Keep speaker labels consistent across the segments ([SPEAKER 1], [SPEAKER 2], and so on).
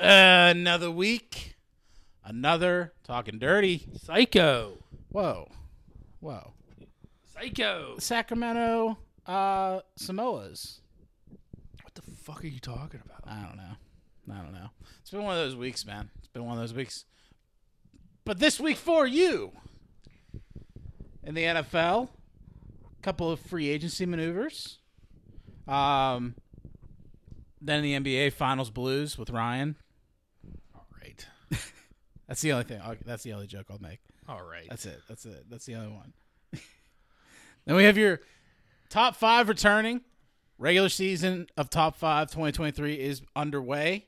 [SPEAKER 1] another week, another talking dirty.
[SPEAKER 2] Psycho.
[SPEAKER 1] Whoa, whoa.
[SPEAKER 2] Psycho.
[SPEAKER 1] Sacramento uh, Samoas.
[SPEAKER 2] What the fuck are you talking about?
[SPEAKER 1] I don't know. I don't know. It's been one of those weeks, man. It's been one of those weeks. But this week for you in the NFL, a couple of free agency maneuvers. Um, then the NBA Finals Blues with Ryan.
[SPEAKER 2] All right.
[SPEAKER 1] That's the only thing. I'll- That's the only joke I'll make.
[SPEAKER 2] All right.
[SPEAKER 1] That's it. That's it. That's the only one. then we have your top five returning. Regular season of top five 2023 is underway.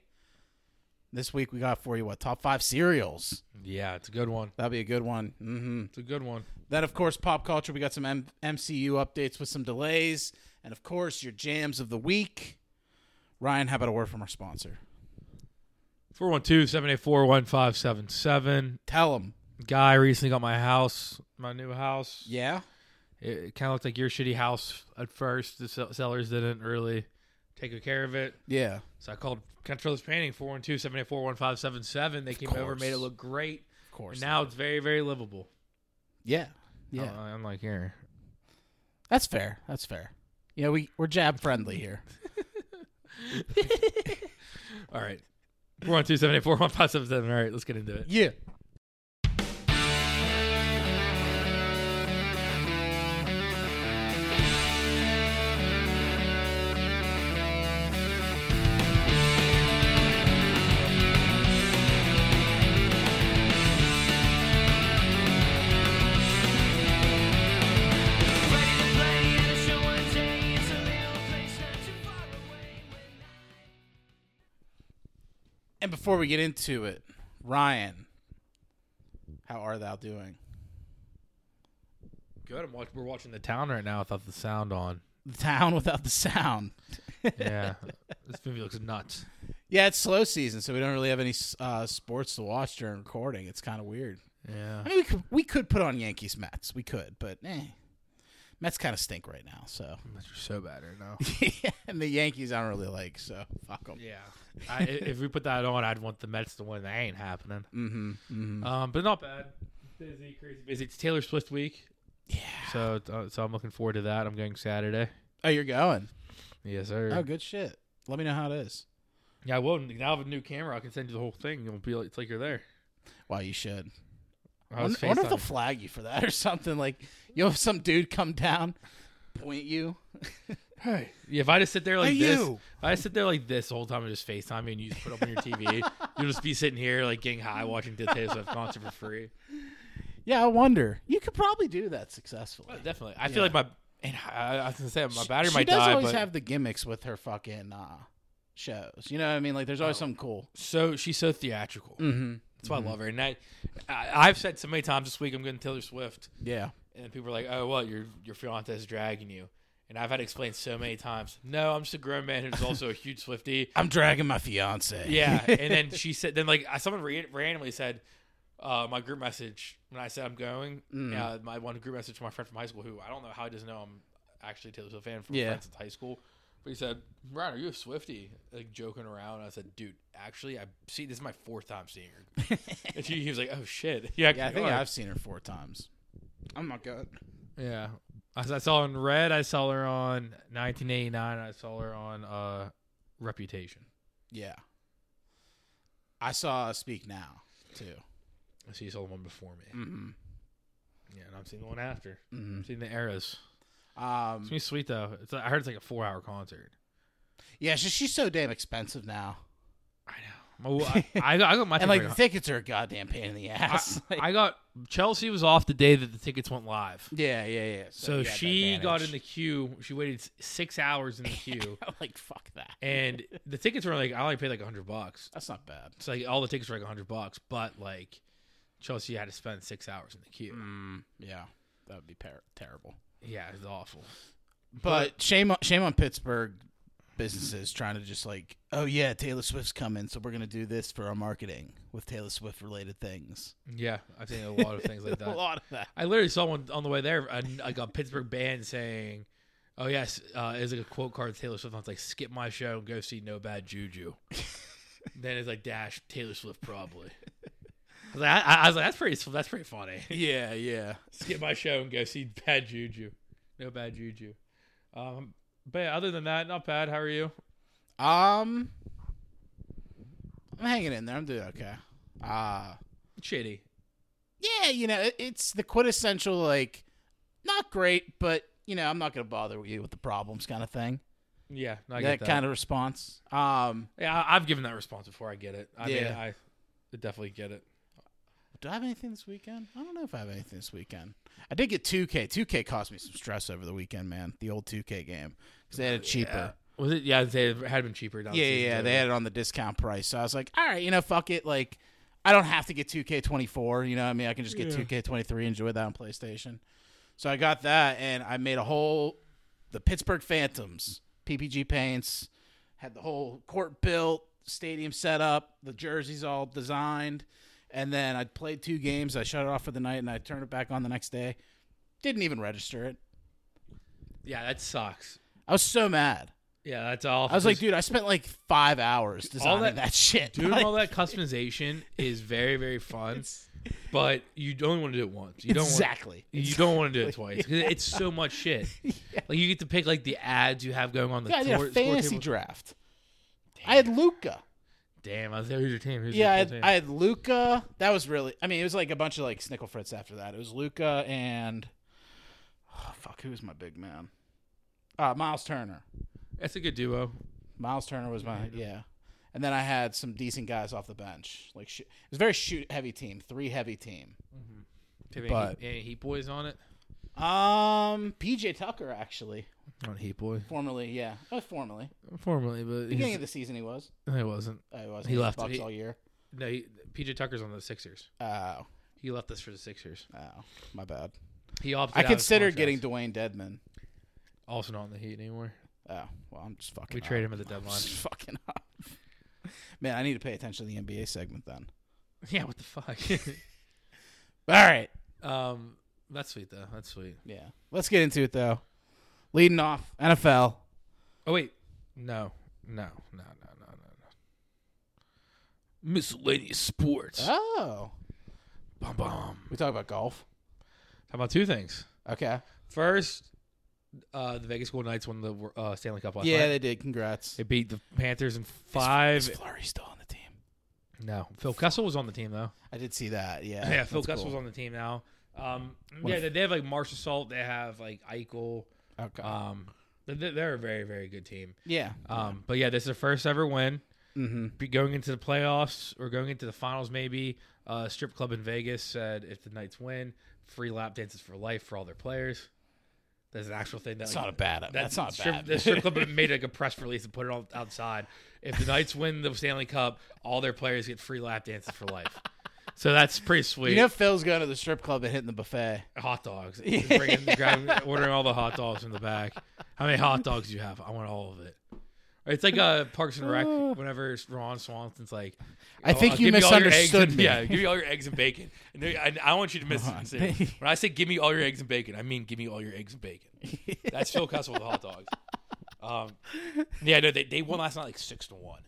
[SPEAKER 1] This week we got for you what top five cereals.
[SPEAKER 2] yeah, it's a good one.
[SPEAKER 1] That'll be a good one. Mm-hmm.
[SPEAKER 2] It's a good one.
[SPEAKER 1] Then of course pop culture. We got some M- MCU updates with some delays, and of course your jams of the week. Ryan, how about a word from our sponsor?
[SPEAKER 2] 412 784 1577.
[SPEAKER 1] Tell them.
[SPEAKER 2] Guy recently got my house, my new house.
[SPEAKER 1] Yeah.
[SPEAKER 2] It, kind of looked like your shitty house at first. The sell- sellers didn't really take good care of it.
[SPEAKER 1] Yeah.
[SPEAKER 2] So I called Controllers Painting 412 784 1577. They came over,
[SPEAKER 1] course.
[SPEAKER 2] made it look great.
[SPEAKER 1] Of course.
[SPEAKER 2] And now it's very, very livable.
[SPEAKER 1] Yeah. Yeah.
[SPEAKER 2] Uh, unlike here.
[SPEAKER 1] That's fair. That's fair. Yeah, we we're jab friendly here.
[SPEAKER 2] All right. 412 784 1577. All right, let's get into it.
[SPEAKER 1] Yeah. And before we get into it, Ryan, how are thou doing?
[SPEAKER 2] Good. I'm watch- we're watching The Town right now without the sound on.
[SPEAKER 1] The town without the sound.
[SPEAKER 2] Yeah. this movie looks nuts.
[SPEAKER 1] Yeah, it's slow season, so we don't really have any uh, sports to watch during recording. It's kind of weird.
[SPEAKER 2] Yeah.
[SPEAKER 1] I mean, we could we could put on Yankees Mets. We could, but eh, Mets kind of stink right now. So,
[SPEAKER 2] Mets are so bad right now.
[SPEAKER 1] and the Yankees I don't really like. So fuck them.
[SPEAKER 2] yeah. I, i- if we put that on, I'd want the Mets to win. That ain't happening.
[SPEAKER 1] Mm-hmm, mm-hmm.
[SPEAKER 2] Um, but not bad. Busy, crazy busy. It's Taylor Swift week.
[SPEAKER 1] Yeah.
[SPEAKER 2] So uh, so I'm looking forward to that. I'm going Saturday.
[SPEAKER 1] Oh, you're going.
[SPEAKER 2] Yes, sir.
[SPEAKER 1] Oh, good shit. Let me know how it is.
[SPEAKER 2] Yeah, well, now I have a new camera. I can send you the whole thing. It'll be like, it's like you're there.
[SPEAKER 1] Wow, you should.
[SPEAKER 2] I
[SPEAKER 1] I
[SPEAKER 2] was
[SPEAKER 1] wonder, I wonder if they'll
[SPEAKER 2] FaceTiming.
[SPEAKER 1] flag you for that or something. Like, you'll have some dude come down, point you.
[SPEAKER 2] Hey. Yeah, if I just sit there like
[SPEAKER 1] Hey,
[SPEAKER 2] this,
[SPEAKER 1] you.
[SPEAKER 2] if I just sit there like this the whole time and just FaceTime me and you just put up on your TV, you'll just be sitting here like getting high watching the Taylor Swift concert for free.
[SPEAKER 1] Yeah, I wonder. You could probably do that successfully.
[SPEAKER 2] definitely. I feel like my and I, I was gonna say my battery
[SPEAKER 1] she
[SPEAKER 2] might
[SPEAKER 1] does
[SPEAKER 2] die,
[SPEAKER 1] always
[SPEAKER 2] but
[SPEAKER 1] have the gimmicks with her fucking uh, shows. You know what I mean? Like, there's always something cool.
[SPEAKER 2] so she's so theatrical.
[SPEAKER 1] Oh. Mm-hmm.
[SPEAKER 2] That's why I love her. And I, I, I've said so many times this week I'm going to Taylor Swift,
[SPEAKER 1] Yeah.
[SPEAKER 2] and people are like, "Oh, well, your your fiance is dragging you." And I've had to explain so many times. No, I'm just a grown man who's also a huge Swifty.
[SPEAKER 1] I'm dragging my fiance.
[SPEAKER 2] Yeah, and then she said, then like I- someone re- randomly said, uh, my group message when I said I'm going.
[SPEAKER 1] Mm.
[SPEAKER 2] Uh, my one group message to my friend from high school, who I don't know how he doesn't know I'm actually a Taylor Swift fan from
[SPEAKER 1] Yeah.
[SPEAKER 2] friends at high school. But he said, "Ryan, are you a Swifty?" Like joking around. I said, "Dude, actually, I see this is my fourth time seeing her." and she, he was like, "Oh shit, yeah,
[SPEAKER 1] Yeah, I think I've seen her four times. I'm not good.
[SPEAKER 2] yeah." I s- I saw her on Red. I saw her on 1989. I saw her on uh, Reputation.
[SPEAKER 1] Yeah. I saw Speak Now, too.
[SPEAKER 2] She saw the one before me.
[SPEAKER 1] Mm-hmm.
[SPEAKER 2] Yeah, and I've seen the one after.
[SPEAKER 1] Mhm.
[SPEAKER 2] I've seen the eras. It's
[SPEAKER 1] Um,
[SPEAKER 2] gonna be sweet though. It's, I heard it's like a four-hour concert.
[SPEAKER 1] yeah, she, she's so damn expensive now.
[SPEAKER 2] I know. I, I got, I got my
[SPEAKER 1] And, like,
[SPEAKER 2] ticket right
[SPEAKER 1] the
[SPEAKER 2] now.
[SPEAKER 1] tickets are a goddamn pain in the ass.
[SPEAKER 2] I,
[SPEAKER 1] Like-
[SPEAKER 2] I got Chelsea was off the day that the tickets went live,
[SPEAKER 1] yeah, yeah, yeah.
[SPEAKER 2] so
[SPEAKER 1] you had that
[SPEAKER 2] she got in
[SPEAKER 1] advantage.
[SPEAKER 2] the queue. She waited s- six hours in the queue,
[SPEAKER 1] like, fuck that.
[SPEAKER 2] and the tickets were like I only paid like hundred bucks.
[SPEAKER 1] That's not bad.
[SPEAKER 2] It's like all the tickets were like hundred bucks, but like Chelsea had to spend six hours in the queue.
[SPEAKER 1] Mm, yeah, that would be par- terrible.
[SPEAKER 2] Yeah, it's awful.
[SPEAKER 1] But, shame on, shame on Pittsburgh businesses trying to just like, oh yeah, Taylor Swift's coming, so we're gonna do this for our marketing with Taylor Swift related things.
[SPEAKER 2] Yeah, I've seen a lot of things like that.
[SPEAKER 1] a lot of that.
[SPEAKER 2] I literally saw one on the way there, a, like a Pittsburgh band saying, "Oh yes, uh, it was like a quote card to Taylor Swift." I was like, "Skip my show and go see No Bad Juju." then it's like dash Taylor Swift probably. I was, like, I, I was like, that's pretty, that's pretty funny.
[SPEAKER 1] Yeah, yeah.
[SPEAKER 2] Skip my show and go see Bad Juju. No Bad Juju. Um, but yeah, other than that, not bad. How are you?
[SPEAKER 1] Um, I'm hanging in there. I'm doing okay. Uh
[SPEAKER 2] Shitty.
[SPEAKER 1] yeah, you know, it, it's the quintessential like, not great, but you know, I'm not gonna bother you with the problems kind of thing.
[SPEAKER 2] Yeah, no, I
[SPEAKER 1] that,
[SPEAKER 2] get that.
[SPEAKER 1] kind of response. Um,
[SPEAKER 2] yeah, I- I've given that response before. I get it. I mean,
[SPEAKER 1] Yeah.
[SPEAKER 2] I definitely get it.
[SPEAKER 1] do I have anything this weekend? I don't know if I have anything this weekend. I did get 2K. 2K caused me some stress over the weekend, man. The old 2K game because they had it cheaper.
[SPEAKER 2] Was it? Yeah, they had been cheaper.
[SPEAKER 1] Yeah, yeah, yeah. They had it on the discount price. So I was like, all right, you know, fuck it. Like, I don't have to get 2K24. You know what I mean? I can just get
[SPEAKER 2] Yeah.
[SPEAKER 1] 2K23, enjoy that on PlayStation. So I got that, and I made a whole the Pittsburgh Phantoms PPG paints. Had the whole court built, stadium set up, the jerseys all designed, and then I played two games. I shut it off for the night, and I turned it back on the next day. Didn't even register it.
[SPEAKER 2] Yeah, that sucks.
[SPEAKER 1] I was so mad.
[SPEAKER 2] Yeah, that's all.
[SPEAKER 1] I was like, dude, I spent like five hours designing
[SPEAKER 2] that-
[SPEAKER 1] that, shit.
[SPEAKER 2] doing
[SPEAKER 1] Like-
[SPEAKER 2] all that customization is very, very fun, but you only want to do it once. You don't want.
[SPEAKER 1] exactly.
[SPEAKER 2] You don't want to do it twice. 'cause It's so much shit. Like you get to pick like the ads you have going on the
[SPEAKER 1] Yeah, I did
[SPEAKER 2] tour,
[SPEAKER 1] a
[SPEAKER 2] tour
[SPEAKER 1] fantasy
[SPEAKER 2] table.
[SPEAKER 1] draft. I had Luca.
[SPEAKER 2] Damn, I was there. Who's your team? Who's
[SPEAKER 1] Yeah, I
[SPEAKER 2] your full
[SPEAKER 1] had,
[SPEAKER 2] team?
[SPEAKER 1] I had Luca. That was really. I mean, it was like a bunch of like Snickle Fritz after that. It was Luca and oh, fuck, who was my big man? Uh, Miles Turner.
[SPEAKER 2] that's a good duo.
[SPEAKER 1] Miles Turner was my yeah. And then I had some decent guys off the bench. Like sh- it was a very shoot heavy team, three heavy team.
[SPEAKER 2] Do you have
[SPEAKER 1] But-
[SPEAKER 2] any, any Heat Boys on it?
[SPEAKER 1] Um, PJ Tucker actually,
[SPEAKER 2] Not Heat Boy.
[SPEAKER 1] formerly yeah, oh, formerly
[SPEAKER 2] Formerly, but
[SPEAKER 1] beginning
[SPEAKER 2] he's-
[SPEAKER 1] of the season he was.
[SPEAKER 2] no, he wasn't.
[SPEAKER 1] Oh, he was.
[SPEAKER 2] He left.
[SPEAKER 1] Bucks
[SPEAKER 2] He-
[SPEAKER 1] all year.
[SPEAKER 2] No, he, PJ Tucker's on the Sixers.
[SPEAKER 1] Oh,
[SPEAKER 2] He left us for the Sixers.
[SPEAKER 1] oh, my bad.
[SPEAKER 2] He opted.
[SPEAKER 1] I
[SPEAKER 2] out of his
[SPEAKER 1] considered getting
[SPEAKER 2] contract.
[SPEAKER 1] Dwayne Deadman.
[SPEAKER 2] also not in the Heat anymore.
[SPEAKER 1] Oh, well, I'm just fucking.
[SPEAKER 2] We
[SPEAKER 1] up.
[SPEAKER 2] trade him at the
[SPEAKER 1] I'm
[SPEAKER 2] deadline.
[SPEAKER 1] just fucking up. Man, I need to pay attention to the NBA segment then.
[SPEAKER 2] yeah, what the fuck?
[SPEAKER 1] All right.
[SPEAKER 2] um, that's sweet though. That's sweet.
[SPEAKER 1] Yeah. Let's get into it though. Leading off NFL.
[SPEAKER 2] Oh wait, no, no, no, no, no, no, no. Miscellaneous sports.
[SPEAKER 1] Oh,
[SPEAKER 2] Bum bum.
[SPEAKER 1] we talk about golf.
[SPEAKER 2] How about two things?
[SPEAKER 1] Okay.
[SPEAKER 2] First, uh, the Vegas Golden Knights won the uh, Stanley Cup last
[SPEAKER 1] yeah,
[SPEAKER 2] night.
[SPEAKER 1] they did. Congrats.
[SPEAKER 2] They beat the Panthers in five.
[SPEAKER 1] Is Fleury still on the team?
[SPEAKER 2] no, Phil Kessel was on the team though.
[SPEAKER 1] I did see that. Yeah.
[SPEAKER 2] Yeah, Phil
[SPEAKER 1] that's
[SPEAKER 2] Kessel was
[SPEAKER 1] cool.
[SPEAKER 2] on the team now. Um,
[SPEAKER 1] What
[SPEAKER 2] yeah,
[SPEAKER 1] if-
[SPEAKER 2] they- they have like Marshall Salt. They have like Eichel.
[SPEAKER 1] Okay.
[SPEAKER 2] Um, they- they're a very very good team.
[SPEAKER 1] yeah.
[SPEAKER 2] Um, but yeah, this is the first ever win.
[SPEAKER 1] mm-hmm.
[SPEAKER 2] Be going into the playoffs or going into the finals, maybe. Uh, strip club in Vegas said if the Knights win, free lap dances for life for all their players. That's an actual thing. That,
[SPEAKER 1] That's
[SPEAKER 2] like,
[SPEAKER 1] not a bad.
[SPEAKER 2] that
[SPEAKER 1] That's not
[SPEAKER 2] strip,
[SPEAKER 1] bad.
[SPEAKER 2] The strip club made like a press release and put it all outside. If the Knights win the Stanley Cup, all their players get free lap dances for life. So that's pretty sweet.
[SPEAKER 1] you know, Phil's going to the strip club and hitting the buffet.
[SPEAKER 2] hot dogs. Just bringing, grabbing, ordering all the hot dogs from the back. How many hot dogs do you have? I want all of it. It's like uh, Parks and Rec.
[SPEAKER 1] Oh.
[SPEAKER 2] Whenever Ron Swanson's like,
[SPEAKER 1] I think
[SPEAKER 2] I'll
[SPEAKER 1] you
[SPEAKER 2] Oh, give all your eggs
[SPEAKER 1] misunderstood
[SPEAKER 2] and-
[SPEAKER 1] me.
[SPEAKER 2] Yeah, give me all your eggs and bacon. And they- I, I want you to
[SPEAKER 1] Ron.
[SPEAKER 2] misunderstand. when I say give me all your eggs and bacon, I mean give me all your eggs and bacon. That's Phil Kessel with the hot dogs. Um, yeah, no, they, they won last night like six to one.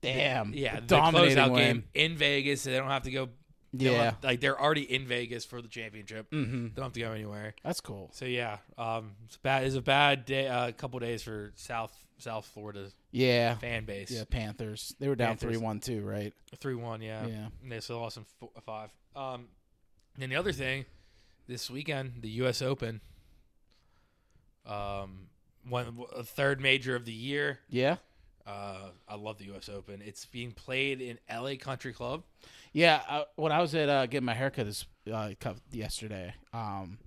[SPEAKER 1] Damn.
[SPEAKER 2] Yeah,
[SPEAKER 1] The
[SPEAKER 2] the
[SPEAKER 1] dominating
[SPEAKER 2] closeout
[SPEAKER 1] win.
[SPEAKER 2] game in Vegas. So they don't have to go. they don't
[SPEAKER 1] Yeah.
[SPEAKER 2] have- like they're already in Vegas for the championship.
[SPEAKER 1] Mm-hmm.
[SPEAKER 2] They don't have to go anywhere.
[SPEAKER 1] That's cool.
[SPEAKER 2] So yeah, um, it's bad. It's a bad day. A couple days for South South Florida
[SPEAKER 1] Yeah.
[SPEAKER 2] fan base.
[SPEAKER 1] Yeah, Panthers. They were down three
[SPEAKER 2] Panthers.
[SPEAKER 1] one two, right?
[SPEAKER 2] Three one. Yeah.
[SPEAKER 1] Yeah.
[SPEAKER 2] And they still lost in four, five. Um, then the other thing, this weekend the U.S. Open. Um, one a third major of the year.
[SPEAKER 1] Yeah.
[SPEAKER 2] Uh, I love the U.S. Open. It's being played in L.A. Country Club.
[SPEAKER 1] Yeah. I, when I was at uh, getting my haircut this uh, cou- yesterday, um,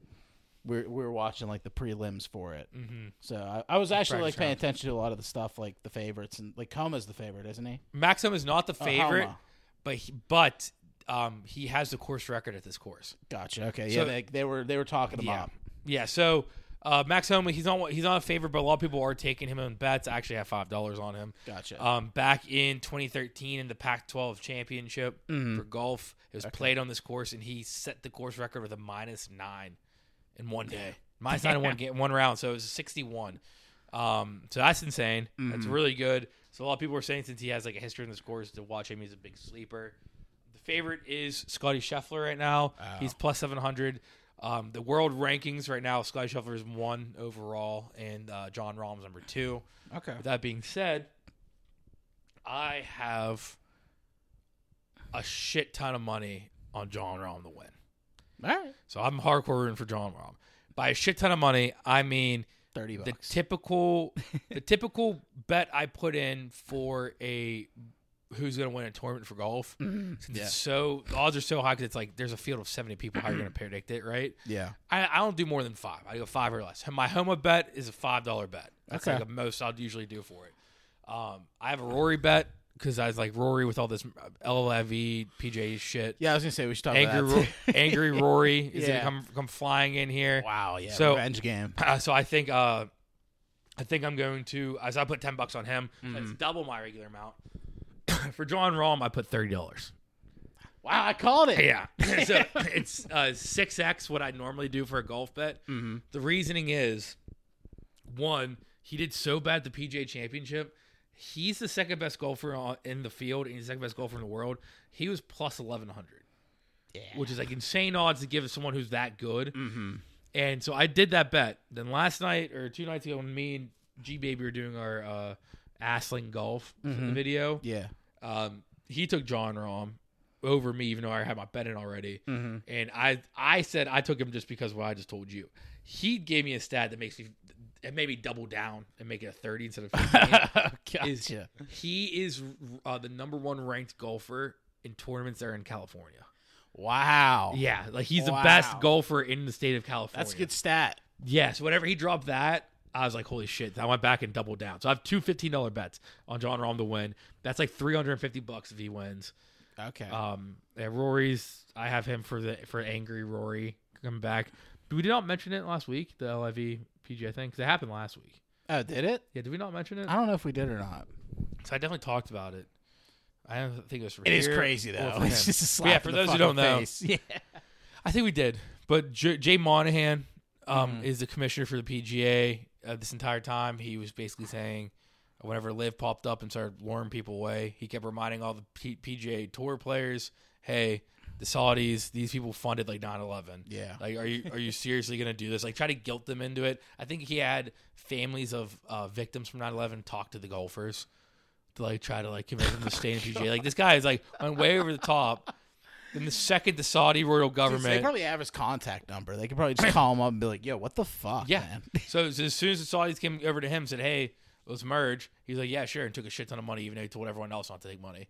[SPEAKER 1] we were, we were watching like the prelims for it.
[SPEAKER 2] Mm-hmm.
[SPEAKER 1] So I, I was actually like
[SPEAKER 2] Practice
[SPEAKER 1] paying
[SPEAKER 2] rounds.
[SPEAKER 1] attention to a lot of the stuff, like the favorites and like Coma's the favorite, isn't he?
[SPEAKER 2] Maxim is not the
[SPEAKER 1] Uh,
[SPEAKER 2] favorite,
[SPEAKER 1] Homa.
[SPEAKER 2] but he, but um, he has the course record at this course.
[SPEAKER 1] Gotcha. Okay.
[SPEAKER 2] So-
[SPEAKER 1] yeah. They, they were they were talking
[SPEAKER 2] Yeah.
[SPEAKER 1] about.
[SPEAKER 2] Yeah, so uh, Max Homa, he's not he's not a favorite, but a lot of people are taking him in bets. I actually have five dollars on him.
[SPEAKER 1] Gotcha.
[SPEAKER 2] Um, back in 2013 in the Pac-12 championship for golf, it was played on this course, and he set the course record with a minus nine in one day, minus nine in one game, one round. So it was a 61. Um, so that's insane. That's
[SPEAKER 1] Mhm.
[SPEAKER 2] really good. So a lot of people were saying since he has like a history in the scores to watch him, he's a big sleeper. The favorite is Scotty Scheffler right now.
[SPEAKER 1] Oh.
[SPEAKER 2] He's plus seven hundred. Um, the world rankings right now, Scotty Scheffler is one overall, and uh, John Rahm's number two.
[SPEAKER 1] Okay.
[SPEAKER 2] With that being said, I have a shit ton of money on John Rahm to win.
[SPEAKER 1] All right.
[SPEAKER 2] So I'm hardcore rooting for John Rahm. By a shit ton of money, I mean
[SPEAKER 1] Thirty
[SPEAKER 2] the
[SPEAKER 1] bucks.
[SPEAKER 2] typical the typical bet I put in for a who's going to win a tournament for golf.
[SPEAKER 1] Mhm.
[SPEAKER 2] Since
[SPEAKER 1] Yeah.
[SPEAKER 2] it's so the odds are so high because it's like there's a field of 70 people. How you're going to predict it, right?
[SPEAKER 1] Yeah.
[SPEAKER 2] I, I don't do more than five. I go five or less. My Homa bet is a five dollar bet. That's
[SPEAKER 1] Okay.
[SPEAKER 2] like the most I'll usually do for it. Um, I have a Rory bet because I was like Rory with all this LLIV PJ shit.
[SPEAKER 1] Yeah, I was gonna say we should talk
[SPEAKER 2] Angry,
[SPEAKER 1] about that.
[SPEAKER 2] Ro- angry Rory is
[SPEAKER 1] Yeah.
[SPEAKER 2] gonna come come flying in here.
[SPEAKER 1] wow. Yeah.
[SPEAKER 2] So-
[SPEAKER 1] revenge game.
[SPEAKER 2] Uh, so I think uh, I think I'm going to as I put ten bucks on him.
[SPEAKER 1] Mm-hmm.
[SPEAKER 2] That's double my regular amount. For John Rahm, I put thirty dollars.
[SPEAKER 1] Wow, I called it.
[SPEAKER 2] Yeah, so it's uh, six x what I normally do for a golf bet.
[SPEAKER 1] Mm-hmm.
[SPEAKER 2] The reasoning is one, he did so bad at the PGA Championship. He's the second best golfer on- in the field, and he's the second best golfer in the world. He was plus eleven hundred,
[SPEAKER 1] Yeah.
[SPEAKER 2] which is like insane odds to give to someone who's that good.
[SPEAKER 1] Mm-hmm.
[SPEAKER 2] And so I did that bet. Then last night or two nights ago, when me and G Baby were doing our uh, Assling golf
[SPEAKER 1] Mhm.
[SPEAKER 2] video,
[SPEAKER 1] Yeah.
[SPEAKER 2] um, he took John Rom over me, even though I had my bet in already.
[SPEAKER 1] Mm-hmm.
[SPEAKER 2] And I, I said I took him just because of what I just told you. He gave me a stat that makes me, it made me double down and make it a thirty instead of fifteen. Is-
[SPEAKER 1] Gotcha.
[SPEAKER 2] he is uh, the number one ranked golfer in tournaments that are in California.
[SPEAKER 1] Wow.
[SPEAKER 2] Yeah, like he's the best
[SPEAKER 1] Oh. Wow.
[SPEAKER 2] golfer in the state of California.
[SPEAKER 1] That's a good stat.
[SPEAKER 2] Yes, whenever he dropped that, I was like, holy shit. I went back and doubled down. So I have two $15 bets on John Rahm to win. That's like 350 bucks if he wins.
[SPEAKER 1] Okay.
[SPEAKER 2] Um, and Rory's, I have him for the for angry Rory coming back. Did we not mention it last week, the LIV PGA thing? Because it happened last week.
[SPEAKER 1] oh, did it?
[SPEAKER 2] Yeah, did we not mention it?
[SPEAKER 1] I don't know if we did or not.
[SPEAKER 2] 'Cause I definitely talked about it. I don't think it was for
[SPEAKER 1] It is
[SPEAKER 2] here
[SPEAKER 1] crazy
[SPEAKER 2] or
[SPEAKER 1] though.
[SPEAKER 2] for
[SPEAKER 1] It's
[SPEAKER 2] him.
[SPEAKER 1] just a slap.
[SPEAKER 2] But yeah, for
[SPEAKER 1] in the
[SPEAKER 2] those who
[SPEAKER 1] fucking
[SPEAKER 2] don't know,
[SPEAKER 1] face. yeah.
[SPEAKER 2] I think we did. But J- Jay Monahan um,
[SPEAKER 1] Mhm.
[SPEAKER 2] is the commissioner for the PGA. Uh, this entire time, he was basically saying, whenever Liv popped up and started luring people away, he kept reminding all the P- PGA Tour players, "Hey, the Saudis, these people funded like 9/11.
[SPEAKER 1] Yeah.
[SPEAKER 2] Like, are you are you seriously gonna do this? Like, try to guilt them into it. I think he had families of uh, victims from 9/11 talk to the golfers to like try to like convince them to stay in PGA. Like, this guy is like went way over the top. Then the second the Saudi royal
[SPEAKER 1] Since They
[SPEAKER 2] government,
[SPEAKER 1] probably have his contact number. They could probably just call him up and be like, "Yo, what the fuck?"
[SPEAKER 2] Yeah.
[SPEAKER 1] man?"
[SPEAKER 2] so, so as soon as the Saudis came over to him and said, "Hey, let's merge," he's like, "Yeah, sure," and took a shit ton of money, even though he told everyone else not to take money.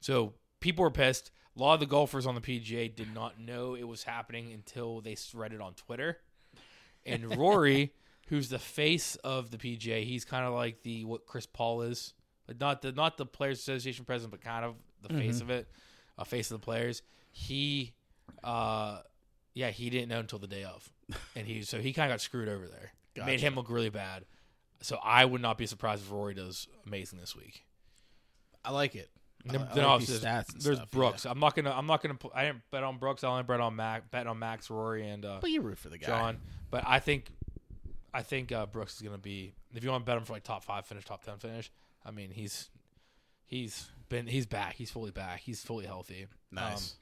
[SPEAKER 2] So people were pissed. A lot of the golfers on the PGA did not know it was happening until they read it on Twitter. And Rory, who's the face of the PGA, he's kind of like the what Chris Paul is, but not the not the Players Association president, but kind of the face of it, a face of the players. He, uh, yeah, he didn't know until the day of, and he so he kind of got screwed over there.
[SPEAKER 1] Gotcha.
[SPEAKER 2] Made him look really bad. So I would not be surprised if Rory does amazing this week.
[SPEAKER 1] I like it. I-
[SPEAKER 2] Then-
[SPEAKER 1] I
[SPEAKER 2] then
[SPEAKER 1] like
[SPEAKER 2] obviously
[SPEAKER 1] these
[SPEAKER 2] there's-
[SPEAKER 1] stats and
[SPEAKER 2] there's
[SPEAKER 1] stuff,
[SPEAKER 2] Brooks. I'm not gonna. I'm not gonna. pl- I didn't bet on Brooks. I only bet on Max. Bet on Max, Rory, and uh,
[SPEAKER 1] But you root for the guy.
[SPEAKER 2] John. But I think, I think uh, Brooks is gonna be. If you want to bet him for like top five finish, top ten finish, I mean he's he's been he's back. He's fully back. He's fully healthy.
[SPEAKER 1] Nice.
[SPEAKER 2] Um,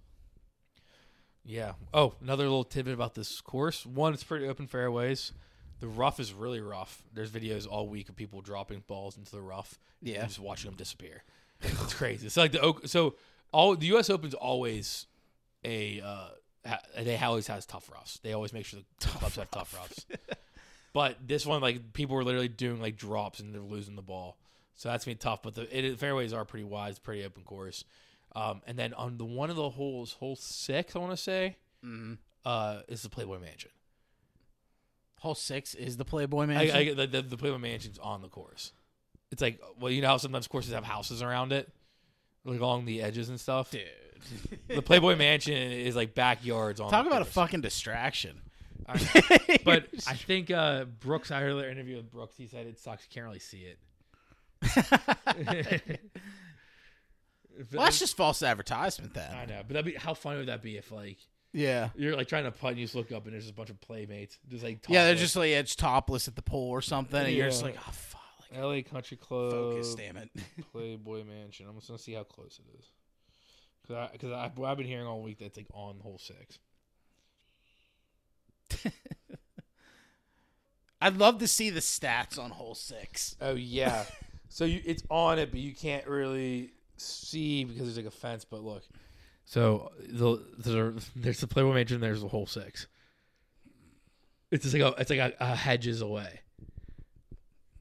[SPEAKER 2] yeah. Oh, another little tidbit about this course. One, it's pretty open fairways. The rough is really rough. There's videos all week of people dropping balls into the rough. and
[SPEAKER 1] Yeah.
[SPEAKER 2] just watching them disappear. It's crazy. It's like the Oak. So all the U.S. Open's always a uh, ha- they always has tough roughs. They always make sure the clubs have tough roughs. but this one, like people were literally doing like drops and they're losing the ball. So that's gonna be tough. But the it, is- fairways are pretty wide. It's a pretty open course. Um, and then on the one of the holes, hole six, I want to say,
[SPEAKER 1] Mhm.
[SPEAKER 2] uh, is the Playboy Mansion.
[SPEAKER 1] Hole six is the Playboy man.
[SPEAKER 2] I, I, the, the, the Playboy Mansion's on the course. It's like, well, you know how sometimes courses have houses around it, like along the edges and stuff.
[SPEAKER 1] Dude.
[SPEAKER 2] The Playboy Mansion is like backyards on.
[SPEAKER 1] Talk
[SPEAKER 2] the
[SPEAKER 1] about a
[SPEAKER 2] course.
[SPEAKER 1] fucking distraction.
[SPEAKER 2] But I think uh, Brooks, I heard an interview with Brooks. He said it sucks. You can't really see it.
[SPEAKER 1] well, that's just false advertisement
[SPEAKER 2] I
[SPEAKER 1] then.
[SPEAKER 2] know, but that'd be, how funny would that be if like
[SPEAKER 1] Yeah.
[SPEAKER 2] You're like trying to putt and you just look up and there's just a bunch of playmates. Just like
[SPEAKER 1] Yeah, they're
[SPEAKER 2] topless.
[SPEAKER 1] just like it's topless at the pool or something, and you're just
[SPEAKER 2] Yeah. Uh,
[SPEAKER 1] like, oh fuck, like,
[SPEAKER 2] LA Country Club.
[SPEAKER 1] focus, damn it.
[SPEAKER 2] Playboy Mansion. I'm just gonna see how close it is. Cause, I, cause I, I've been hearing all week that's like on hole six.
[SPEAKER 1] I'd love to see the stats on hole six.
[SPEAKER 2] Oh yeah, so you, it's on it, but you can't really see because there's like a fence. But look, so the there's, there's the Playboy Mansion. There's the hole six. It's just like a, it's like a, a hedges away.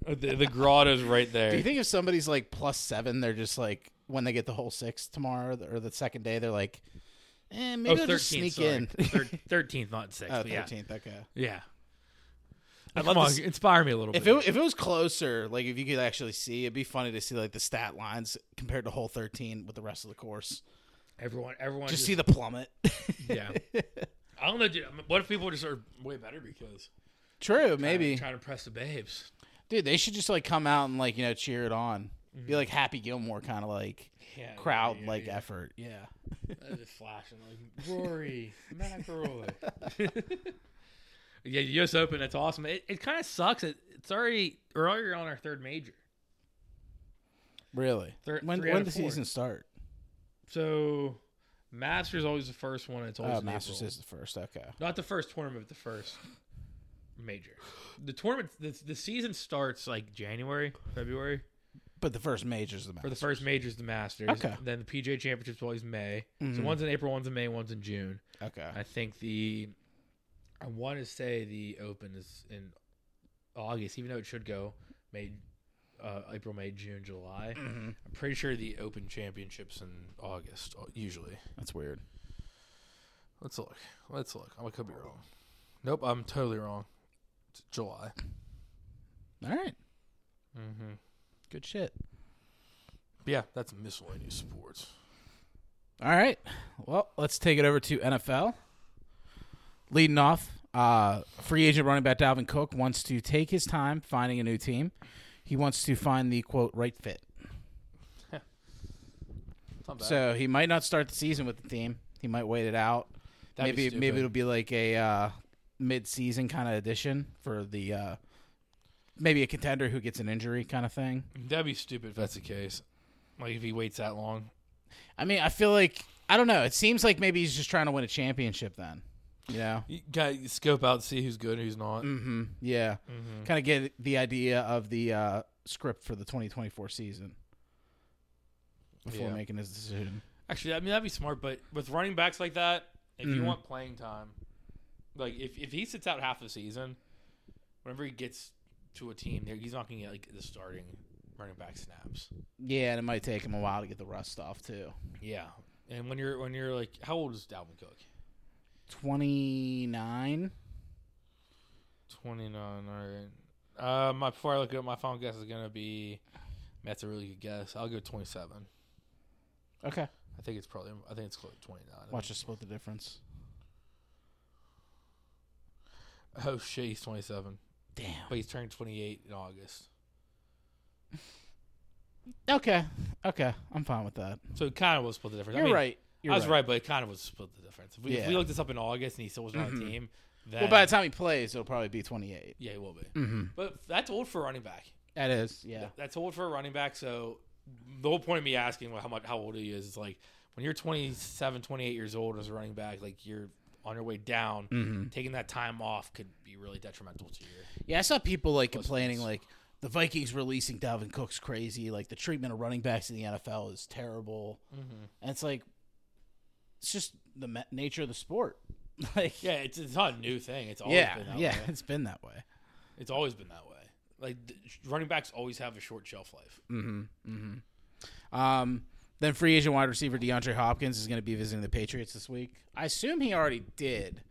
[SPEAKER 2] Uh, The, the grotto's right there.
[SPEAKER 1] Do you think if somebody's like plus seven, they're just like when they get the whole six tomorrow th- or the second day, they're like, eh, maybe I'll just sneak in.
[SPEAKER 2] Thirteenth, not six.
[SPEAKER 1] oh,
[SPEAKER 2] but yeah.
[SPEAKER 1] 13th, okay.
[SPEAKER 2] Yeah.
[SPEAKER 1] I'd
[SPEAKER 2] Come
[SPEAKER 1] love
[SPEAKER 2] on,
[SPEAKER 1] to s-
[SPEAKER 2] inspire me a little
[SPEAKER 1] If
[SPEAKER 2] bit.
[SPEAKER 1] it if it was closer, like if you could actually see, it'd be funny to see like the stat lines compared to hole 13 with the rest of the course.
[SPEAKER 2] everyone, everyone,
[SPEAKER 1] Just see the plummet.
[SPEAKER 2] yeah. I don't know, dude. What if people just are way better because
[SPEAKER 1] True, maybe.
[SPEAKER 2] trying to press the babes?
[SPEAKER 1] Dude, they should just like come out and like, you know, cheer it on. Be like Happy Gilmore kind of like
[SPEAKER 2] Mm-hmm. Yeah,
[SPEAKER 1] crowd
[SPEAKER 2] yeah,
[SPEAKER 1] like
[SPEAKER 2] yeah.
[SPEAKER 1] effort. Yeah.
[SPEAKER 2] Uh, just flashing like Rory McIlroy. yeah, U.S. Open. That's awesome. It, it kind of sucks. It, it's already we're already on our third major.
[SPEAKER 1] Really?
[SPEAKER 2] Thir-
[SPEAKER 1] when
[SPEAKER 2] three out
[SPEAKER 1] when
[SPEAKER 2] of
[SPEAKER 1] the
[SPEAKER 2] four.
[SPEAKER 1] season start?
[SPEAKER 2] So Masters always the first one. It's always
[SPEAKER 1] Oh,
[SPEAKER 2] in
[SPEAKER 1] Masters
[SPEAKER 2] April.
[SPEAKER 1] is the first. Okay.
[SPEAKER 2] Not the first tournament, but the first major. The tournament, the, the season starts like January, February.
[SPEAKER 1] But the first major is the
[SPEAKER 2] For
[SPEAKER 1] Masters.
[SPEAKER 2] the first major is the Masters.
[SPEAKER 1] Okay.
[SPEAKER 2] Then the PJ Championship's always May.
[SPEAKER 1] Mhm.
[SPEAKER 2] So one's in April, one's in May, one's in June.
[SPEAKER 1] Okay.
[SPEAKER 2] I think the, I want to say the Open is in August, even though it should go May, uh, April, May, June, July.
[SPEAKER 1] Mhm.
[SPEAKER 2] I'm pretty sure the Open Championships in August uh, usually.
[SPEAKER 1] That's weird.
[SPEAKER 2] Let's look. Let's look. I could be wrong. Nope, I'm totally wrong. It's July.
[SPEAKER 1] All right.
[SPEAKER 2] Mm-hmm.
[SPEAKER 1] Good shit.
[SPEAKER 2] Yeah, that's miscellaneous sports.
[SPEAKER 1] All right. Well, let's take it over to NFL. Leading off, uh, free agent running back Dalvin Cook wants to take his time finding a new team. He wants to find the quote right fit.
[SPEAKER 2] It's not bad.
[SPEAKER 1] So he might not start the season with the team. He might wait it out.
[SPEAKER 2] That'd be
[SPEAKER 1] maybe
[SPEAKER 2] stupid.
[SPEAKER 1] maybe it'll be like a uh, mid-season kind of addition for the uh, maybe a contender who gets an injury kind of thing.
[SPEAKER 2] That'd be stupid if that's the case. Like if he waits that long.
[SPEAKER 1] I mean, I feel like I don't know. It seems like maybe he's just trying to win a championship. Then, you know,
[SPEAKER 2] You gotta scope out, see who's good, who's not.
[SPEAKER 1] hmm yeah,
[SPEAKER 2] Mm-hmm.
[SPEAKER 1] kind of get the idea of the uh, script for the 2024 season before
[SPEAKER 2] Yeah.
[SPEAKER 1] making his decision.
[SPEAKER 2] Actually, I mean that'd be smart, but with running backs like that, if you
[SPEAKER 1] Mhm.
[SPEAKER 2] want playing time, like if, if he sits out half the season, whenever he gets to a team, there he's not gonna get like the starting running back snaps.
[SPEAKER 1] Yeah, and it might take him a while to get the rust off too.
[SPEAKER 2] Yeah. And when you're when you're like how old is Dalvin Cook?
[SPEAKER 1] 29.
[SPEAKER 2] Twenty nine, all right. Uh my before I look up my final guess is gonna be that's a really good guess. I'll go twenty seven.
[SPEAKER 1] Okay,
[SPEAKER 2] I think it's probably I think it's close to twenty nine.
[SPEAKER 1] watch us split the difference.
[SPEAKER 2] Oh shit, he's 27,
[SPEAKER 1] Damn.
[SPEAKER 2] but he's turning 28 in August.
[SPEAKER 1] Okay, okay, I'm fine with that.
[SPEAKER 2] So it kind of was split the difference.
[SPEAKER 1] You're
[SPEAKER 2] I mean,
[SPEAKER 1] right. You're
[SPEAKER 2] I was right. but it kind of was split the difference. If we, if we
[SPEAKER 1] Yeah.
[SPEAKER 2] looked this up in August and he still was not on the
[SPEAKER 1] Mhm.
[SPEAKER 2] team, then
[SPEAKER 1] Well, by the time he plays, it'll probably be 28.
[SPEAKER 2] yeah, he will be.
[SPEAKER 1] Mm-hmm.
[SPEAKER 2] But that's old for a running back.
[SPEAKER 1] That is, yeah.
[SPEAKER 2] That's old for a running back. So the whole point of me asking how much how old he is is like when you're 27, 28 years old as a running back, like you're on your way down.
[SPEAKER 1] Mm-hmm.
[SPEAKER 2] Taking that time off could be really detrimental to you.
[SPEAKER 1] Yeah, I saw people like
[SPEAKER 2] Plus
[SPEAKER 1] complaining
[SPEAKER 2] minus.
[SPEAKER 1] like the Vikings releasing Dalvin Cook's crazy. Like the treatment of running backs in the NFL is terrible, and it's like it's just the ma- nature of the sport. Like
[SPEAKER 2] Yeah, it's, it's not a new thing. It's always
[SPEAKER 1] yeah,
[SPEAKER 2] been that
[SPEAKER 1] yeah,
[SPEAKER 2] way.
[SPEAKER 1] it's been that way.
[SPEAKER 2] It's always been that way. Like th- running backs always have a short shelf life.
[SPEAKER 1] Mm-hmm. Mm-hmm. Um, then free agent wide receiver DeAndre Hopkins is going to be visiting the Patriots this week. I assume he already did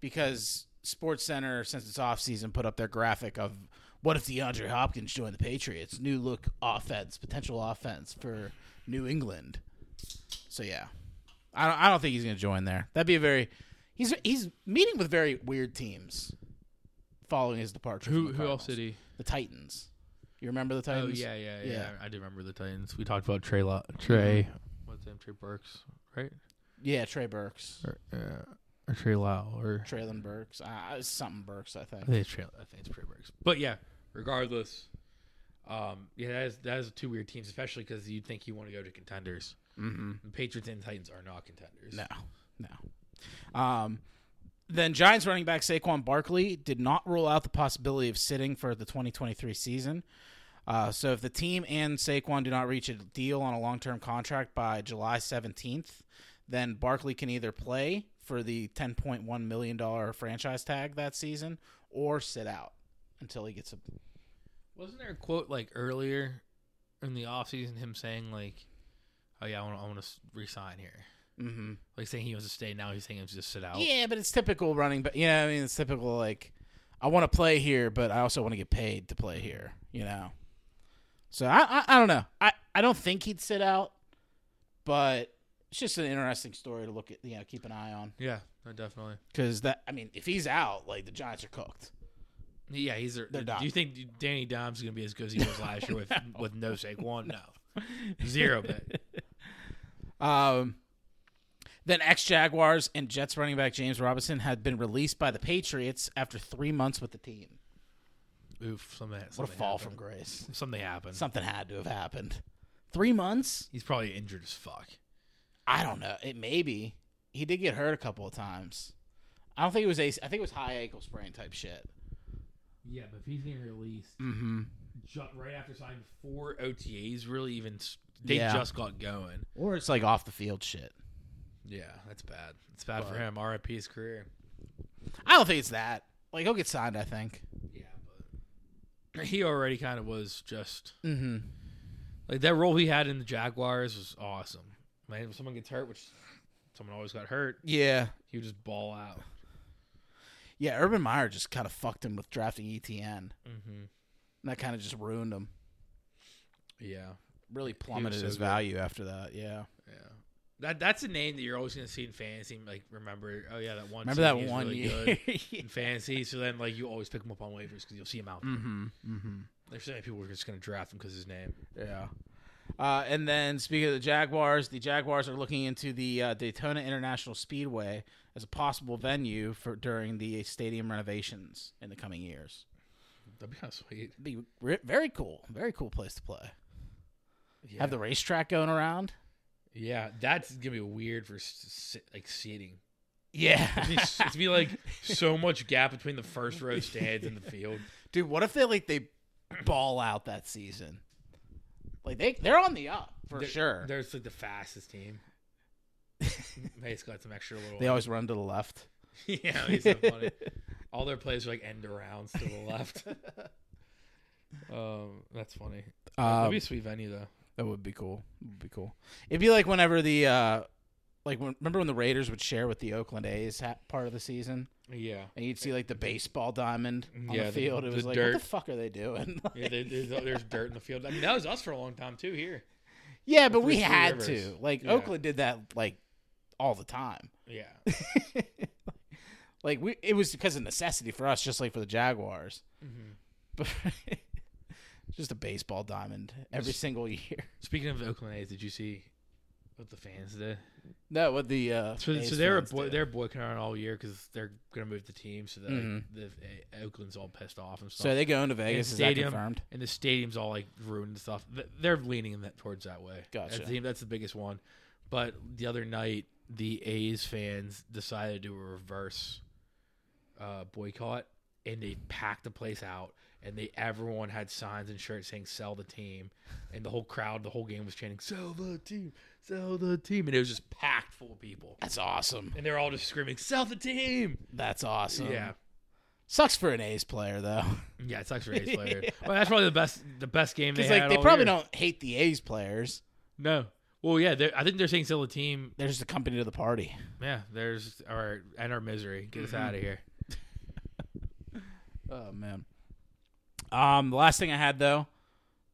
[SPEAKER 1] because Sports Center, since it's off season, put up their graphic of what if DeAndre Hopkins joined the Patriots? New look offense, potential offense for New England. So yeah, I don't. I don't think he's going to join there. That'd be a very. He's he's meeting with very weird teams. Following his departure, from the Cardinals.
[SPEAKER 2] he? Oh,
[SPEAKER 1] The Titans. You remember the Titans?
[SPEAKER 2] yeah,
[SPEAKER 1] yeah. Mm-hmm.
[SPEAKER 2] I do remember the Titans. We talked about Trey. Lot, Trey. What's his name? Trey Burks, right?
[SPEAKER 1] Yeah, Trey Burks,
[SPEAKER 2] or, uh, or Trey Lyle, or
[SPEAKER 1] Traylon Burks, uh, something Burks, I think.
[SPEAKER 2] I think it's Trey. I think it's Trey Burks. But yeah, regardless, um, yeah, that is that is two weird teams, especially because you'd think you want to go to contenders.
[SPEAKER 1] Mm-hmm.
[SPEAKER 2] The Patriots and Titans are not contenders.
[SPEAKER 1] No, no. Um, then Giants running back Saquon Barkley did not rule out the possibility of sitting for the 2023 season. Uh, so if the team and Saquon do not reach a deal on a long-term contract by July 17th, then Barkley can either play for the 10.1 million dollar franchise tag that season or sit out until he gets a
[SPEAKER 2] Wasn't there a quote like earlier in the offseason him saying like, "Oh yeah, I want to I want to resign here."
[SPEAKER 1] hmm
[SPEAKER 2] Like saying he wants to stay. Now he's saying he wants to just sit out.
[SPEAKER 1] Yeah, but it's typical running back. Yeah, I mean it's typical like I want to play here, but I also want to get paid to play here. You know, so I I, I don't know. I I don't think he'd sit out, but it's just an interesting story to look at. You know, keep an eye on
[SPEAKER 2] Yeah, no, definitely.
[SPEAKER 1] because that I mean if he's out, like the Giants are cooked.
[SPEAKER 2] Yeah, he's. A,
[SPEAKER 1] They're
[SPEAKER 2] do you think Danny Dimes is going to be as good as he was last year with with no Saquon? No, zero bet.
[SPEAKER 1] Um, then ex Jaguars and Jets running back James Robinson had been released by the Patriots after three months with the team.
[SPEAKER 2] Oof, something.
[SPEAKER 1] What a
[SPEAKER 2] something
[SPEAKER 1] fall from
[SPEAKER 2] happened.
[SPEAKER 1] grace!
[SPEAKER 2] Something happened.
[SPEAKER 1] Something had to have happened. Three months.
[SPEAKER 2] He's probably injured as fuck.
[SPEAKER 1] I don't know. It maybe he did get hurt a couple of times. I don't think it was ace. I think it was high ankle sprain type shit.
[SPEAKER 2] Yeah, but if he's getting released
[SPEAKER 1] Mm-hmm.
[SPEAKER 2] right after signing four OTAs, really even s- they
[SPEAKER 1] Yeah.
[SPEAKER 2] just got going.
[SPEAKER 1] Or it's like off the field shit.
[SPEAKER 2] Yeah, that's bad. It's bad for him. RIP his career.
[SPEAKER 1] I don't think it's that. Like he'll get signed. I think.
[SPEAKER 2] Yeah, but he already kind of was just
[SPEAKER 1] Mm-hmm.
[SPEAKER 2] like that role he had in the Jaguars was awesome. Man, if someone gets hurt, which someone always got hurt,
[SPEAKER 1] Yeah.
[SPEAKER 2] he would just ball out.
[SPEAKER 1] Yeah. Urban Meyer just kind of fucked him with drafting ETN. And
[SPEAKER 2] Mm-hmm.
[SPEAKER 1] that kind of just ruined him.
[SPEAKER 2] Yeah,
[SPEAKER 1] Really plummeted
[SPEAKER 2] so
[SPEAKER 1] his
[SPEAKER 2] good.
[SPEAKER 1] value after that. Yeah.
[SPEAKER 2] yeah. That that's a name that you're always gonna see in fantasy. Like remember, oh yeah, that one.
[SPEAKER 1] Remember
[SPEAKER 2] season
[SPEAKER 1] that
[SPEAKER 2] he was
[SPEAKER 1] one
[SPEAKER 2] really
[SPEAKER 1] year?
[SPEAKER 2] good in fantasy. So then, like you always pick him up on waivers because you'll see him out. there.
[SPEAKER 1] mm-hmm. Mm-hmm.
[SPEAKER 2] There's so many people who are just gonna draft him because his name.
[SPEAKER 1] Yeah. Uh, and then speaking of the Jaguars, the Jaguars are looking into the uh, Daytona International Speedway as a possible venue for during the stadium renovations in the coming years.
[SPEAKER 2] That'd be kind of sweet.
[SPEAKER 1] It'd be re- very cool, very cool place to play.
[SPEAKER 2] Yeah.
[SPEAKER 1] Have the racetrack going around.
[SPEAKER 2] yeah, that's gonna be weird for s- s- like seating.
[SPEAKER 1] Yeah,
[SPEAKER 2] It's it's be like so much gap between the first row stands and the field.
[SPEAKER 1] dude. What if they like they ball out that season? Like they they're on the up for
[SPEAKER 2] They're-
[SPEAKER 1] sure.
[SPEAKER 2] There's like the fastest team. they just got some extra little.
[SPEAKER 1] They always run to the left.
[SPEAKER 2] yeah, it's so funny. All their plays are like end arounds to the left. um, that's funny. That'd
[SPEAKER 1] Um,
[SPEAKER 2] be a sweet venue though.
[SPEAKER 1] That would be cool. Would be cool. It'd be like whenever the uh like when, remember when the Raiders would share with the Oakland A's ha- part of the season,
[SPEAKER 2] Yeah.
[SPEAKER 1] and you'd see like the baseball diamond on
[SPEAKER 2] Mm-hmm. Yeah,
[SPEAKER 1] the
[SPEAKER 2] the-
[SPEAKER 1] field. it
[SPEAKER 2] the
[SPEAKER 1] was like,
[SPEAKER 2] dirt.
[SPEAKER 1] what the fuck are they doing?
[SPEAKER 2] Yeah, there- there's, there's dirt in the field. I mean, that was us for a long time too. Here,
[SPEAKER 1] yeah, but
[SPEAKER 2] the
[SPEAKER 1] we
[SPEAKER 2] three
[SPEAKER 1] had
[SPEAKER 2] rivers.
[SPEAKER 1] to. Like
[SPEAKER 2] Yeah.
[SPEAKER 1] Oakland did that like all the time.
[SPEAKER 2] yeah,
[SPEAKER 1] Like we, it was because of necessity for us, just like for the Jaguars.
[SPEAKER 2] Mhm.
[SPEAKER 1] But just a baseball diamond every
[SPEAKER 2] Just-
[SPEAKER 1] single year.
[SPEAKER 2] Speaking of Oakland A's, did you see what the fans did?
[SPEAKER 1] No, what the uh,
[SPEAKER 2] So,
[SPEAKER 1] A's
[SPEAKER 2] so they're
[SPEAKER 1] fans
[SPEAKER 2] boy,
[SPEAKER 1] do.
[SPEAKER 2] they're boycotting all year because they're gonna move the team. So that like,
[SPEAKER 1] Mhm.
[SPEAKER 2] the eh, Oakland's all pissed off and stuff.
[SPEAKER 1] so they go into Vegas. Is that
[SPEAKER 2] stadium-
[SPEAKER 1] confirmed?
[SPEAKER 2] and the stadium's all like ruined and stuff. Th- They're leaning in that towards that way.
[SPEAKER 1] Gotcha.
[SPEAKER 2] That's the, that's the biggest one. But the other night, the A's fans decided to do a reverse uh, boycott, and they packed the place out, and they everyone had signs and shirts saying "Sell the team," and the whole crowd, the whole game was chanting "Sell the team, sell the team," and it was just packed full of people,
[SPEAKER 1] That's awesome.
[SPEAKER 2] and they're all just screaming "Sell the team!"
[SPEAKER 1] That's awesome.
[SPEAKER 2] yeah.
[SPEAKER 1] Sucks for an A's player though.
[SPEAKER 2] Yeah, it sucks for A's player. Well, that's probably the best, the best game they
[SPEAKER 1] Because
[SPEAKER 2] had.
[SPEAKER 1] like they
[SPEAKER 2] all
[SPEAKER 1] probably
[SPEAKER 2] year.
[SPEAKER 1] don't hate the A's players.
[SPEAKER 2] No. Well, yeah, they're- I think they're saying sell the team.
[SPEAKER 1] They're just a company to the party.
[SPEAKER 2] Yeah, there's our and our misery. Get us out of here.
[SPEAKER 1] Oh man. Um, the last thing I had though,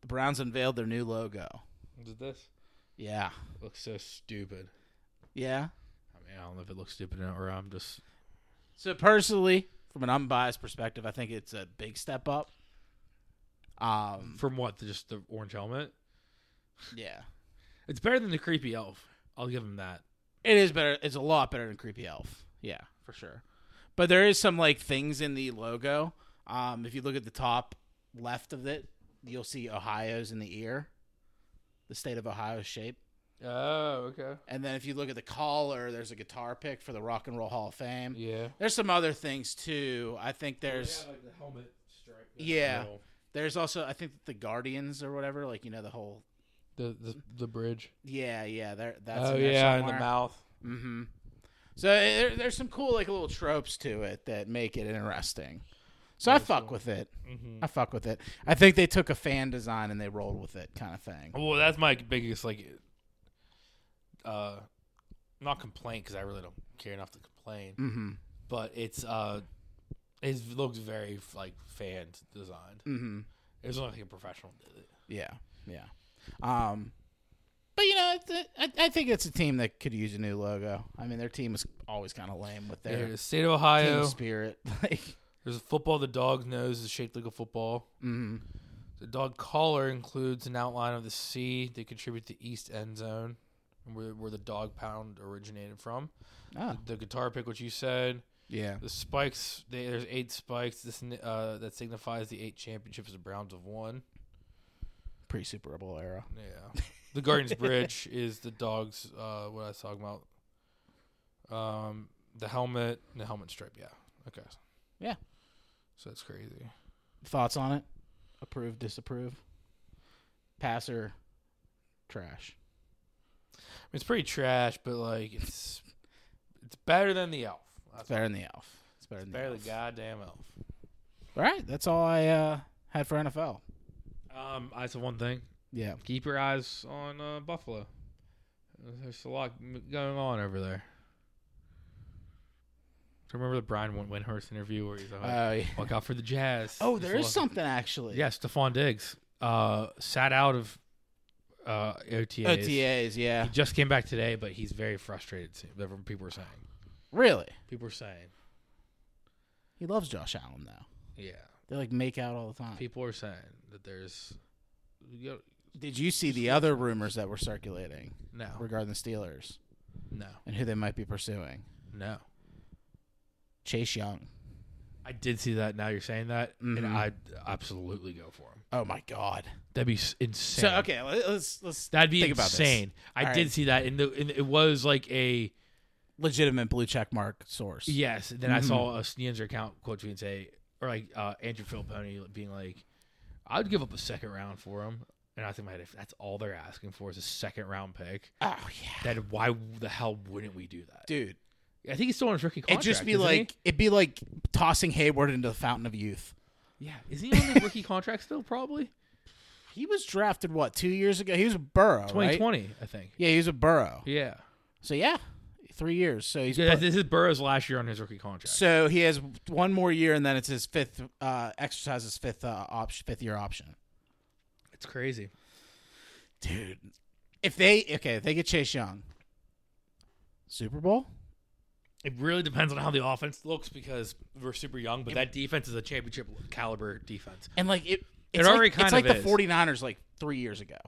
[SPEAKER 1] the Browns unveiled their new logo.
[SPEAKER 2] Did this
[SPEAKER 1] Yeah.
[SPEAKER 2] looks so stupid?
[SPEAKER 1] Yeah.
[SPEAKER 2] I mean, I don't know if it looks stupid or not, or I'm just
[SPEAKER 1] So personally, from an unbiased perspective, I think it's a big step up. Um.
[SPEAKER 2] from what just the orange helmet.
[SPEAKER 1] Yeah.
[SPEAKER 2] It's better than the creepy elf. I'll give him that.
[SPEAKER 1] It is better. It's a lot better than Creepy Elf. Yeah, for sure. But there is some like things in the logo. Um, if you look at the top left of it, you'll see Ohio's in the ear, the state of Ohio's shape.
[SPEAKER 2] Oh, okay.
[SPEAKER 1] And then if you look at the collar, there's a guitar pick for the Rock and Roll Hall of Fame.
[SPEAKER 2] Yeah. Oh,
[SPEAKER 1] There's some other things too. I think there's
[SPEAKER 2] like the helmet stripe.
[SPEAKER 1] Yeah. middle. there's also I think the Guardians or whatever, like you know the whole
[SPEAKER 2] The the, the bridge.
[SPEAKER 1] yeah yeah there that's
[SPEAKER 2] oh
[SPEAKER 1] in there
[SPEAKER 2] yeah, in
[SPEAKER 1] somewhere.
[SPEAKER 2] the mouth.
[SPEAKER 1] Mm-hmm. So eh, there, there's some cool like little tropes to it that make it interesting. So I fuck with it.
[SPEAKER 2] Mm-hmm.
[SPEAKER 1] I fuck with it. I think they took a fan design and they rolled with it, kind of thing.
[SPEAKER 2] Well, that's my biggest like, uh, not complaint because I really don't care enough to complain.
[SPEAKER 1] Mm-hmm.
[SPEAKER 2] But it's uh, it looks very like fan designed.
[SPEAKER 1] Mm-hmm.
[SPEAKER 2] It was like a professional did it.
[SPEAKER 1] Yeah. Yeah. Um, but you know, it's- I, I think it's a team that could use a new logo. I mean, their team was always kind of lame with their
[SPEAKER 2] There's state of
[SPEAKER 1] team
[SPEAKER 2] Ohio.
[SPEAKER 1] spirit. Like,
[SPEAKER 2] There's a football. The dog's nose is shaped like a football.
[SPEAKER 1] mm-hmm.
[SPEAKER 2] The dog collar includes an outline of the sea that contribute to east end zone, where where the dog pound originated from.
[SPEAKER 1] oh,
[SPEAKER 2] The guitar pick, which you said,
[SPEAKER 1] yeah.
[SPEAKER 2] The spikes, they, there's eight spikes. This ni- uh, that signifies the eight championships the Browns have won.
[SPEAKER 1] Pre Super Bowl era.
[SPEAKER 2] Yeah. The Guardians Bridge is the dogs. Uh, what I was talking about. Um, the helmet, the helmet strip. Yeah. Okay.
[SPEAKER 1] Yeah.
[SPEAKER 2] So that's crazy.
[SPEAKER 1] Thoughts on it? Approve, disapprove? Pass or trash?
[SPEAKER 2] I mean, it's pretty trash, but like it's it's better than the elf. That's
[SPEAKER 1] It's better than the elf. It's better than
[SPEAKER 2] better than
[SPEAKER 1] the
[SPEAKER 2] the
[SPEAKER 1] elf.
[SPEAKER 2] goddamn elf.
[SPEAKER 1] All right, that's all I uh, had for NFL.
[SPEAKER 2] Um, I said one thing.
[SPEAKER 1] Yeah,
[SPEAKER 2] Keep your eyes on uh, Buffalo. There's a lot m- going on over there. Do you remember the Brian Win- Windhorst interview where he's like,
[SPEAKER 1] Uh, yeah.
[SPEAKER 2] "Look out for the Jazz."
[SPEAKER 1] Oh, there
[SPEAKER 2] There's
[SPEAKER 1] is
[SPEAKER 2] a lot-
[SPEAKER 1] something actually.
[SPEAKER 2] Yeah, Stephon Diggs uh, sat out of uh, OTAs.
[SPEAKER 1] OTAs.
[SPEAKER 2] He
[SPEAKER 1] Oh, Yeah,
[SPEAKER 2] just came back today, but he's very frustrated. it seems, Everyone, people are saying.
[SPEAKER 1] really.
[SPEAKER 2] People are saying.
[SPEAKER 1] He loves Josh Allen though.
[SPEAKER 2] Yeah,
[SPEAKER 1] They like make out all the time.
[SPEAKER 2] people are saying that there's. You know,
[SPEAKER 1] Did you see the other rumors that were circulating
[SPEAKER 2] no,
[SPEAKER 1] regarding the Steelers
[SPEAKER 2] no,
[SPEAKER 1] and who they might be pursuing?
[SPEAKER 2] no.
[SPEAKER 1] Chase Young.
[SPEAKER 2] I did see that. Now you're saying that,
[SPEAKER 1] Mhm.
[SPEAKER 2] and I'd absolutely go for him.
[SPEAKER 1] Oh my God.
[SPEAKER 2] That'd be s- insane.
[SPEAKER 1] So okay, let- let's let's
[SPEAKER 2] that'd be
[SPEAKER 1] think about this.
[SPEAKER 2] insane. I
[SPEAKER 1] All
[SPEAKER 2] did
[SPEAKER 1] right.
[SPEAKER 2] see that, and, the, and it was like a
[SPEAKER 1] legitimate blue check mark source.
[SPEAKER 2] yes. Then I
[SPEAKER 1] Mhm.
[SPEAKER 2] saw a Sneanzer account quote tweet and say, or like uh, Andrew Filipponi being like, "I would give up a second round for him." And I think my head, if that's all they're asking for is a second round pick,
[SPEAKER 1] Oh yeah,
[SPEAKER 2] then why the hell wouldn't we do that?
[SPEAKER 1] dude.
[SPEAKER 2] I think he's still on his rookie
[SPEAKER 1] It'd
[SPEAKER 2] contract.
[SPEAKER 1] just be
[SPEAKER 2] isn't he?
[SPEAKER 1] like it'd be like tossing Hayward into the fountain of youth.
[SPEAKER 2] yeah, is he on the rookie contract still? Probably
[SPEAKER 1] He was drafted what two years ago. He was a Burrow,
[SPEAKER 2] twenty
[SPEAKER 1] right?
[SPEAKER 2] twenty, I think.
[SPEAKER 1] Yeah, he was a Burrow.
[SPEAKER 2] Yeah,
[SPEAKER 1] So yeah, three years. So he's
[SPEAKER 2] yeah.
[SPEAKER 1] put-
[SPEAKER 2] This is Burrow's last year on his rookie contract.
[SPEAKER 1] so he has one more year, and then it's his fifth uh, exercise his fifth uh, option, fifth year option.
[SPEAKER 2] It's crazy.
[SPEAKER 1] Dude, if they okay, if they get Chase Young, Super Bowl.
[SPEAKER 2] It really depends on how the offense looks because we're super young, but that defense is a championship caliber defense.
[SPEAKER 1] And like it, it's
[SPEAKER 2] already
[SPEAKER 1] like,
[SPEAKER 2] kind
[SPEAKER 1] it's like the
[SPEAKER 2] of is.
[SPEAKER 1] 49ers like three years ago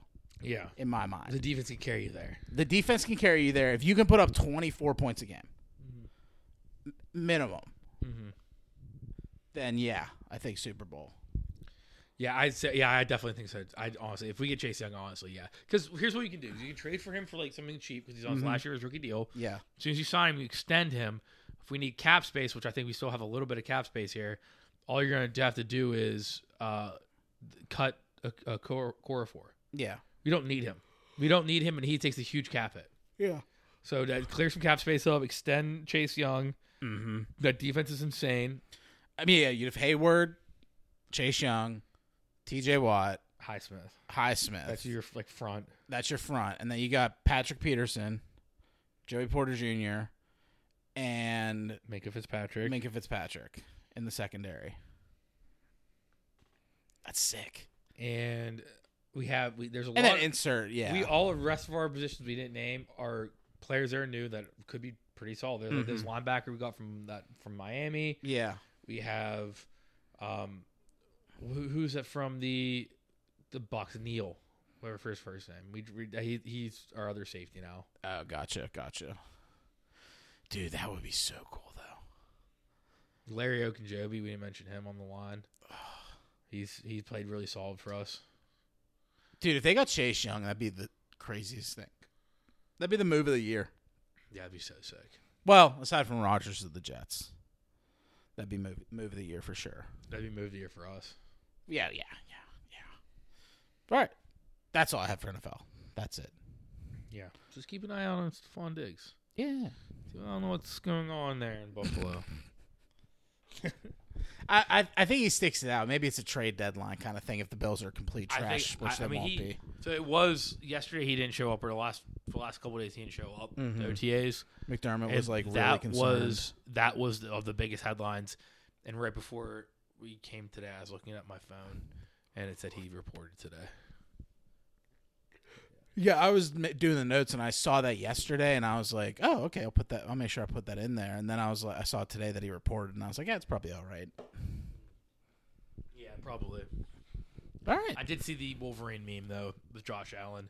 [SPEAKER 2] Yeah.
[SPEAKER 1] in my mind.
[SPEAKER 2] The defense can carry you there.
[SPEAKER 1] The defense can carry you there if you can put up 24 points a game,
[SPEAKER 2] Mm-hmm.
[SPEAKER 1] m- minimum. Then yeah, I think Super Bowl.
[SPEAKER 2] Yeah, I'd say yeah, I definitely think so. I honestly if we get Chase Young, honestly, yeah. Because here's what you can do. You can trade for him for like something cheap because he's on his last year's rookie deal.
[SPEAKER 1] Yeah,
[SPEAKER 2] As soon as you sign him, you extend him. If we need cap space, which I think we still have a little bit of cap space here, all you're gonna have to do is uh cut a, a core for.
[SPEAKER 1] yeah,
[SPEAKER 2] We don't need him. We don't need him and he takes a huge cap hit.
[SPEAKER 1] yeah.
[SPEAKER 2] So that clear some cap space up, extend Chase Young.
[SPEAKER 1] Mm-hmm.
[SPEAKER 2] That defense is insane.
[SPEAKER 1] I mean, yeah, you'd have Hayward, Chase Young, T.J. Watt,
[SPEAKER 2] Highsmith.
[SPEAKER 1] Highsmith.
[SPEAKER 2] That's your like front.
[SPEAKER 1] that's your front, and then you got Patrick Peterson, Joey Porter Jr., and
[SPEAKER 2] Minka Fitzpatrick.
[SPEAKER 1] Minka Fitzpatrick in the secondary. That's sick.
[SPEAKER 2] and we have we, there's a lot.
[SPEAKER 1] And then insert, yeah,
[SPEAKER 2] We all the rest of our positions we didn't name are players that are new that could be pretty solid. There's like this linebacker we got from that from Miami.
[SPEAKER 1] yeah.
[SPEAKER 2] We have um who, who's that from the the Bucks Neil. Whatever for his first name, we, we he, he's our other safety now.
[SPEAKER 1] Oh, gotcha, gotcha. Dude, that would be so cool though.
[SPEAKER 2] Larry Okunjobi, we didn't mention him on the line. He's he's played really solid for us.
[SPEAKER 1] Dude, if they got Chase Young, that'd be the craziest thing. That'd be the move of the year.
[SPEAKER 2] Yeah, that'd be so sick.
[SPEAKER 1] Well, aside from Rodgers of the Jets, that'd be move move of the year for sure.
[SPEAKER 2] That'd be move of the year for us.
[SPEAKER 1] Yeah, yeah, yeah, yeah. All right, that's all I have for NFL. That's it.
[SPEAKER 2] Yeah. Just keep an eye out on Stephon Diggs.
[SPEAKER 1] Yeah.
[SPEAKER 2] I don't know what's going on there in Buffalo.
[SPEAKER 1] I, I, I think he sticks it out. Maybe it's a trade deadline kind of thing if the Bills are complete trash, which they won't
[SPEAKER 2] he,
[SPEAKER 1] be.
[SPEAKER 2] So it was yesterday. He didn't show up, or the last the last couple days he didn't show up.
[SPEAKER 1] Mhm.
[SPEAKER 2] The OTAs.
[SPEAKER 1] McDermott
[SPEAKER 2] And
[SPEAKER 1] was like really
[SPEAKER 2] that
[SPEAKER 1] concerned.
[SPEAKER 2] was that was the, of the biggest headlines. And right before we came today, I was looking at my phone, and it said he reported today.
[SPEAKER 1] Yeah, I was ma- doing the notes and I saw that yesterday and I was like, oh, okay, I'll put that. I'll make sure I put that in there. And then I was like, I saw it today that he reported and I was like, yeah, it's probably all right.
[SPEAKER 2] Yeah, probably.
[SPEAKER 1] All right.
[SPEAKER 2] I did see the Wolverine meme though with Josh Allen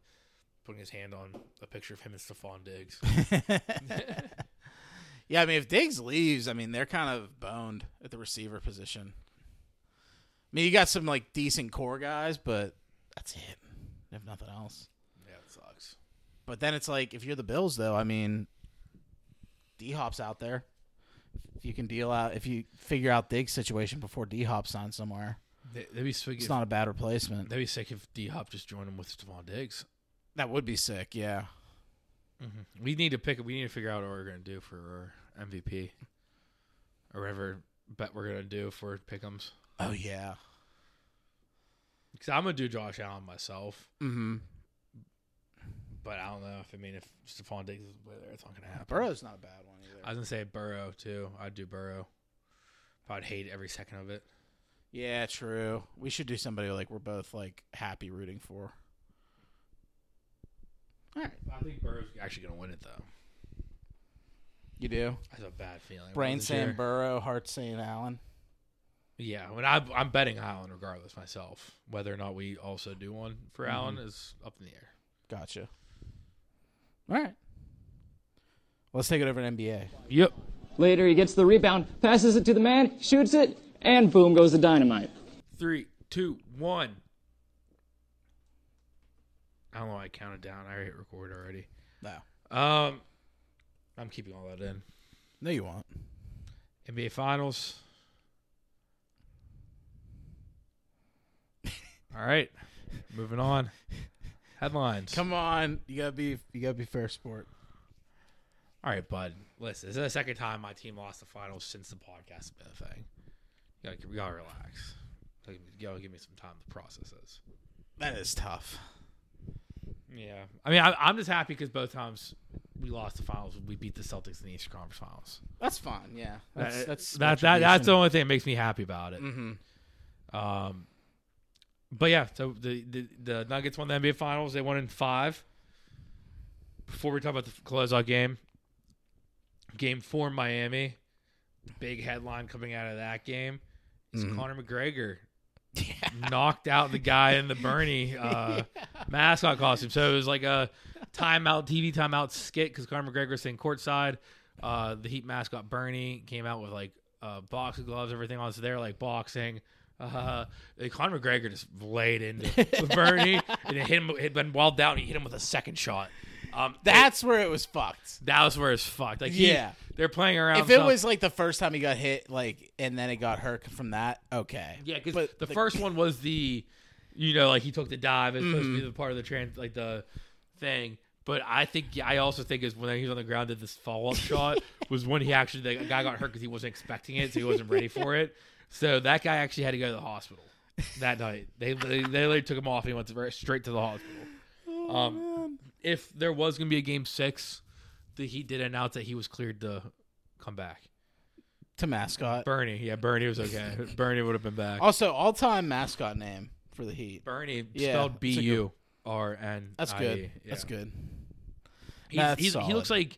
[SPEAKER 2] putting his hand on a picture of him and Stephon Diggs.
[SPEAKER 1] yeah, I mean, if Diggs leaves, I mean, they're kind of boned at the receiver position. I mean, you got some like decent core guys, but that's it. If nothing else.
[SPEAKER 2] yeah, it sucks.
[SPEAKER 1] But then it's like if you're the Bills, though, I mean, D Hop's out there. If you can deal out, if you figure out Diggs' situation before D Hop signs somewhere,
[SPEAKER 2] They, would be sick.
[SPEAKER 1] it's
[SPEAKER 2] If,
[SPEAKER 1] not a bad replacement.
[SPEAKER 2] they'd be sick if D Hop just joined him with Stephon Diggs.
[SPEAKER 1] That would be sick. Yeah,
[SPEAKER 2] Mm-hmm. We need to pick. We need to figure out what we're going to do for our MVP, or whatever bet we're going to do for Pickums.
[SPEAKER 1] Oh yeah.
[SPEAKER 2] Because I'm going to do Josh Allen myself,
[SPEAKER 1] Mm-hmm.
[SPEAKER 2] but I don't know if I mean if Stephon Diggs is way there, it's not going to happen.
[SPEAKER 1] Burrow's not a bad one either.
[SPEAKER 2] I was going to say Burrow too. I'd do Burrow, but I'd hate every second of it.
[SPEAKER 1] yeah, true. We should do somebody like we're both like happy rooting for. All right,
[SPEAKER 2] I think Burrow's actually going to win it though.
[SPEAKER 1] you do.
[SPEAKER 2] That's a bad feeling.
[SPEAKER 1] Brain
[SPEAKER 2] Wasn't
[SPEAKER 1] saying
[SPEAKER 2] sure.
[SPEAKER 1] Burrow, heart saying Allen.
[SPEAKER 2] Yeah, when I, I'm betting Allen regardless myself. Whether or not we also do one for Allen is up in the air.
[SPEAKER 1] Gotcha. All right. Let's take it over to NBA.
[SPEAKER 2] Yep.
[SPEAKER 3] Later, he gets the rebound, passes it to the man, shoots it, and boom goes the dynamite.
[SPEAKER 2] three, two, one. I don't know. why I counted down. I hit record already.
[SPEAKER 1] No,
[SPEAKER 2] Um, I'm keeping all that in.
[SPEAKER 1] no, you won't.
[SPEAKER 2] NBA Finals. all right, moving on. Headlines.
[SPEAKER 1] Come on, you gotta be, you gotta be fair sport.
[SPEAKER 2] All right, bud. Listen, this is the second time my team lost the finals since the podcast has been a thing. You gotta, you gotta relax. Like, you gotta give me some time to process this.
[SPEAKER 1] That is tough.
[SPEAKER 2] Yeah, I mean, I, I'm just happy because both times we lost the finals, we beat the Celtics in the Eastern Conference Finals.
[SPEAKER 1] That's fine. Yeah, that's
[SPEAKER 2] That-
[SPEAKER 1] that's
[SPEAKER 2] that, that that's
[SPEAKER 1] contribution.
[SPEAKER 2] the only thing that makes me happy about it.
[SPEAKER 1] Mhm.
[SPEAKER 2] Um, but yeah, so the, the the Nuggets won the NBA Finals. They won in five. Before we talk about the closeout game, game four, Miami. Big headline coming out of that game is Conor McGregor knocked out the guy in the Bernie uh, mascot costume. So it was like a timeout, TV timeout skit because Conor McGregor was sitting courtside. Uh, the Heat mascot Bernie came out with like uh, boxing gloves, everything on. So they're like boxing. Uh, and Conor McGregor just laid into Bernie and it hit him. Had been well down. He hit him with a second shot. Um,
[SPEAKER 1] That's where it was fucked.
[SPEAKER 2] that was where it's fucked. Like he-
[SPEAKER 1] Yeah.
[SPEAKER 2] they're playing around.
[SPEAKER 1] If it
[SPEAKER 2] some-
[SPEAKER 1] was like the first time he got hit, like, and then it got hurt from that, okay.
[SPEAKER 2] Yeah, because
[SPEAKER 1] But
[SPEAKER 2] the first one was the, you know, like he took the dive. It's supposed to be the part of the trans, like the thing. But I think I also think is when he was on the ground did this follow up shot was when he actually the guy got hurt because he wasn't expecting it, so he wasn't ready for it. So that guy actually had to go to the hospital that night. They they, they literally took him off and he went to- straight to the hospital. um, if there was going to be a game six, the Heat did announce that he was cleared to come back.
[SPEAKER 1] to mascot.
[SPEAKER 2] Bernie, yeah, Bernie was okay. Bernie would have been back.
[SPEAKER 1] Also, all time mascot name for the Heat.
[SPEAKER 2] Bernie
[SPEAKER 1] Yeah,
[SPEAKER 2] spelled
[SPEAKER 1] that's a
[SPEAKER 2] B U R N. E.
[SPEAKER 1] That's good. That's good.
[SPEAKER 2] He's,
[SPEAKER 1] That's
[SPEAKER 2] he's- he looks
[SPEAKER 1] solid.
[SPEAKER 2] like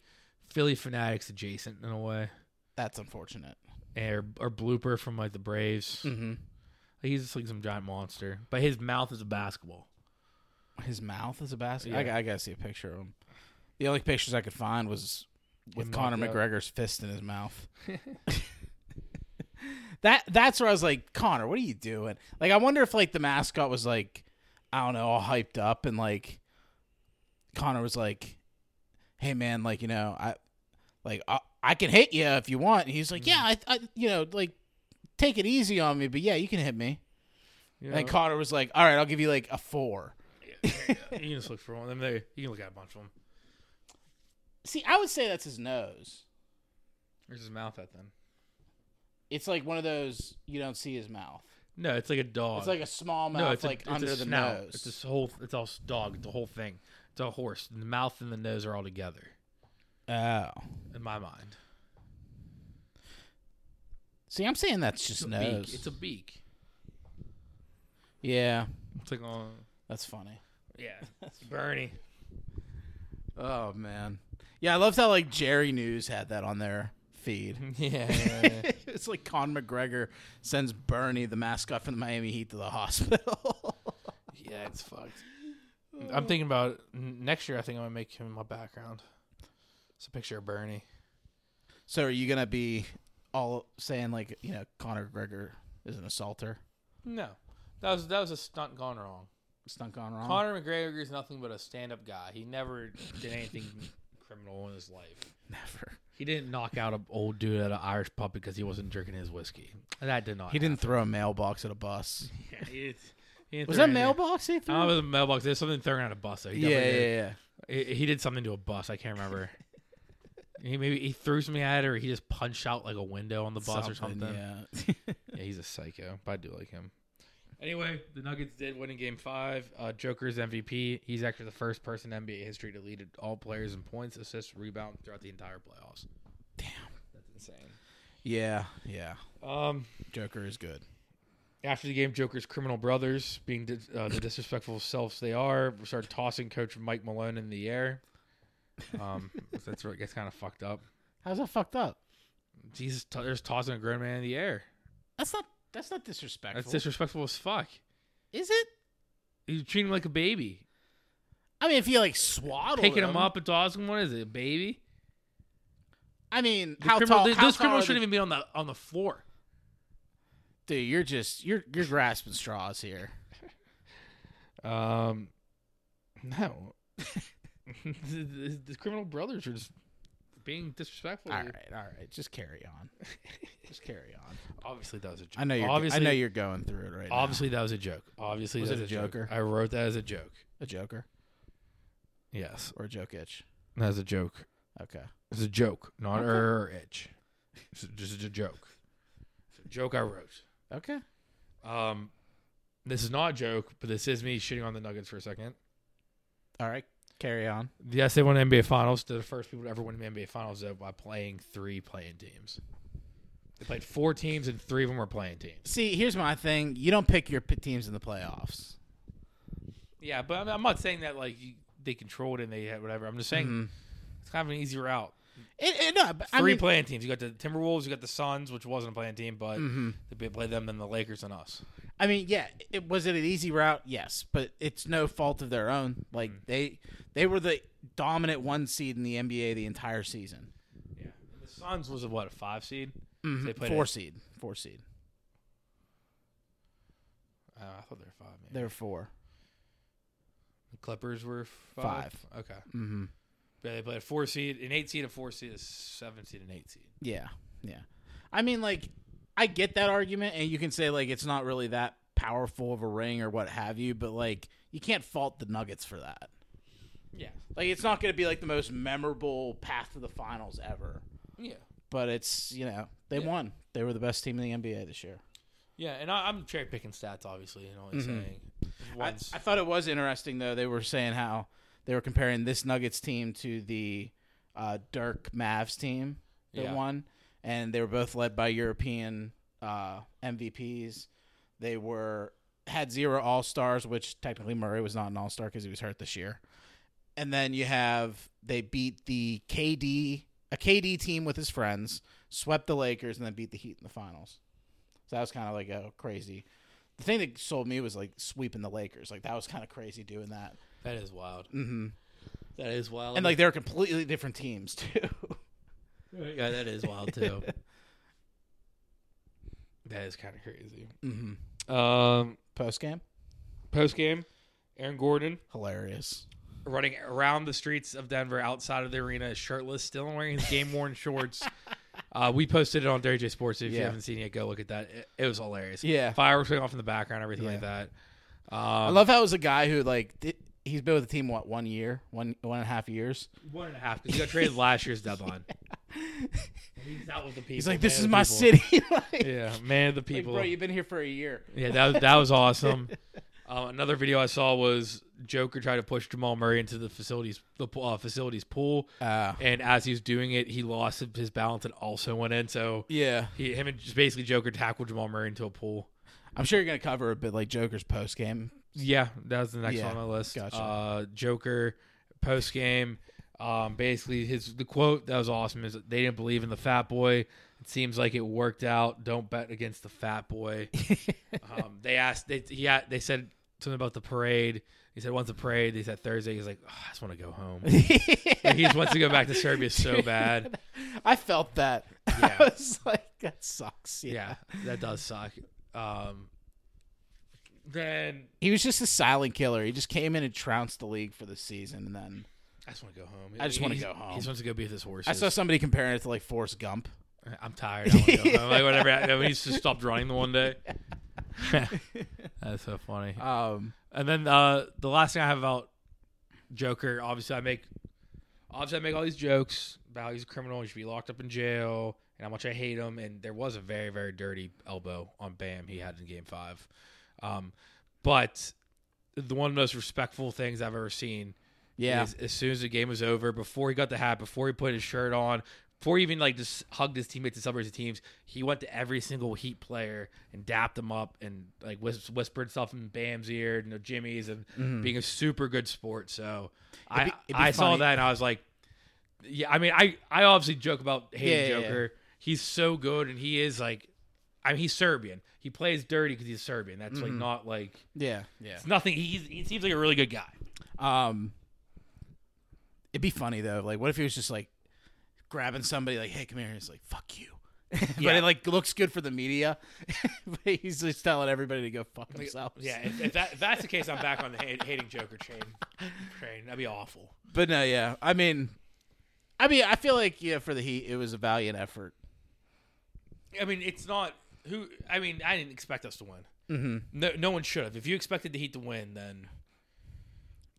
[SPEAKER 2] Philly Fanatics adjacent in a way,
[SPEAKER 1] That's unfortunate.
[SPEAKER 2] or, or blooper from like the Braves.
[SPEAKER 1] hmm
[SPEAKER 2] He's just like some giant monster, but his mouth is a basketball.
[SPEAKER 1] His mouth is a basket.
[SPEAKER 2] Yeah.
[SPEAKER 1] I, I gotta see a picture of him. The only pictures I could find was with
[SPEAKER 2] Him
[SPEAKER 1] Conor
[SPEAKER 2] knocked out.
[SPEAKER 1] McGregor's fist in his mouth. that that's where I was like, Connor, what are you doing? Like, I wonder if like the mascot was like, I don't know, all hyped up, and like Connor was like, Hey man, like you know, I like I, I can hit you if you want. And he's like, Yeah, I, I you know like take it easy on me, but yeah, you can hit me.
[SPEAKER 2] You
[SPEAKER 1] And
[SPEAKER 2] know?
[SPEAKER 1] Connor was like, All right, I'll give you like a four.
[SPEAKER 2] you can just look for one of them. There, you can look at a bunch of them.
[SPEAKER 1] See, I would say that's his nose.
[SPEAKER 2] Where's his mouth at then?
[SPEAKER 1] It's like one of those you don't see his mouth.
[SPEAKER 2] No, it's like a dog.
[SPEAKER 1] It's like a small mouth,
[SPEAKER 2] no, it's a-
[SPEAKER 1] like
[SPEAKER 2] it's a
[SPEAKER 1] under the
[SPEAKER 2] snout.
[SPEAKER 1] nose.
[SPEAKER 2] It's this whole. It's all s- dog. The whole thing. It's a horse. The mouth and the nose are all together
[SPEAKER 1] Oh.
[SPEAKER 2] in my mind.
[SPEAKER 1] See, I'm saying that's
[SPEAKER 2] It's
[SPEAKER 1] just
[SPEAKER 2] a
[SPEAKER 1] nose.
[SPEAKER 2] beak. It's a beak.
[SPEAKER 1] yeah,
[SPEAKER 2] It's like on.
[SPEAKER 1] that's funny.
[SPEAKER 2] Yeah, it's Bernie.
[SPEAKER 1] Oh man. Yeah, I loved how like Jerry News had that on their feed.
[SPEAKER 2] yeah, yeah, yeah.
[SPEAKER 1] it's like Con McGregor sends Bernie, the mascot from the Miami Heat, to the hospital.
[SPEAKER 2] Yeah, it's fucked. I'm thinking about n- next year. I think I'm gonna make him my background. It's a picture of Bernie.
[SPEAKER 1] so are you gonna be all saying like you know Conor McGregor is an assaulter?
[SPEAKER 2] No, that was that was a stunt gone wrong.
[SPEAKER 1] It's not gone wrong.
[SPEAKER 2] Conor McGregor is nothing but a stand-up guy. He never did anything criminal in his life.
[SPEAKER 1] Never.
[SPEAKER 2] He didn't knock out an old dude at an Irish pub because he wasn't drinking his whiskey. That did not.
[SPEAKER 1] He didn't throw a mailbox at a bus.
[SPEAKER 2] happen. He didn't- he didn't
[SPEAKER 1] Was
[SPEAKER 2] throw
[SPEAKER 1] that
[SPEAKER 2] anything-
[SPEAKER 1] mailbox? He threw?
[SPEAKER 2] Oh, it was a mailbox. There's something thrown at a bus. Though. He
[SPEAKER 1] yeah,
[SPEAKER 2] definitely
[SPEAKER 1] yeah,
[SPEAKER 2] did.
[SPEAKER 1] yeah.
[SPEAKER 2] He, he did something to a bus. I can't remember. he maybe he threw something at it, or he just punched out like a window on the bus or something. Yeah.
[SPEAKER 1] Yeah.
[SPEAKER 2] he's a psycho, but I do like him. Anyway, the Nuggets did win in Game Five. Uh, Joker's MVP. He's actually the first person in NBA history to lead all players in points, assists, rebound throughout the entire playoffs.
[SPEAKER 1] Damn.
[SPEAKER 2] That's insane.
[SPEAKER 1] yeah, yeah.
[SPEAKER 2] Um,
[SPEAKER 1] Joker is good.
[SPEAKER 2] after the game, Joker's criminal brothers, being di- uh, the disrespectful selves they are, start tossing Coach Mike Malone in the air. Um, that's where it gets kind of fucked up.
[SPEAKER 1] How's that fucked up?
[SPEAKER 2] Jesus, t- there's tossing a grown man in the air.
[SPEAKER 1] That's not that's not disrespectful.
[SPEAKER 2] That's disrespectful as fuck.
[SPEAKER 1] is it?
[SPEAKER 2] You treat him like a baby,
[SPEAKER 1] I mean, if you like swaddle
[SPEAKER 2] picking him up and tossing him. What is it, a baby?
[SPEAKER 1] I mean,
[SPEAKER 2] The
[SPEAKER 1] how
[SPEAKER 2] criminal-
[SPEAKER 1] tall?
[SPEAKER 2] th-
[SPEAKER 1] how
[SPEAKER 2] those
[SPEAKER 1] tall
[SPEAKER 2] criminals
[SPEAKER 1] are
[SPEAKER 2] shouldn't
[SPEAKER 1] the-
[SPEAKER 2] even be on the on the floor.
[SPEAKER 1] Dude, you're just you're you're grasping straws here.
[SPEAKER 2] Um, no, the, the- the criminal brothers are just being disrespectful.
[SPEAKER 1] All right, all right, just carry on. just carry on.
[SPEAKER 2] Obviously, that was a joke.
[SPEAKER 1] I know you're.
[SPEAKER 2] Obviously,
[SPEAKER 1] I know you're going through it right now.
[SPEAKER 2] Obviously, that was a joke. Obviously,
[SPEAKER 1] Was
[SPEAKER 2] that's
[SPEAKER 1] it a
[SPEAKER 2] joke.
[SPEAKER 1] joker?
[SPEAKER 2] I wrote that as a joke.
[SPEAKER 1] a joker
[SPEAKER 2] Yes,
[SPEAKER 1] or a joke itch.
[SPEAKER 2] that was a joke.
[SPEAKER 1] Okay.
[SPEAKER 2] It's a joke, not er or itch. It's just a joke. It's a joke I wrote.
[SPEAKER 1] Okay.
[SPEAKER 2] Um, this is not a joke, but this is me shitting on the Nuggets for a second.
[SPEAKER 1] All right. Carry on.
[SPEAKER 2] Yes, they won NBA Finals. They're the first people to ever win the NBA Finals though, by playing three playing teams. They played four teams, and three of them were playing teams.
[SPEAKER 1] See, here's my thing. You don't pick your p- teams in the playoffs.
[SPEAKER 2] Yeah, but I'm, I'm not saying that like you, they controlled and they had whatever. I'm just saying it's kind of an easy route.
[SPEAKER 1] It, it, no, but I
[SPEAKER 2] three
[SPEAKER 1] mean,
[SPEAKER 2] playing teams. You got the Timberwolves, you got the Suns, which wasn't a playing team, but they played them, then the Lakers and us.
[SPEAKER 1] I mean, yeah, it was it an easy route? Yes, but it's no fault of their own. Like they they were the dominant one seed in the NBA the entire season.
[SPEAKER 2] Yeah, the Suns was a, what a five seed. So they played
[SPEAKER 1] Four
[SPEAKER 2] at-
[SPEAKER 1] seed, four seed.
[SPEAKER 2] uh, I thought they were five. Man.
[SPEAKER 1] They're four.
[SPEAKER 2] The Clippers were five. Okay,
[SPEAKER 1] Mm-hmm.
[SPEAKER 2] but they played a four seed, an eight seed, a four seed, a seven seed, an eight seed.
[SPEAKER 1] Yeah, yeah. I mean, like I get that argument, and you can say like it's not really that powerful of a ring or what have you, but like you can't fault the Nuggets for that.
[SPEAKER 2] Yeah,
[SPEAKER 1] Like it's not going to be like the most memorable path to the finals ever,
[SPEAKER 2] yeah,
[SPEAKER 1] but it's you know they won. They were the best team in the NBA this year.
[SPEAKER 2] yeah. And I, I'm cherry picking stats, obviously, and only saying
[SPEAKER 1] Mm-hmm. I,
[SPEAKER 2] once.
[SPEAKER 1] I thought it was interesting though. They were saying how they were comparing this Nuggets team to the uh, Dirk Mavs team that
[SPEAKER 2] Yeah.
[SPEAKER 1] won, and they were both led by European uh, MVPs. They were had zero All Stars, which technically Murray was not an All Star because he was hurt this year. And then you have they beat the KD a KD team with his friends, swept the Lakers, and then beat the Heat in the finals. So that was kind of like a crazy. The thing that sold me was like sweeping the Lakers. Like that was kind of crazy doing that.
[SPEAKER 2] that is wild.
[SPEAKER 1] hmm
[SPEAKER 2] That is wild.
[SPEAKER 1] And like they're completely different teams too.
[SPEAKER 2] yeah, that is wild too. that is kind of crazy.
[SPEAKER 1] Mm-hmm.
[SPEAKER 2] Um,
[SPEAKER 1] Post game,
[SPEAKER 2] Post game, Aaron Gordon
[SPEAKER 1] hilarious.
[SPEAKER 2] running around the streets of Denver outside of the arena, shirtless, still wearing his game worn shorts. Uh, we posted it on Dairy J Sports. If you
[SPEAKER 1] Yeah.
[SPEAKER 2] haven't seen it, yet, go look at that. It, it was hilarious.
[SPEAKER 1] Yeah.
[SPEAKER 2] fireworks going off in the background, everything like that. Um,
[SPEAKER 1] I love how it was a guy who like di he's been with the team what one year, one one and a half years.
[SPEAKER 2] one and a half because he got traded last year's deadline. He's out with the people.
[SPEAKER 1] He's like, this
[SPEAKER 2] man
[SPEAKER 1] is
[SPEAKER 2] of the
[SPEAKER 1] my
[SPEAKER 2] people."
[SPEAKER 1] city. like,
[SPEAKER 2] Yeah, man of the
[SPEAKER 1] like,
[SPEAKER 2] people.
[SPEAKER 1] bro, you've been here for a year.
[SPEAKER 2] Yeah, that was- that was awesome. Uh, another video I saw was Joker tried to push Jamal Murray into the facilities the pool- uh, facilities pool,
[SPEAKER 1] Uh,
[SPEAKER 2] and as he was doing it, he lost his balance and also went in. So
[SPEAKER 1] yeah,
[SPEAKER 2] he, him and just basically Joker tackled Jamal Murray into a pool.
[SPEAKER 1] I'm sure you're gonna cover a bit like Joker's post game.
[SPEAKER 2] Yeah, that was the next
[SPEAKER 1] Yeah,
[SPEAKER 2] one on my list.
[SPEAKER 1] gotcha.
[SPEAKER 2] Uh, Joker post game, um, basically his the quote that was awesome is they didn't believe in the Fat Boy. It seems like it worked out. Don't bet against the Fat Boy. um, they asked they he, a- they said something about the parade. He said once the parade. He said Thursday. He's like, "Ugh, I just want to go home. Like, he just wants to go back to Serbia so bad.
[SPEAKER 1] I felt that.
[SPEAKER 2] Yeah.
[SPEAKER 1] I was like, that sucks. Yeah.
[SPEAKER 2] Yeah, that does suck. Um, then
[SPEAKER 1] He was just a silent killer. He just came in and trounced the league for the season, and then
[SPEAKER 2] I just want to go home.
[SPEAKER 1] I just wanna
[SPEAKER 2] He's-
[SPEAKER 1] go home.
[SPEAKER 2] He just wants to go be with his horses.
[SPEAKER 1] I saw somebody comparing it to like Forrest Gump.
[SPEAKER 2] I'm tired. I want to go home. Like whatever. I mean, he's just stopped running the one day. That's so funny. Uh,
[SPEAKER 1] Um,
[SPEAKER 2] And then uh, the last thing I have about Joker, obviously I make, obviously I make all these jokes about he's a criminal, he should be locked up in jail, and how much I hate him. And there was a very very dirty elbow on Bam he had in Game Five, um, but the one of the most respectful things I've ever seen
[SPEAKER 1] yeah,
[SPEAKER 2] is as soon as the game was over, before he got the hat, before he put his shirt on, before he even like just hugged his teammates and celebrated his teams, he went to every single Heat player and dapped them up and like whis- whispered stuff in Bam's ear and Jimmy's and being a super good sport. So I
[SPEAKER 1] be- Mm-hmm. it'd be
[SPEAKER 2] I saw
[SPEAKER 1] funny.
[SPEAKER 2] that and I was like, yeah. I mean, I I obviously joke about hating
[SPEAKER 1] Yeah, yeah, yeah.
[SPEAKER 2] Joker. He's so good and he is like, I mean, he's Serbian. He plays dirty because he's Serbian. That's
[SPEAKER 1] Mm-hmm.
[SPEAKER 2] like not like
[SPEAKER 1] yeah, yeah.
[SPEAKER 2] it's nothing. He's, he seems like a really good guy.
[SPEAKER 1] Um, it'd be funny though. Like, what if he was just like grabbing somebody, like, "Hey, come here," and he's like, "Fuck you," but
[SPEAKER 2] Yeah.
[SPEAKER 1] it like looks good for the media. but he's just telling everybody to go fuck
[SPEAKER 2] Like,
[SPEAKER 1] themselves.
[SPEAKER 2] Yeah, if, if, that, if that's the case, I'm back on the hate, hating Joker train. Train that'd be awful.
[SPEAKER 1] but no, yeah. I mean, I mean, I feel like yeah, for the Heat, it was a valiant effort.
[SPEAKER 2] I mean, it's not who. I mean, I didn't expect us to win. Mm-hmm. No, no one should have. If you expected the Heat to win, then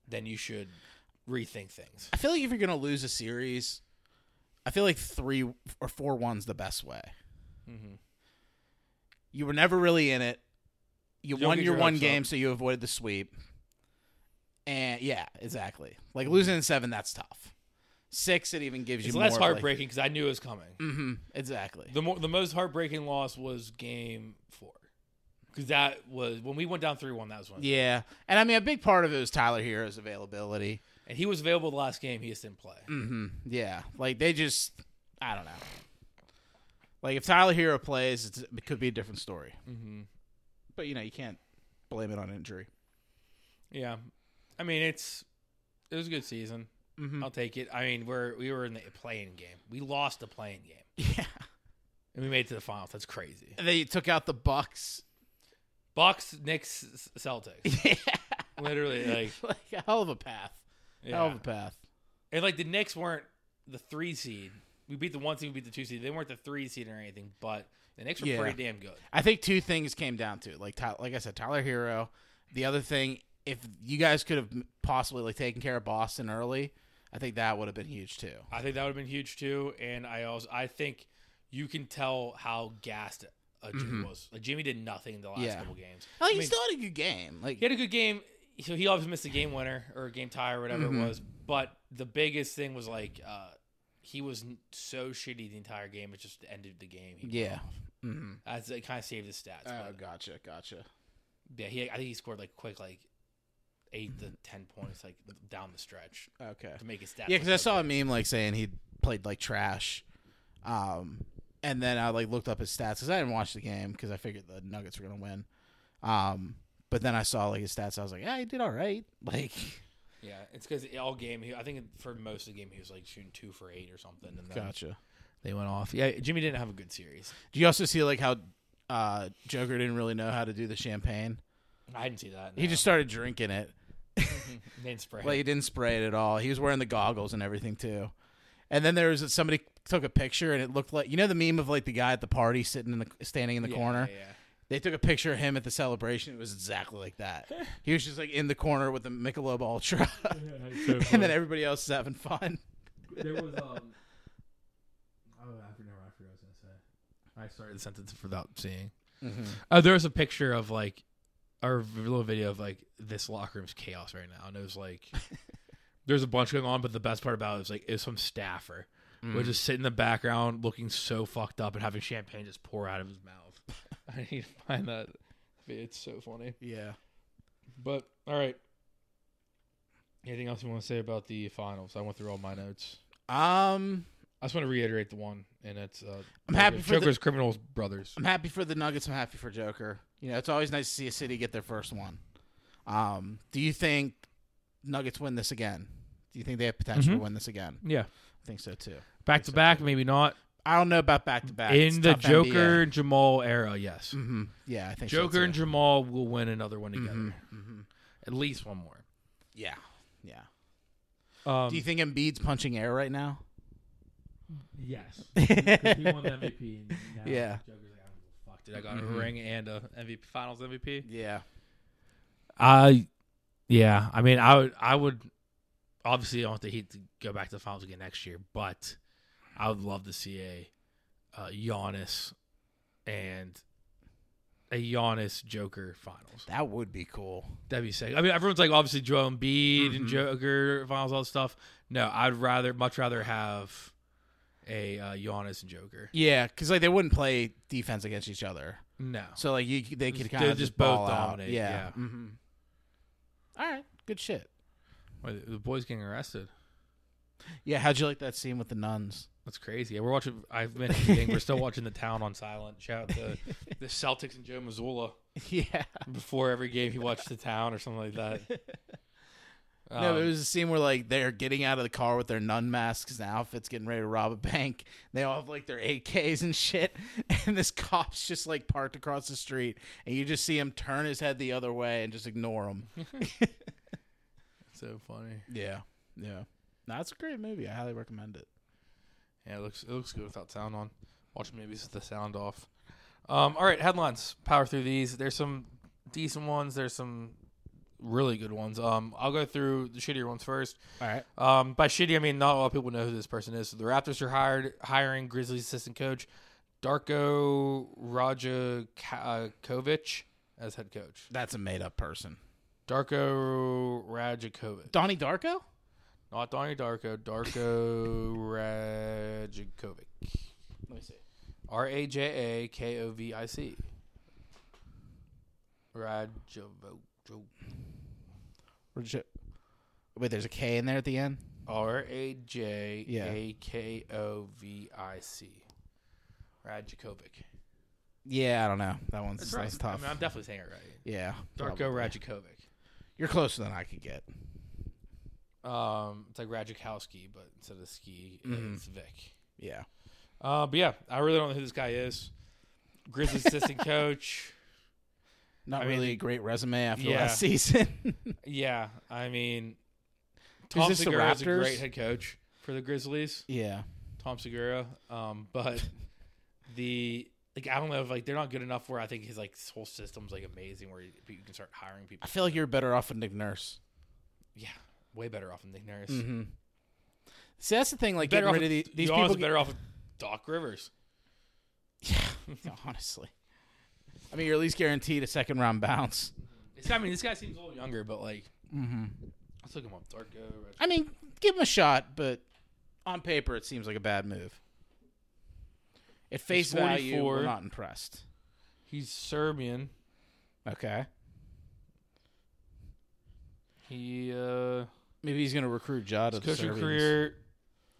[SPEAKER 2] then you should rethink things.
[SPEAKER 1] I feel like if you're gonna lose a series, I feel like three or four one's the best way.
[SPEAKER 2] Mm-hmm.
[SPEAKER 1] You were never really in it. You
[SPEAKER 2] Don't
[SPEAKER 1] won
[SPEAKER 2] get
[SPEAKER 1] your
[SPEAKER 2] your
[SPEAKER 1] one
[SPEAKER 2] hopes
[SPEAKER 1] game,
[SPEAKER 2] up.
[SPEAKER 1] so you avoided the sweep. And yeah, exactly. Like losing in seven, that's tough. Six, it even gives
[SPEAKER 2] It's
[SPEAKER 1] you
[SPEAKER 2] less
[SPEAKER 1] more of, like-
[SPEAKER 2] heartbreaking because I knew it was coming.
[SPEAKER 1] Mhm, exactly.
[SPEAKER 2] The more, the most heartbreaking loss was Game Four because that was when we went down three one. That was one,
[SPEAKER 1] yeah, and I mean a big part of it was Tyler Hero's availability.
[SPEAKER 2] and he was available the last game. He just didn't play.
[SPEAKER 1] Mm. Mm-hmm. Yeah, like they just, I don't know. Like if Tyler Hero plays, it's, it could be a different story. Mm-hmm. But you know, you can't blame it on injury.
[SPEAKER 2] Yeah, I mean it's it was a good season.
[SPEAKER 1] Mm-hmm.
[SPEAKER 2] I'll take it. I mean we're we were in the playing game. We lost the playing game
[SPEAKER 1] Yeah,
[SPEAKER 2] and we made it to the finals. That's crazy.
[SPEAKER 1] and then you took out the Bucks.
[SPEAKER 2] Bucks, Knicks, S- Celtics.
[SPEAKER 1] Yeah, Oh.
[SPEAKER 2] Literally, like
[SPEAKER 1] like a hell of a path. Hell
[SPEAKER 2] yeah.
[SPEAKER 1] of a path.
[SPEAKER 2] and like the Knicks weren't the three seed. We beat the one seed. We beat the two seed. They weren't the three seed or anything, but the Knicks were
[SPEAKER 1] Yeah.
[SPEAKER 2] pretty damn good.
[SPEAKER 1] I think two things came down to it. Like Ty- like I said, Tyler Hero. The other thing, if you guys could have possibly like taken care of Boston early, I think that would have been huge too.
[SPEAKER 2] I think that would have been huge too. And I also I think you can tell how gassed uh, Jimmy was. Like Jimmy did nothing in the last
[SPEAKER 1] Mm-hmm. Yeah.
[SPEAKER 2] couple games.
[SPEAKER 1] Like
[SPEAKER 2] I
[SPEAKER 1] he Oh,
[SPEAKER 2] mean-
[SPEAKER 1] still had a good game. Like
[SPEAKER 2] he had a good game. So he obviously missed a game winner or a game tie or whatever
[SPEAKER 1] Mm-hmm.
[SPEAKER 2] it was. But the biggest thing was like uh, he was n- so shitty the entire game. It just ended the game. He,
[SPEAKER 1] yeah. Mm-hmm.
[SPEAKER 2] That's, it kind of saved his stats.
[SPEAKER 1] Oh,
[SPEAKER 2] but,
[SPEAKER 1] gotcha, gotcha.
[SPEAKER 2] yeah, he I think he scored like quick like eight to ten points like down the stretch
[SPEAKER 1] Okay.
[SPEAKER 2] to make his stats.
[SPEAKER 1] Yeah,
[SPEAKER 2] look
[SPEAKER 1] because I
[SPEAKER 2] good.
[SPEAKER 1] saw a meme like saying he played like trash, um, and then I like looked up his stats because I didn't watch the game because I figured the Nuggets were gonna win. Um, but then I saw like his stats, I was like, yeah, he did all right. Like,
[SPEAKER 2] yeah, it's because all game. He, I think for most of the game he was like shooting two for eight or something. And then, They went off. Yeah, Jimmy didn't have a good series.
[SPEAKER 1] Do you also see like how uh, Joker didn't really know how to do the champagne?
[SPEAKER 2] I didn't see that.
[SPEAKER 1] He just started drinking it.
[SPEAKER 2] didn't spray.
[SPEAKER 1] Like he didn't spray it at all. He was wearing the goggles and everything too. And then there was somebody took a picture and it looked like you know the meme of like the guy at the party sitting in the standing in the corner.
[SPEAKER 2] Yeah,
[SPEAKER 1] They took a picture of him at the celebration. It was exactly like that. he was just like in the corner with the Michelob Ultra, and then everybody else is having fun.
[SPEAKER 2] there was um. Oh, I forgot I forgot what I was gonna say. I started the sentence without seeing. Uh, there was a picture of like, or a little video of like this locker room's chaos right now, and it was like, there's a bunch going on, but the best part about it was like it was some staffer would just sit in the background looking so fucked up and having champagne just pour out of his mouth. I need to find that. It's so funny.
[SPEAKER 1] Yeah.
[SPEAKER 2] But all right. Anything else you want to say about the finals? I went through all my notes.
[SPEAKER 1] Um,
[SPEAKER 2] I just want to reiterate the one, and that's uh,
[SPEAKER 1] I'm happy for the-
[SPEAKER 2] Joker's criminals brothers.
[SPEAKER 1] I'm happy for the Nuggets. I'm happy for Joker. You know, it's always nice to see a city get their first one. Um, do you think Nuggets win this again? Do you think they have potential
[SPEAKER 2] Mhm.
[SPEAKER 1] to win this again?
[SPEAKER 2] Yeah,
[SPEAKER 1] I think so too.
[SPEAKER 2] back to back, maybe not
[SPEAKER 1] I don't know about back to back
[SPEAKER 2] in the Joker Jamal era. Yes,
[SPEAKER 1] hmm Yeah, I think so,
[SPEAKER 2] Joker and
[SPEAKER 1] too.
[SPEAKER 2] Jamal will win another one together,
[SPEAKER 1] Mhm,
[SPEAKER 2] Mm-hmm.
[SPEAKER 1] mhm.
[SPEAKER 2] at least one more.
[SPEAKER 1] Yeah, yeah.
[SPEAKER 2] Um,
[SPEAKER 1] Do you think Embiid's punching air right now?
[SPEAKER 2] Yes,
[SPEAKER 1] he
[SPEAKER 2] won the MVP. And now
[SPEAKER 1] Yeah.
[SPEAKER 2] Joker's like, fuck, did I got a ring and a MVP Finals MVP?
[SPEAKER 1] Yeah,
[SPEAKER 2] I, yeah. I mean, I would, I would, obviously, I want the Heat to go back to the finals again next year, but I would love to see a, uh Giannis, and a Giannis Joker finals.
[SPEAKER 1] that would be cool.
[SPEAKER 2] That'd be sick. I mean, everyone's like obviously Joel Embiid and Joker finals, all that stuff. No, I'd rather, much rather have a uh, Giannis and Joker.
[SPEAKER 1] Yeah, because like they wouldn't play defense against each other,
[SPEAKER 2] No,
[SPEAKER 1] so like you they
[SPEAKER 2] They're
[SPEAKER 1] could kind of
[SPEAKER 2] just
[SPEAKER 1] just,
[SPEAKER 2] both
[SPEAKER 1] ball out.
[SPEAKER 2] dominate, yeah.
[SPEAKER 1] hmm All right, good shit.
[SPEAKER 2] Wait, the boy's getting arrested.
[SPEAKER 1] Yeah, how'd you like that scene with the nuns?
[SPEAKER 2] That's crazy. Yeah, we're watching. I've been eating. We're still watching the town on silent. Shout out to the Celtics and Joe Missoula.
[SPEAKER 1] Yeah,
[SPEAKER 2] Before every game, he watched the town or something like that.
[SPEAKER 1] no,
[SPEAKER 2] Um,
[SPEAKER 1] it was a scene where like they're getting out of the car with their nun masks and outfits, getting ready to rob a bank. They all have like their AKs and shit, and this cop's just like parked across the street, and you just see him turn his head the other way and just ignore him.
[SPEAKER 2] so funny.
[SPEAKER 1] Yeah, yeah. No, it's a great movie. I highly recommend it.
[SPEAKER 2] Yeah, it looks it looks good without sound on. Watch movies with the sound off. Um, all right, headlines. Power through these. There's some decent ones. There's some really good ones. Um, I'll go through the shittier ones first.
[SPEAKER 1] All right.
[SPEAKER 2] Um, by shitty, I mean not a lot of people know who this person is. So the Raptors are hired hiring Grizzlies assistant coach Darko Rajakovic as head coach.
[SPEAKER 1] That's a made up person.
[SPEAKER 2] Darko Rajakovic,
[SPEAKER 1] Donnie Darko?
[SPEAKER 2] not Donnie Darko. Darko Rajakovic.
[SPEAKER 1] Let me see.
[SPEAKER 2] R A J A K O V I C. Rajavojo.
[SPEAKER 1] Raj- Wait, there's a K in there at the end?
[SPEAKER 2] R A J
[SPEAKER 1] Yeah.
[SPEAKER 2] A K O V I C. Rajakovic.
[SPEAKER 1] Yeah, I don't know. That one's that's
[SPEAKER 2] I
[SPEAKER 1] tough.
[SPEAKER 2] mean, I'm definitely saying it right.
[SPEAKER 1] yeah.
[SPEAKER 2] Darko Rajakovic.
[SPEAKER 1] You're closer than I could get.
[SPEAKER 2] Um, it's like Rajakowski, but instead of ski,
[SPEAKER 1] Mm-hmm.
[SPEAKER 2] it's Vic.
[SPEAKER 1] Yeah.
[SPEAKER 2] Uh, but yeah, I really don't know who this guy is. Grizzlies assistant coach.
[SPEAKER 1] Not
[SPEAKER 2] I mean-
[SPEAKER 1] really a great resume after
[SPEAKER 2] Yeah.
[SPEAKER 1] last season.
[SPEAKER 2] Yeah, I mean,
[SPEAKER 1] Is
[SPEAKER 2] Tom
[SPEAKER 1] this the
[SPEAKER 2] Segura is a
[SPEAKER 1] Raptors?
[SPEAKER 2] great head coach for the Grizzlies.
[SPEAKER 1] yeah.
[SPEAKER 2] Tom Segura. Um, but the like, I don't know if like they're not good enough where I think his like his whole system's like amazing where you, you can start hiring
[SPEAKER 1] I
[SPEAKER 2] people.
[SPEAKER 1] feel like you're better off with Nick Nurse.
[SPEAKER 2] Yeah, way better off than Nick Nurse.
[SPEAKER 1] Mm-hmm. See, that's the thing. Like,
[SPEAKER 2] Better
[SPEAKER 1] getting
[SPEAKER 2] off
[SPEAKER 1] rid of
[SPEAKER 2] with,
[SPEAKER 1] the, these
[SPEAKER 2] Giannis
[SPEAKER 1] people.
[SPEAKER 2] is better off with Doc Rivers.
[SPEAKER 1] Yeah, honestly. I mean, you're at least guaranteed a second round bounce.
[SPEAKER 2] This guy, I mean, this guy seems a little younger, but like, let's look him up. Darko. Raj-
[SPEAKER 1] I mean, give him a shot, but on paper, it seems like a bad move. At face
[SPEAKER 2] He's
[SPEAKER 1] value,
[SPEAKER 2] 44.
[SPEAKER 1] we're not impressed.
[SPEAKER 2] He's Serbian.
[SPEAKER 1] Okay.
[SPEAKER 2] He uh,
[SPEAKER 1] Maybe he's going to recruit Jada.
[SPEAKER 2] his coaching career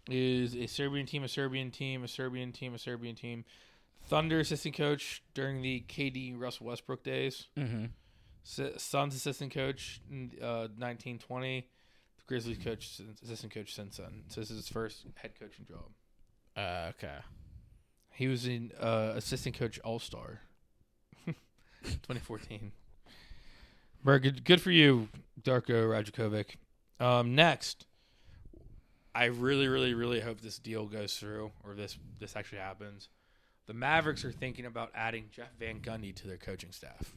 [SPEAKER 2] is a Serbian team, a Serbian team, a Serbian team, a Serbian team. Thunder assistant coach during the KD Russell Westbrook days.
[SPEAKER 1] Mm-hmm.
[SPEAKER 2] S- Suns assistant coach in uh, 1920. Grizzlies coach, since- assistant coach since then. So this is his first head coaching job.
[SPEAKER 1] Uh, okay.
[SPEAKER 2] He was in uh, assistant coach All Star, 2014. Very good, good for you, Darko Rajakovic. Um, next, I really, really, really hope this deal goes through, or this this actually happens. The Mavericks are thinking about adding Jeff Van Gundy to their coaching staff.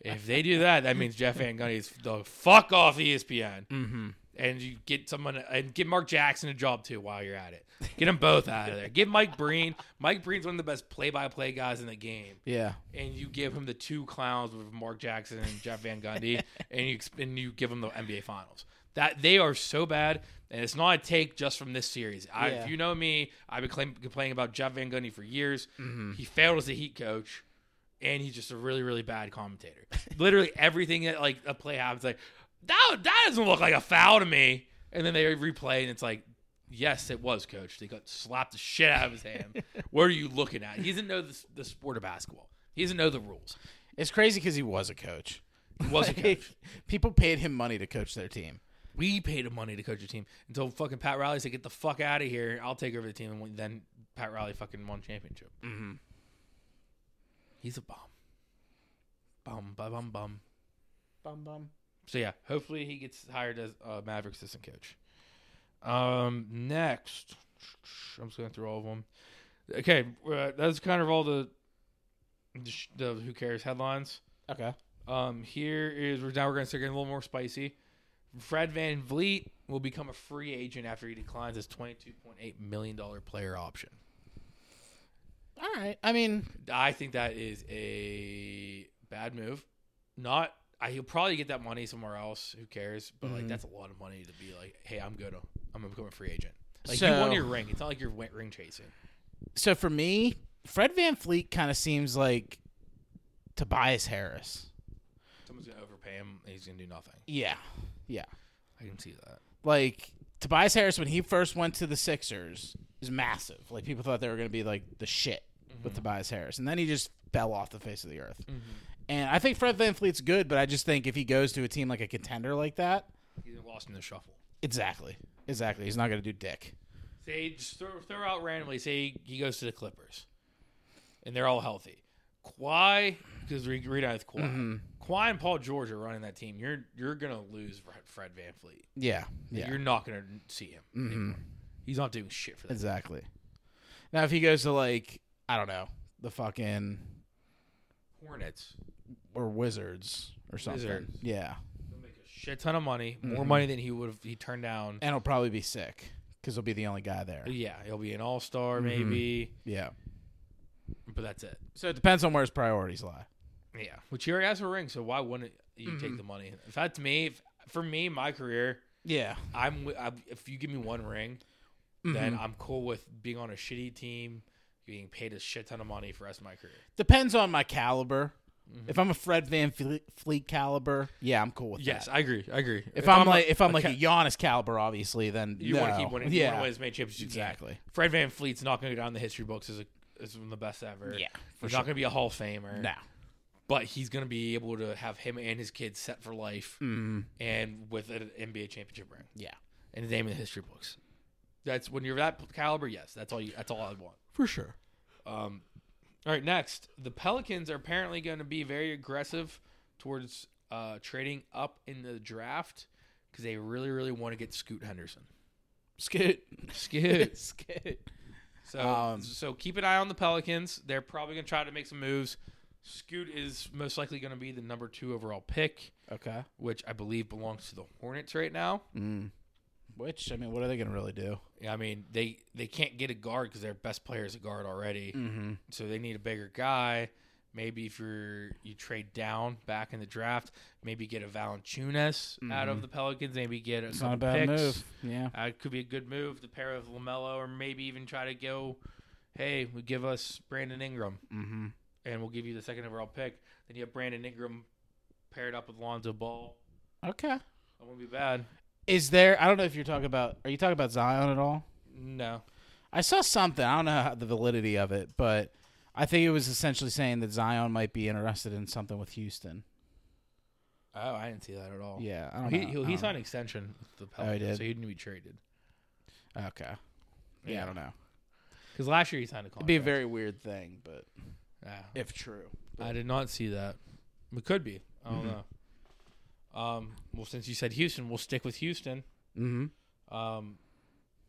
[SPEAKER 2] if they do that, that means Jeff Van Gundy is the fuck off ESPN. Mm-hmm. And you get someone and get Mark Jackson a job too while you're at it. Get them both out of there. Get Mike Breen. Mike Breen's one of the best play-by-play guys in the game
[SPEAKER 1] Yeah.
[SPEAKER 2] and you give him the two clowns with Mark Jackson and Jeff Van Gundy, and you and you give him the NBA Finals. That they are so bad, and it's not a take just from this series. I,
[SPEAKER 1] Yeah.
[SPEAKER 2] If you know me, I've been claim, complaining about Jeff Van Gundy for years.
[SPEAKER 1] Mm-hmm.
[SPEAKER 2] He failed as a Heat coach, and he's just a really, really bad commentator. Literally everything that like a play happens, like that that doesn't look like a foul to me, and then they replay, and it's like. Yes, it was, Coach. They got slapped the shit out of his hand. what are you looking at? He doesn't know the, the sport of basketball. He doesn't know the rules.
[SPEAKER 1] It's crazy because he was a coach.
[SPEAKER 2] He was a coach.
[SPEAKER 1] People paid him money to coach their team.
[SPEAKER 2] We paid him money to coach a team until fucking Pat Riley said, "Get the fuck out of here. I'll take over the team." And then Pat Riley fucking won championship. Mm-hmm. He's a bum. Bum bum bum bum.
[SPEAKER 1] Bum bum.
[SPEAKER 2] So yeah, hopefully he gets hired as uh, Maverick assistant coach. Um, next, I'm just going through all of them. Okay, uh, that's kind of all the the, sh- the who cares headlines.
[SPEAKER 1] Okay.
[SPEAKER 2] Um, here is we're now we're going to start getting a little more spicy. Fred Van Vliet will become a free agent after he declines his $22.8 million player option.
[SPEAKER 1] All right. I mean,
[SPEAKER 2] I think that is a bad move. Not, I, he'll probably get that money somewhere else. Who cares? But like, that's a lot of money to be like, hey, I'm good. I'm going to become a free agent. Like, you won
[SPEAKER 1] So-
[SPEAKER 2] your ring. It's not like you're win- ring chasing.
[SPEAKER 1] so for me, Fred Van Fleet kind of seems like Tobias Harris.
[SPEAKER 2] Someone's going to overpay him and he's going to do nothing.
[SPEAKER 1] Yeah. Yeah.
[SPEAKER 2] I can see that.
[SPEAKER 1] Like Tobias Harris when he first went to the Sixers is massive. Like people thought they were going to be like the shit with Tobias Harris, and then he just fell off the face of the earth. And I think Fred Van Fleet's good, but I just think if he goes to a team like a contender like that,
[SPEAKER 2] He's lost in the shuffle.
[SPEAKER 1] exactly, exactly, he's not going to do dick.
[SPEAKER 2] Say just throw, throw out randomly. Say he goes to the Clippers, and they're all healthy. Kawhi, because we read out with Kawhi. Kawhi and Paul George are running that team. You're you're gonna lose Fred- Fred Van Fleet.
[SPEAKER 1] Yeah, yeah,
[SPEAKER 2] You're not gonna see him. anymore. He's not doing shit for that.
[SPEAKER 1] exactly. Now if he goes to like I don't know the fucking
[SPEAKER 2] Hornets.
[SPEAKER 1] or Wizards or something,
[SPEAKER 2] Wizards.
[SPEAKER 1] yeah,
[SPEAKER 2] They'll make a shit ton of money, more money than he would have he turned down.
[SPEAKER 1] and he'll probably be sick because he'll be the only guy there.
[SPEAKER 2] Yeah, he'll be an all star maybe,
[SPEAKER 1] Yeah.
[SPEAKER 2] but that's it.
[SPEAKER 1] So it depends on where his priorities lie.
[SPEAKER 2] Yeah, which he already has a ring, so why wouldn't you take the money? If that's me, if, for me, my career,
[SPEAKER 1] Yeah.
[SPEAKER 2] I'm, wi- I'm if you give me one ring, then
[SPEAKER 1] Mm-hmm.
[SPEAKER 2] I'm cool with being on a shitty team, being paid a shit ton of money for the rest of my career.
[SPEAKER 1] Depends on my caliber.
[SPEAKER 2] Mm-hmm.
[SPEAKER 1] If I'm a Fred Van Fle- Fleet caliber, yeah, I'm cool with
[SPEAKER 2] Yes,
[SPEAKER 1] that.
[SPEAKER 2] I agree. I agree.
[SPEAKER 1] If, I'm, like if I'm like a Giannis caliber, obviously, then
[SPEAKER 2] you
[SPEAKER 1] no.
[SPEAKER 2] want to keep winning, you
[SPEAKER 1] Yeah,
[SPEAKER 2] want to win as many championships. you can.
[SPEAKER 1] exactly.
[SPEAKER 2] Fred Van Fleet's not going to go down in the history books as a, as one of the best ever.
[SPEAKER 1] Yeah, for
[SPEAKER 2] he's not going to be a Hall of Famer.
[SPEAKER 1] No.
[SPEAKER 2] but he's going to be able to have him and his kids set for life,
[SPEAKER 1] Mm-hmm.
[SPEAKER 2] and with an NBA championship ring
[SPEAKER 1] Yeah.
[SPEAKER 2] and the name in the history books. That's when you're that caliber. Yes, that's all. You, that's all I want.
[SPEAKER 1] For sure.
[SPEAKER 2] Um, all right, next, the Pelicans are apparently going to be very aggressive towards uh, trading up in the draft because they really, really want to get Scoot Henderson.
[SPEAKER 1] Skit.
[SPEAKER 2] Scoot.
[SPEAKER 1] Skit.
[SPEAKER 2] so,
[SPEAKER 1] Um,
[SPEAKER 2] so keep an eye on the Pelicans. They're probably going to try to make some moves. Scoot is most likely going to be the number two overall pick,
[SPEAKER 1] Okay.
[SPEAKER 2] which I believe belongs to the Hornets right now.
[SPEAKER 1] Which I mean, what are they gonna really do?
[SPEAKER 2] I mean, they they can't get a guard because their best player is a guard already. Mm-hmm. So they need a bigger guy. Maybe if you're you trade down back in the draft, maybe get a Valanciunas out of the Pelicans. Maybe get a
[SPEAKER 1] It's not
[SPEAKER 2] couple
[SPEAKER 1] a bad
[SPEAKER 2] picks.
[SPEAKER 1] move. Yeah.
[SPEAKER 2] Uh, it could be a good move. The pair of Lamelo, or maybe even try to go. Hey, we give us Brandon Ingram, mm-hmm. and we'll give you the second overall pick. Then you have Brandon Ingram paired up with Lonzo Ball.
[SPEAKER 1] Okay.
[SPEAKER 2] That won't be bad.
[SPEAKER 1] Is there? I don't know if you're talking about. Are you talking about Zion at all?
[SPEAKER 2] No,
[SPEAKER 1] I saw something. I don't know how, the validity of it, but I think it was essentially saying that Zion might be interested in something with Houston.
[SPEAKER 2] oh, I didn't see that at all.
[SPEAKER 1] Yeah, I don't
[SPEAKER 2] He,
[SPEAKER 1] know. I
[SPEAKER 2] he,
[SPEAKER 1] don't
[SPEAKER 2] he
[SPEAKER 1] know. Oh,
[SPEAKER 2] signed an extension with the Pelicans,
[SPEAKER 1] did?
[SPEAKER 2] so he didn't be traded.
[SPEAKER 1] Okay. Uh, Yeah, I don't know.
[SPEAKER 2] Because last year he signed a contract.
[SPEAKER 1] It'd be a very weird thing, but
[SPEAKER 2] Yeah.
[SPEAKER 1] if true.
[SPEAKER 2] I did not see that. It could be. I don't know. Um, well, since you said Houston, we'll stick with Houston.
[SPEAKER 1] Mm-hmm.
[SPEAKER 2] Um,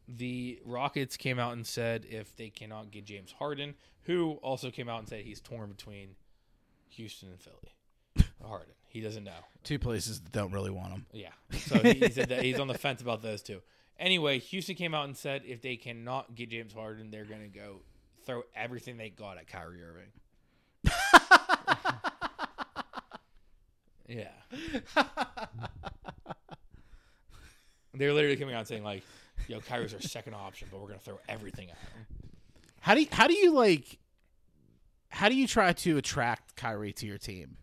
[SPEAKER 2] the Rockets came out and said if they cannot get James Harden, who also came out and said he's torn between Houston and Philly. Harden, he doesn't know.
[SPEAKER 1] Two places that don't really want him.
[SPEAKER 2] Yeah, so he, he said that he's on the fence about those two. Anyway, Houston came out and said if they cannot get James Harden, they're going to go throw everything they got at Kyrie Irving. yeah, they're literally coming out and saying like, "Yo, Kyrie's our second option, but we're going to throw everything at him."
[SPEAKER 1] How do you, how do you like? How do you try to attract Kyrie to your team?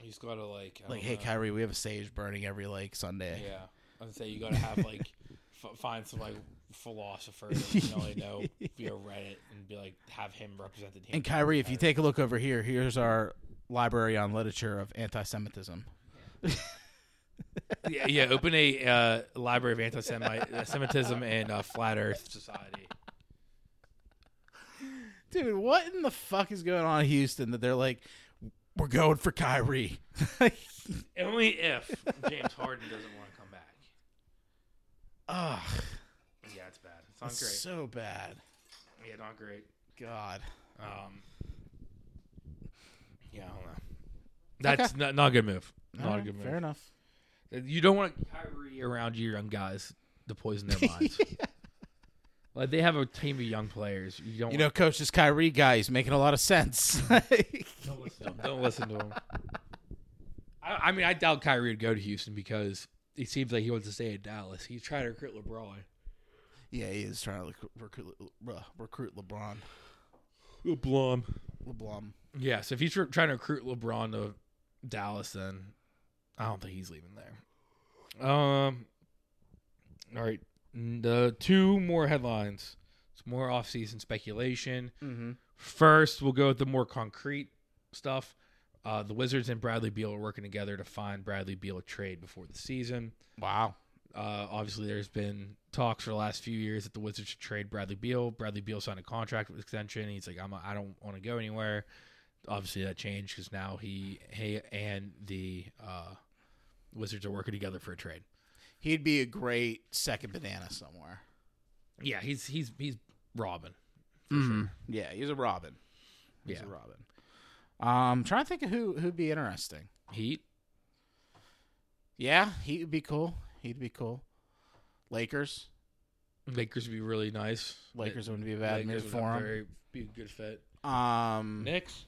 [SPEAKER 2] You just got to like, I
[SPEAKER 1] Like,
[SPEAKER 2] don't
[SPEAKER 1] hey,
[SPEAKER 2] know.
[SPEAKER 1] Kyrie, we have a sage burning every like Sunday.
[SPEAKER 2] Yeah, I would say you gotta have like f- find some like philosopher that you really know via Reddit and be like have him represented. Him
[SPEAKER 1] And Kyrie, if you take a look over here, here's our library on literature of anti-Semitism.
[SPEAKER 2] yeah, yeah, open a uh, library of anti-Semitism and uh, flat Earth society.
[SPEAKER 1] Dude, what in the fuck is going on in Houston that they're like, we're going for Kyrie? Like,
[SPEAKER 2] Only if James Harden doesn't want to come back.
[SPEAKER 1] Ugh,
[SPEAKER 2] Yeah, it's bad. It's not great.
[SPEAKER 1] so bad.
[SPEAKER 2] yeah, not great.
[SPEAKER 1] God.
[SPEAKER 2] Um, yeah, I don't know. That's not, not a good move. Not a
[SPEAKER 1] Alright,
[SPEAKER 2] good move.
[SPEAKER 1] fair enough.
[SPEAKER 2] You don't want Kyrie around your young guys to poison their minds. Like they have a team of young players. You don't
[SPEAKER 1] You know, coach, this Kyrie guy is making a lot of sense.
[SPEAKER 2] don't listen to him. Don't listen to him. I, I mean, I doubt Kyrie would go to Houston because it seems like he wants to stay in Dallas. He's trying to recruit LeBron.
[SPEAKER 1] yeah, he is trying to recruit, recruit, Le- recruit LeBron.
[SPEAKER 2] LeBron.
[SPEAKER 1] LeBron.
[SPEAKER 2] Yeah, so if he's tr- trying to recruit LeBron to Dallas, then I don't think he's leaving there. Um. All right, the two more headlines. It's more off-season speculation.
[SPEAKER 1] Mm-hmm.
[SPEAKER 2] First, we'll go with the more concrete stuff. Uh, the Wizards and Bradley Beal are working together to find Bradley Beal a trade before the season.
[SPEAKER 1] Wow.
[SPEAKER 2] Uh, obviously, there's been talks for the last few years that the Wizards should trade Bradley Beal. Bradley Beal signed a contract with extension. He's like, I'm a, I don't want to go anywhere. Obviously, that changed because now he, he and the uh, Wizards are working together for a trade.
[SPEAKER 1] He'd be a great second banana somewhere.
[SPEAKER 2] Yeah, he's he's he's Robin.
[SPEAKER 1] Yeah, he's a Robin. He's
[SPEAKER 2] Yeah.
[SPEAKER 1] a Robin. Um, trying to think of who who'd be interesting.
[SPEAKER 2] Heat.
[SPEAKER 1] Yeah, he'd be cool. He'd be cool. Lakers.
[SPEAKER 2] Lakers would be really nice.
[SPEAKER 1] Lakers wouldn't be a bad
[SPEAKER 2] Lakers
[SPEAKER 1] move
[SPEAKER 2] would
[SPEAKER 1] for him.
[SPEAKER 2] Very, be a good fit.
[SPEAKER 1] Um,
[SPEAKER 2] Knicks.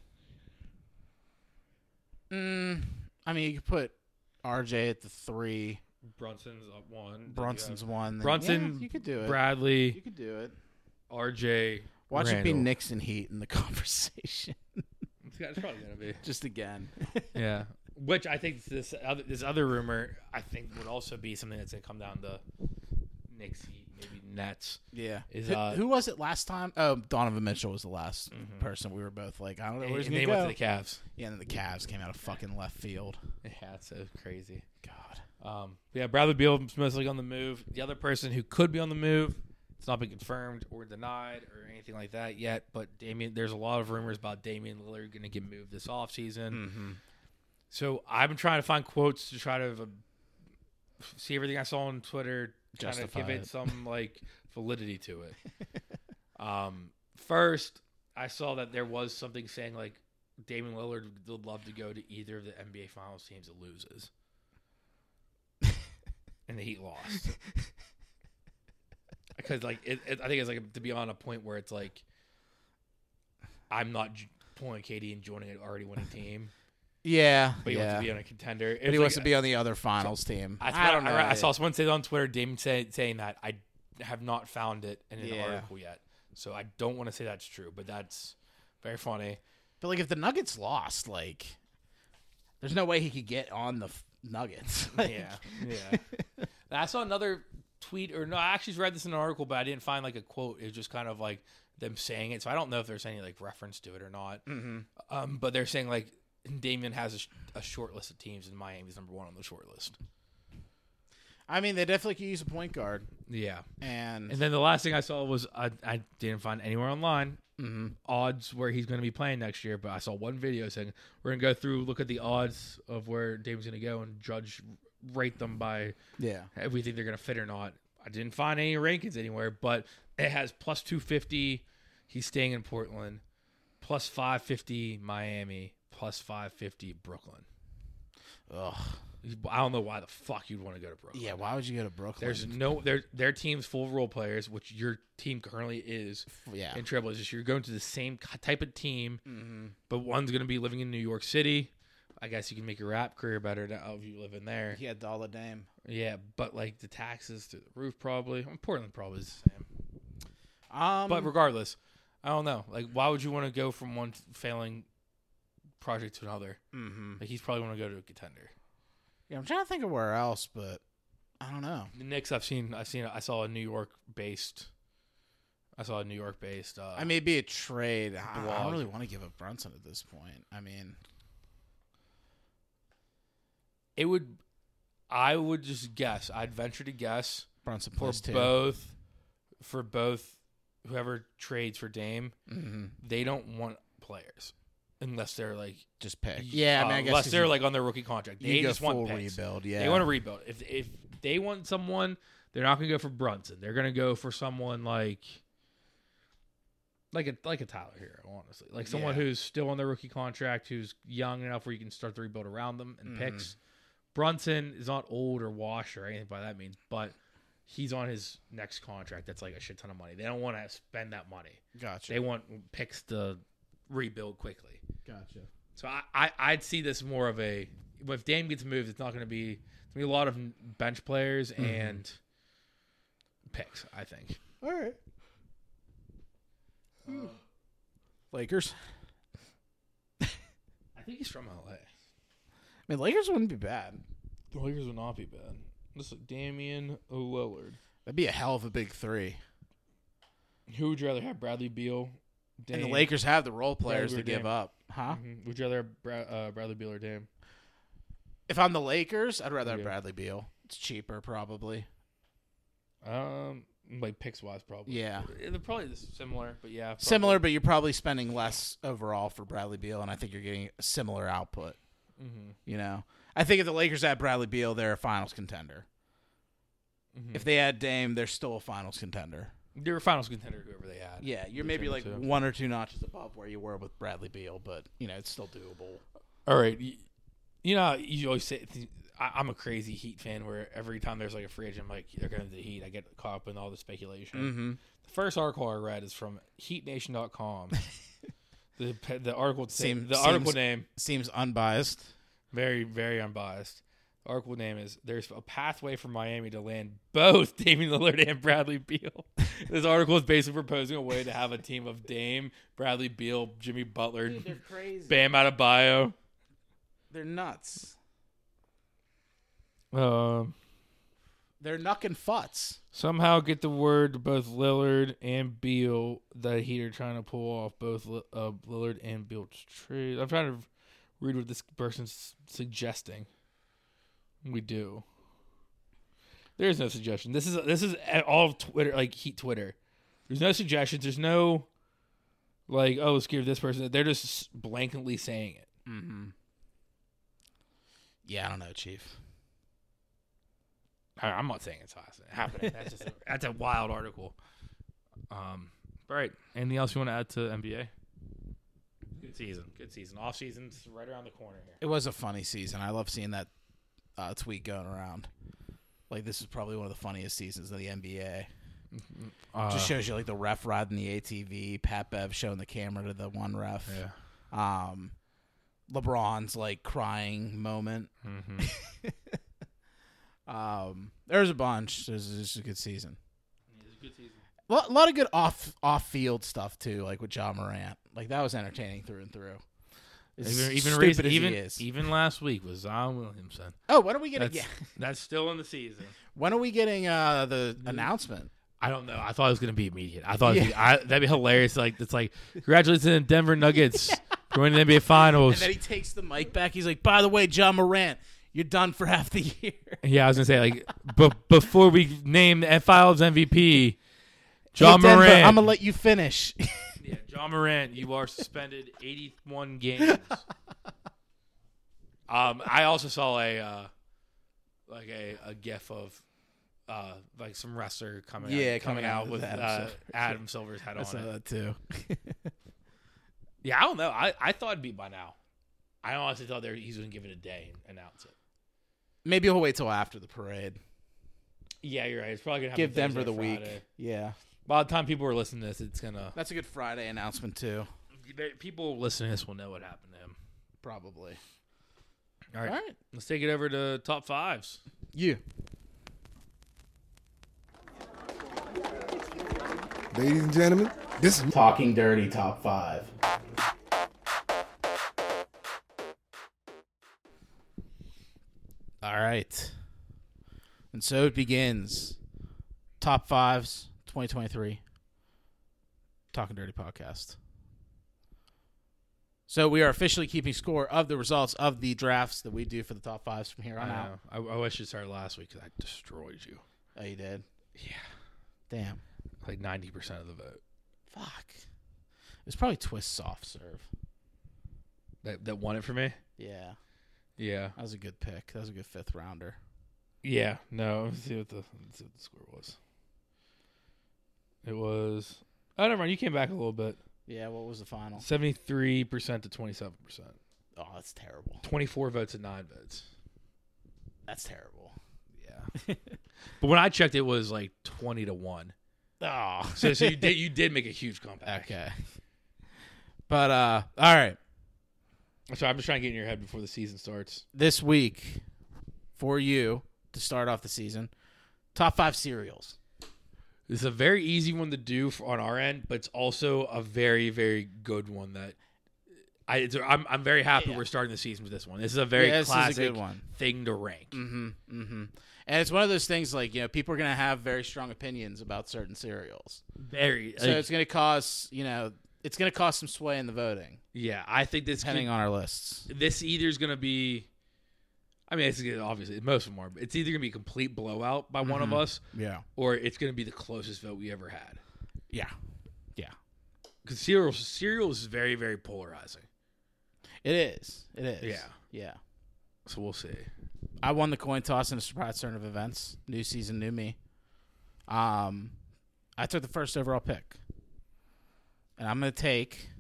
[SPEAKER 1] mm, I mean, you could put RJ at the three.
[SPEAKER 2] Brunson's up one.
[SPEAKER 1] Brunson's one. then-
[SPEAKER 2] Brunson,
[SPEAKER 1] yeah, you could do it.
[SPEAKER 2] Bradley,
[SPEAKER 1] you could do it.
[SPEAKER 2] RJ.
[SPEAKER 1] Watch it be
[SPEAKER 2] Randall.
[SPEAKER 1] Nixon Heat in the conversation.
[SPEAKER 2] It's got- it's probably gonna be.
[SPEAKER 1] Just again.
[SPEAKER 2] Yeah. Which I think this other this other rumor I think would also be something that's gonna come down to Knicks, Heat, maybe Nets.
[SPEAKER 1] yeah.
[SPEAKER 2] Is,
[SPEAKER 1] who,
[SPEAKER 2] uh, Mm-hmm.
[SPEAKER 1] who was it last time? Oh, Donovan Mitchell was the last person. We were both like, I don't know
[SPEAKER 2] And,
[SPEAKER 1] where's
[SPEAKER 2] and
[SPEAKER 1] he
[SPEAKER 2] they
[SPEAKER 1] gonna
[SPEAKER 2] went
[SPEAKER 1] go.
[SPEAKER 2] to the Cavs.
[SPEAKER 1] yeah, and then the Cavs came out of fucking left field.
[SPEAKER 2] Yeah, it's so crazy.
[SPEAKER 1] God.
[SPEAKER 2] Um, but yeah, Bradley Beal is mostly on the move. The other person who could be on the move, it's not been confirmed or denied or anything like that yet. But Damian, there's a lot of rumors about Damian Lillard going to get moved this offseason. So I've been trying to find quotes to try to uh, see everything I saw on Twitter, trying
[SPEAKER 1] Justify
[SPEAKER 2] to give it,
[SPEAKER 1] it.
[SPEAKER 2] some like validity to it. um, first, I saw that there was something saying like Damian Lillard would love to go to either of the NBA Finals teams that loses, and the Heat lost because like it, it, I think it's like to be on a point where it's like I'm not j- pulling Katie and joining an already winning team,
[SPEAKER 1] Yeah.
[SPEAKER 2] but he
[SPEAKER 1] yeah.
[SPEAKER 2] wants to be on a contender. It's
[SPEAKER 1] but he
[SPEAKER 2] like-
[SPEAKER 1] wants to be on the other finals team.
[SPEAKER 2] I, I don't know. I, saw someone say that on Twitter. Damon say, saying that I have not found it in an
[SPEAKER 1] Yeah.
[SPEAKER 2] article yet, so I don't want to say that's true, but that's very funny.
[SPEAKER 1] But like, if the Nuggets lost, like, there's no way he could get on the f- Nuggets. Like,
[SPEAKER 2] Yeah, yeah. I saw another tweet, or no, I actually read this in an article, but I didn't find like a quote. It was just kind of like them saying it, so I don't know if there's any like reference to it or not. Um, but they're saying like Damien has a, sh- a short list of teams, and Miami's number one on the short list.
[SPEAKER 1] I mean, they definitely could use a point guard.
[SPEAKER 2] Yeah.
[SPEAKER 1] And,
[SPEAKER 2] And then the last thing I saw was I, I didn't find anywhere online
[SPEAKER 1] Mm-hmm.
[SPEAKER 2] odds where he's going to be playing next year, but I saw one video saying we're going to go through, look at the odds of where Dame's going to go and judge, rate them by
[SPEAKER 1] yeah,
[SPEAKER 2] if we think they're going to fit or not. I didn't find any rankings anywhere, but it has plus 250. He's staying in Portland, plus 550 Miami, plus 550 Brooklyn.
[SPEAKER 1] ugh,
[SPEAKER 2] I don't know why the fuck you'd want to go to Brooklyn.
[SPEAKER 1] yeah. Why would you go to Brooklyn?
[SPEAKER 2] There's no their their team's full of role players, which your team currently is
[SPEAKER 1] yeah,
[SPEAKER 2] in Trailblazers. You're going to the same ki- type of team, but one's going to be living in New York City. I guess you can make your rap career better now if you live in there.
[SPEAKER 1] he had all the Dame.
[SPEAKER 2] Yeah, but like the taxes to the roof, probably. I mean, Portland probably is the same.
[SPEAKER 1] Um,
[SPEAKER 2] But regardless, I don't know. Like, why would you want to go from one failing project to another?
[SPEAKER 1] mhm.
[SPEAKER 2] Like, he's probably want to go to a contender.
[SPEAKER 1] yeah, I'm trying to think of where else, but I don't know.
[SPEAKER 2] The Knicks, I've seen, I've seen, I saw a New York based. I saw a New York based. Uh,
[SPEAKER 1] I mean, it'd be a trade. I- I
[SPEAKER 2] Blog.
[SPEAKER 1] don't really want to give up Brunson at this point. I mean,
[SPEAKER 2] it would. I would just guess. I'd venture to guess
[SPEAKER 1] Brunson
[SPEAKER 2] for
[SPEAKER 1] plays too.
[SPEAKER 2] both for both whoever trades for Dame,
[SPEAKER 1] Mhm.
[SPEAKER 2] they don't want players unless they're like
[SPEAKER 1] Just pick. Yeah, I mean,
[SPEAKER 2] uh,
[SPEAKER 1] I guess
[SPEAKER 2] unless
[SPEAKER 1] 'cause
[SPEAKER 2] they're
[SPEAKER 1] you-
[SPEAKER 2] like on their rookie contract,
[SPEAKER 1] you
[SPEAKER 2] they
[SPEAKER 1] go
[SPEAKER 2] just
[SPEAKER 1] full
[SPEAKER 2] want picks.
[SPEAKER 1] rebuild. Yeah,
[SPEAKER 2] They want to rebuild. If if they want someone, they're not going to go for Brunson. They're going to go for someone like like a like a Tyler Hero, honestly, like someone
[SPEAKER 1] Yeah.
[SPEAKER 2] who's still on their rookie contract, who's young enough where you can start the rebuild around them
[SPEAKER 1] Mm-hmm.
[SPEAKER 2] and picks. Brunson is not old or washed or anything by that means, but he's on his next contract. That's like a shit ton of money. They don't want to spend that money.
[SPEAKER 1] gotcha.
[SPEAKER 2] They want picks to rebuild quickly.
[SPEAKER 1] gotcha.
[SPEAKER 2] So I, I I'd see this more of a if Dame gets moved, it's not going to be it's gonna be a lot of bench players and picks. I think.
[SPEAKER 1] All right. Lakers.
[SPEAKER 2] I think he's from LA.
[SPEAKER 1] I mean, Lakers wouldn't be bad.
[SPEAKER 2] The Lakers would not be bad. This is Damian Lillard.
[SPEAKER 1] That'd be a hell of a big three.
[SPEAKER 2] Who would you rather have? Bradley Beal. Dame?
[SPEAKER 1] And the Lakers have the role players
[SPEAKER 2] Dame or
[SPEAKER 1] to give
[SPEAKER 2] Dame?
[SPEAKER 1] up, Mm-hmm. huh?
[SPEAKER 2] Mhm. Would you rather have Bra- uh, Bradley Beal or Dame?
[SPEAKER 1] If I'm the Lakers, I'd rather have
[SPEAKER 2] Yeah.
[SPEAKER 1] Bradley Beal. It's cheaper, probably.
[SPEAKER 2] Um, like picks wise, probably.
[SPEAKER 1] Yeah.
[SPEAKER 2] they're probably similar, but yeah, probably.
[SPEAKER 1] Similar, but you're probably spending less overall for Bradley Beal, and I think you're getting a similar output.
[SPEAKER 2] Mhm.
[SPEAKER 1] You know, I think if the Lakers had Bradley Beal, they're a Finals contender.
[SPEAKER 2] Mhm.
[SPEAKER 1] If they had Dame, they're still a Finals contender.
[SPEAKER 2] They were finals contender, whoever they had.
[SPEAKER 1] Yeah, you're maybe
[SPEAKER 2] Between the
[SPEAKER 1] like
[SPEAKER 2] two.
[SPEAKER 1] one or two notches above where you were with Bradley Beal, but you know it's still doable.
[SPEAKER 2] All right. You, you know, you always say I, I'm a crazy Heat fan where every time there's like a free agent, I'm like, they're going to the Heat. I get caught up in all the speculation.
[SPEAKER 1] Mm-hmm.
[SPEAKER 2] The first article I read is from HeatNation.com. the pe- the article
[SPEAKER 1] Seem-
[SPEAKER 2] the
[SPEAKER 1] seems-
[SPEAKER 2] article name
[SPEAKER 1] Seems unbiased.
[SPEAKER 2] very very unbiased. The article name is "There's a pathway for Miami to land both Damian Lillard and Bradley Beal." this article is basically proposing a way to have a team of Dame, Bradley Beal, Jimmy Butler,
[SPEAKER 1] crazy.
[SPEAKER 2] Bam Adebayo.
[SPEAKER 1] They're nuts.
[SPEAKER 2] Um,
[SPEAKER 1] They're knuckin' futs.
[SPEAKER 2] somehow get the word to both Lillard and Beal that Heat are trying to pull off both Li- uh, Lillard and Beal's trade. I'm trying to read what this person's suggesting. We do. There is no suggestion. This is this is at all of Twitter, like Heat Twitter. There's no suggestions. There's no like, oh, let's give this person. They're just blanketly saying it.
[SPEAKER 1] Mm-hmm. Yeah, I don't know, Chief.
[SPEAKER 2] I, I'm not saying it's awesome. happening. That's just a, that's a wild article. Um, all right. Anything else you want to add to NBA? Good season. Good season. Off season's right around the corner here.
[SPEAKER 1] It was a funny season. I love seeing that uh, tweet going around. Like this is probably one of the funniest seasons of the NBA.
[SPEAKER 2] Uh,
[SPEAKER 1] Just shows you like the ref riding the ATV, Pat Bev showing the camera to the one ref.
[SPEAKER 2] yeah.
[SPEAKER 1] Um, LeBron's like crying moment.
[SPEAKER 2] hmm
[SPEAKER 1] Um, there's a bunch. This is just a good season.
[SPEAKER 2] it's a good season.
[SPEAKER 1] A lot, lot of good off off field stuff too, like with John Morant. Like that was entertaining through and through. As
[SPEAKER 2] Even even
[SPEAKER 1] stupid
[SPEAKER 2] recent-
[SPEAKER 1] as
[SPEAKER 2] even,
[SPEAKER 1] he is.
[SPEAKER 2] even last week was Zion Williamson.
[SPEAKER 1] oh, when are we getting?
[SPEAKER 2] That's
[SPEAKER 1] Yeah,
[SPEAKER 2] Uh, that's still in the season.
[SPEAKER 1] when are we getting uh, the announcement?
[SPEAKER 2] I don't know. I thought it was going to be immediate. I thought it'd be,
[SPEAKER 1] Yeah.
[SPEAKER 2] I, that'd be hilarious. Like it's like congratulations, Denver Nuggets, joining the NBA Finals.
[SPEAKER 1] And then he takes the mic back. He's like, "By the way, John Morant, you're done for half the year.
[SPEAKER 2] Yeah, I was gonna say like, but before we name the F-Files MVP, John
[SPEAKER 1] Hey, Denver,
[SPEAKER 2] Moran.
[SPEAKER 1] I'm gonna let you finish.
[SPEAKER 2] yeah, John Moran, you are suspended 81 games. um, I also saw a uh, like a, a gif of uh, like some wrestler coming
[SPEAKER 1] Yeah,
[SPEAKER 2] out, coming,
[SPEAKER 1] coming out
[SPEAKER 2] out
[SPEAKER 1] with
[SPEAKER 2] with
[SPEAKER 1] Adam Silver.
[SPEAKER 2] uh, Adam Silver's head
[SPEAKER 1] I
[SPEAKER 2] on
[SPEAKER 1] saw
[SPEAKER 2] it.
[SPEAKER 1] that too.
[SPEAKER 2] Yeah, I don't know. I, I thought it'd be by now. I honestly thought there he's gonna give it a day and announce it.
[SPEAKER 1] Maybe he'll wait till after the parade.
[SPEAKER 2] Yeah, you're right. It's probably gonna happen
[SPEAKER 1] Give Denver
[SPEAKER 2] Thursday
[SPEAKER 1] the
[SPEAKER 2] or
[SPEAKER 1] week.
[SPEAKER 2] Friday.
[SPEAKER 1] Yeah,
[SPEAKER 2] By the time people are listening to this, it's gonna
[SPEAKER 1] that's a good Friday announcement too.
[SPEAKER 2] people listening to this will know what happened to him.
[SPEAKER 1] Probably.
[SPEAKER 2] All right.
[SPEAKER 1] All right,
[SPEAKER 2] Let's take it over to top fives.
[SPEAKER 1] you.
[SPEAKER 4] Ladies and gentlemen, this is
[SPEAKER 1] Talking Dirty Top 5. All right. And so it begins. Top 5s 2023. Talking Dirty podcast. So we are officially keeping score of the results of the drafts that we do for the top 5s from here on out.
[SPEAKER 2] I, I wish you started last week because I destroyed you.
[SPEAKER 1] Oh, you did? Yeah. Damn.
[SPEAKER 2] Like 90% of the vote.
[SPEAKER 1] Fuck. It was probably twist soft serve.
[SPEAKER 2] That, that won it for me?
[SPEAKER 1] Yeah.
[SPEAKER 2] Yeah.
[SPEAKER 1] That was a good pick. That was a good fifth rounder.
[SPEAKER 2] Yeah. No. Let's see what the, let's see what the score was. It was. Oh, never mind. You came back a little bit.
[SPEAKER 1] Yeah, what was the final?
[SPEAKER 2] 73% to 27%.
[SPEAKER 1] Oh, that's terrible.
[SPEAKER 2] 24 votes and 9 votes.
[SPEAKER 1] That's terrible.
[SPEAKER 2] Yeah. but when I checked, it was like 20 to 1.
[SPEAKER 1] Oh.
[SPEAKER 2] So, so you did you did make a huge comeback.
[SPEAKER 1] okay. But uh all right.
[SPEAKER 2] So I'm just trying to get in your head before the season starts.
[SPEAKER 1] This week for you to start off the season, top 5 cereals.
[SPEAKER 2] It's a very easy one to do for, on our end, but it's also a very, very good one that I, it's, I'm, I'm very happy
[SPEAKER 1] Yeah.
[SPEAKER 2] we're starting the season with this one. This is a very
[SPEAKER 1] Yeah, this is a
[SPEAKER 2] classic
[SPEAKER 1] good one.
[SPEAKER 2] thing to rank.
[SPEAKER 1] Mhm. Mhm. And it's one of those things like, you know, people are going to have very strong opinions about certain cereals.
[SPEAKER 2] Very,
[SPEAKER 1] So
[SPEAKER 2] like,
[SPEAKER 1] it's going to cause, you know, it's going to cause some sway in the voting
[SPEAKER 2] yeah. I think this could-
[SPEAKER 1] depending on our lists.
[SPEAKER 2] this either is going to be. I mean, it's gonna- obviously most of them are, but it's either going to be a complete blowout by one of
[SPEAKER 1] Mm-hmm.
[SPEAKER 2] us,
[SPEAKER 1] Yeah.
[SPEAKER 2] or it's going to be the closest vote we ever had.
[SPEAKER 1] Yeah. Yeah.
[SPEAKER 2] Because cereal, cereal is very, very polarizing.
[SPEAKER 1] It is. It is.
[SPEAKER 2] Yeah.
[SPEAKER 1] Yeah.
[SPEAKER 2] So we'll see.
[SPEAKER 1] I won the coin toss in a surprise turn of events. New season, new me. Um, I took the first overall pick, and I'm gonna take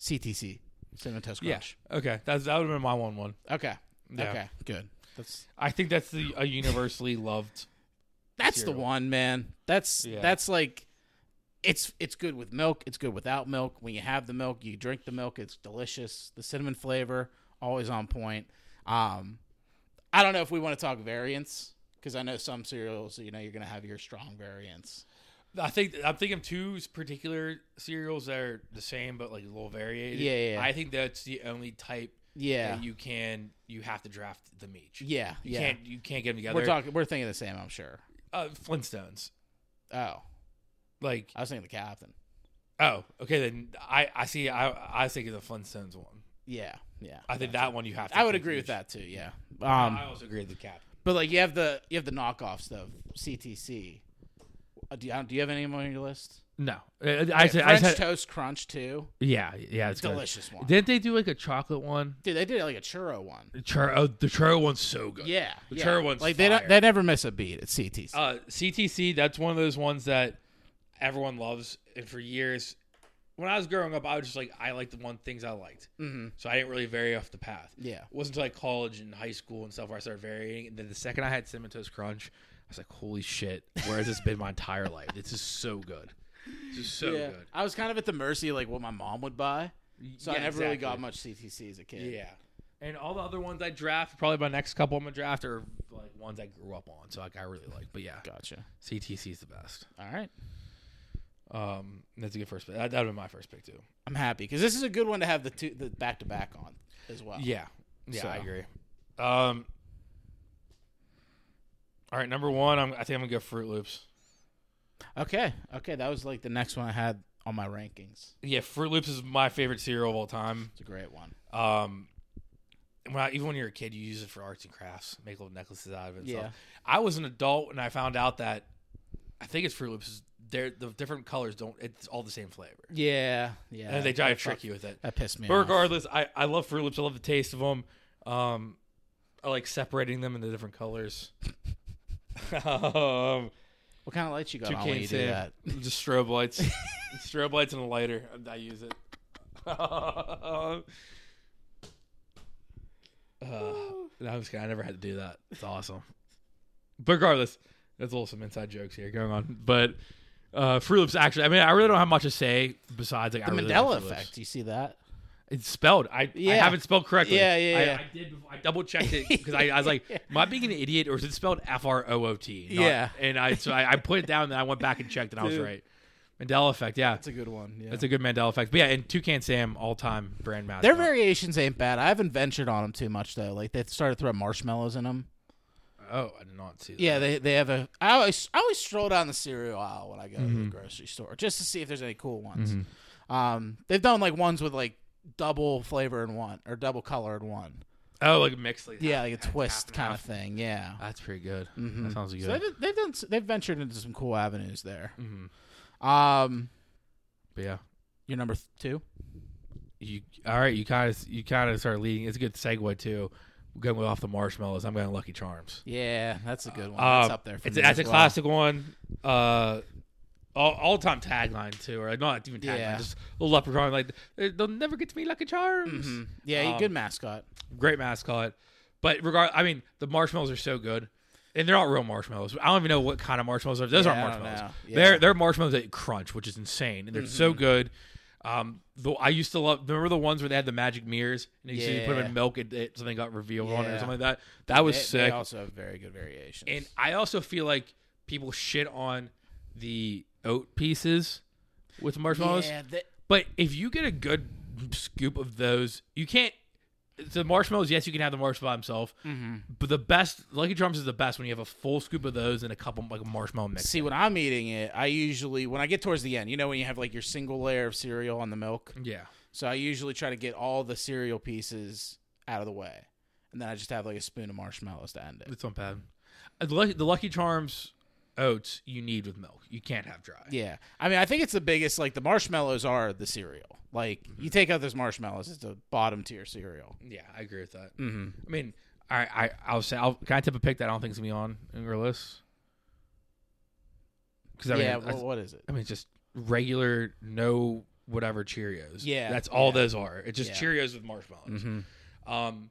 [SPEAKER 1] CTC cinnamon toast crunch.
[SPEAKER 2] Yeah. Okay. That's that would have been my one. One.
[SPEAKER 1] Okay.
[SPEAKER 2] Yeah.
[SPEAKER 1] Okay. Good. That's
[SPEAKER 2] I think that's the a universally loved.
[SPEAKER 1] that's the
[SPEAKER 2] Cereal.
[SPEAKER 1] one, man. That's
[SPEAKER 2] Yeah.
[SPEAKER 1] that's like. It's it's good with milk. It's good without milk. When you have the milk, you drink the milk. It's delicious. The cinnamon flavor always on point. Um, I don't know if we want to talk variants because I know some cereals, you know, you're gonna have your strong variants.
[SPEAKER 2] I think I'm thinking two particular cereals that are the same but like a little variated.
[SPEAKER 1] Yeah, yeah, yeah.
[SPEAKER 2] I think that's the only type
[SPEAKER 1] Yeah,
[SPEAKER 2] that you can you have to draft them each.
[SPEAKER 1] yeah,
[SPEAKER 2] You
[SPEAKER 1] yeah.
[SPEAKER 2] can't you can't get them together.
[SPEAKER 1] we're talking. We're thinking the same. I'm sure.
[SPEAKER 2] uh, Flintstones.
[SPEAKER 1] Oh,
[SPEAKER 2] Like
[SPEAKER 1] I was thinking the captain.
[SPEAKER 2] oh okay then I I see I I think of the Flintstones one.
[SPEAKER 1] Yeah, yeah.
[SPEAKER 2] I think that one you have. to
[SPEAKER 1] I would
[SPEAKER 2] pick
[SPEAKER 1] agree with
[SPEAKER 2] each.
[SPEAKER 1] that too. Yeah. Um,
[SPEAKER 2] I also agree with the cap.
[SPEAKER 1] but like you have the you have the knockoffs of CTC. Uh, Do you, do you have any on your list?
[SPEAKER 2] No, I, I, said, I
[SPEAKER 1] French
[SPEAKER 2] said
[SPEAKER 1] toast crunch too.
[SPEAKER 2] yeah yeah it's good.
[SPEAKER 1] Delicious one.
[SPEAKER 2] Didn't they do like a chocolate one?
[SPEAKER 1] Dude, they did like a churro one.
[SPEAKER 2] Chur- oh, the churro one's so good.
[SPEAKER 1] Yeah,
[SPEAKER 2] the
[SPEAKER 1] yeah.
[SPEAKER 2] churro one's
[SPEAKER 1] like they don't,
[SPEAKER 2] fire.
[SPEAKER 1] they never miss a beat at CTC.
[SPEAKER 2] Uh, CTC, that's one of those ones that everyone loves. And for years, when I was growing up, I was just like, I liked the one things I liked. Mm-hmm. So I didn't really vary off the path.
[SPEAKER 1] Yeah.
[SPEAKER 2] It wasn't until like college and high school and stuff where I started varying. And then the second I had Cinnamon Toast Crunch, I was like, holy shit, where has this been my entire life? This is so good. This is so
[SPEAKER 1] yeah.
[SPEAKER 2] good.
[SPEAKER 1] I was kind of at the mercy of like what my mom would buy, so I
[SPEAKER 2] Yeah,
[SPEAKER 1] never really
[SPEAKER 2] exactly.
[SPEAKER 1] got much CTC as a kid.
[SPEAKER 2] Yeah. And all the other ones I draft, probably my next couple I'm going to draft, are like ones I grew up on. So like, I really like. But yeah,
[SPEAKER 1] Gotcha.
[SPEAKER 2] CTC is the best.
[SPEAKER 1] All right.
[SPEAKER 2] Um, that's a good first pick. That would have been my first pick, too.
[SPEAKER 1] I'm happy because this is a good one to have the two the back to back on as well.
[SPEAKER 2] Yeah. Yeah, I
[SPEAKER 1] So.
[SPEAKER 2] agree. Um All right, number 1, I'm, I think I'm going to go Fruit Loops.
[SPEAKER 1] Okay. Okay. That was like the next one I had on my rankings.
[SPEAKER 2] Yeah, Fruit Loops is my favorite cereal of all time.
[SPEAKER 1] It's a great one.
[SPEAKER 2] Um when I, even when you're a kid, you use it for arts and crafts, make little necklaces out of it. And
[SPEAKER 1] Yeah.
[SPEAKER 2] Stuff. I was an adult and I found out that I think it's Fruit Loops. They're, the different colors don't. It's all the same flavor.
[SPEAKER 1] Yeah, yeah.
[SPEAKER 2] and they try to trick you with it.
[SPEAKER 1] That pissed me
[SPEAKER 2] But
[SPEAKER 1] off.
[SPEAKER 2] regardless, I, I love Fruit Loops. I love the taste of them. Um, I like separating them into different colors. um,
[SPEAKER 1] What kind of lights you got
[SPEAKER 2] you
[SPEAKER 1] on when you
[SPEAKER 2] can't
[SPEAKER 1] do
[SPEAKER 2] say
[SPEAKER 1] that?
[SPEAKER 2] Just strobe lights, strobe lights, and a lighter. I, I use it. uh, that was good. I never had to do that. It's awesome. But regardless, that's a little some inside jokes here going on. But uh, Fruit Loops actually, I mean, I really don't have much to say besides like
[SPEAKER 1] The
[SPEAKER 2] I really
[SPEAKER 1] Mandela
[SPEAKER 2] love Froot Loops.
[SPEAKER 1] effect. You see that?
[SPEAKER 2] It's spelled. I, I
[SPEAKER 1] Yeah.
[SPEAKER 2] have it spelled correctly.
[SPEAKER 1] Yeah, yeah,
[SPEAKER 2] I,
[SPEAKER 1] yeah.
[SPEAKER 2] I did. Before, I double checked it because I, I was like, "Am I being an idiot or is it spelled F R O O T?" Not-
[SPEAKER 1] Yeah.
[SPEAKER 2] And I so I, I put it down and I went back and checked and I was
[SPEAKER 1] Dude.
[SPEAKER 2] right. Mandela effect. Yeah,
[SPEAKER 1] It's a good one. Yeah.
[SPEAKER 2] that's a good Mandela effect. But yeah, and Toucan Sam all time brand mascot.
[SPEAKER 1] Their variations ain't bad. I haven't ventured on them too much though. Like they started throwing marshmallows in them.
[SPEAKER 2] Oh, I did not see. That.
[SPEAKER 1] Yeah, they they have a. I always I always stroll down the cereal aisle when I go to the grocery store just to see if there's any cool ones. Um, they've done like ones with like double flavor in one or double color in one.
[SPEAKER 2] Oh, like mixed. Like,
[SPEAKER 1] Yeah, like a twist
[SPEAKER 2] and
[SPEAKER 1] kind
[SPEAKER 2] half.
[SPEAKER 1] of thing. Yeah.
[SPEAKER 2] That's pretty good. That sounds good.
[SPEAKER 1] So they've, they've done s- they've ventured into some cool avenues there.
[SPEAKER 2] Mm-hmm.
[SPEAKER 1] Um,
[SPEAKER 2] but yeah.
[SPEAKER 1] your number th- two.
[SPEAKER 2] You all right? You kind of you kind of start leading. It's a good segue too. Going off the marshmallows, I'm going Lucky Charms.
[SPEAKER 1] Yeah, that's a good one. That's
[SPEAKER 2] Um,
[SPEAKER 1] up there. For
[SPEAKER 2] it's
[SPEAKER 1] me
[SPEAKER 2] that's
[SPEAKER 1] as
[SPEAKER 2] a
[SPEAKER 1] well.
[SPEAKER 2] classic one. Uh, all time tagline too, or not even tagline,
[SPEAKER 1] Yeah.
[SPEAKER 2] just little leprechaun. Like uh, they'll never get to me, Lucky Charms.
[SPEAKER 1] Mhm. Yeah,
[SPEAKER 2] Um,
[SPEAKER 1] good mascot.
[SPEAKER 2] Great mascot, but regard. I mean, the marshmallows are so good, and they're not real marshmallows. I don't even know what kind of marshmallows are. Those
[SPEAKER 1] Yeah, I
[SPEAKER 2] aren't
[SPEAKER 1] don't
[SPEAKER 2] marshmallows.
[SPEAKER 1] know. Yeah. Mm-hmm.
[SPEAKER 2] They're they're marshmallows that crunch, which is insane, and they're so good. Um, though I used to love. Remember the ones where they had the magic mirrors, and you see you put them
[SPEAKER 1] Yeah.
[SPEAKER 2] in milk, and it, something got revealed on it or
[SPEAKER 1] Yeah.
[SPEAKER 2] something like that. That was
[SPEAKER 1] They, they
[SPEAKER 2] sick.
[SPEAKER 1] also have very good variations.
[SPEAKER 2] And I also feel like people shit on the oat pieces with marshmallows.
[SPEAKER 1] yeah, they,
[SPEAKER 2] But if you get a good scoop of those, you can't. The marshmallows, yes, you can have the marshmallow by himself. But the best, Lucky Charms is the best when you have a full scoop of those and a couple, like a marshmallow mix.
[SPEAKER 1] see when I'm eating it, I usually when I get towards the end, you know, when you have like your single layer of cereal on the milk.
[SPEAKER 2] Yeah.
[SPEAKER 1] So I usually try to get all the cereal pieces out of the way, and then I just have like a spoon of marshmallows to end it.
[SPEAKER 2] It's not bad. Uh, The Lucky, the Lucky Charms oats you need with milk. You can't have dry.
[SPEAKER 1] Yeah, I mean, I think it's the biggest. Like the marshmallows are the cereal. Like
[SPEAKER 2] Mm-hmm.
[SPEAKER 1] you take out those marshmallows, it's a bottom tier cereal.
[SPEAKER 2] Yeah, I agree with that. Mm-hmm. I mean, I, I, I'll say, I'll, can I tip a pick that I don't think is gonna be on in your list? Because I mean,
[SPEAKER 1] yeah,
[SPEAKER 2] I-
[SPEAKER 1] well, what is it?
[SPEAKER 2] I mean, just regular no whatever Cheerios.
[SPEAKER 1] Yeah,
[SPEAKER 2] that's all
[SPEAKER 1] yeah.
[SPEAKER 2] those are. It's just
[SPEAKER 1] Yeah. Mm-hmm.
[SPEAKER 2] Cheerios with marshmallows. Um,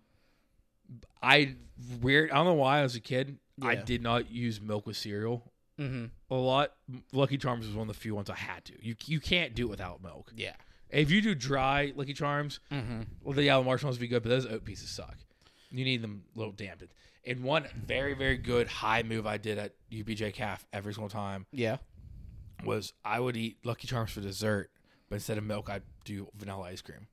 [SPEAKER 2] I weird. I don't know why. As a kid, I
[SPEAKER 1] Yeah.
[SPEAKER 2] did not use milk with cereal
[SPEAKER 1] Mm-hmm.
[SPEAKER 2] a lot. Lucky Charms was one of the few ones I had to. You you can't do it without milk.
[SPEAKER 1] Yeah,
[SPEAKER 2] If you do dry Lucky Charms,
[SPEAKER 1] Mm-hmm.
[SPEAKER 2] well, the yeah, the marshmallows would be good, but those oat pieces suck. You need them a little dampened. And one very, very good high move I did at UBJ Calf every single time
[SPEAKER 1] yeah.
[SPEAKER 2] was I would eat Lucky Charms for dessert, but instead of milk, I'd do vanilla ice cream.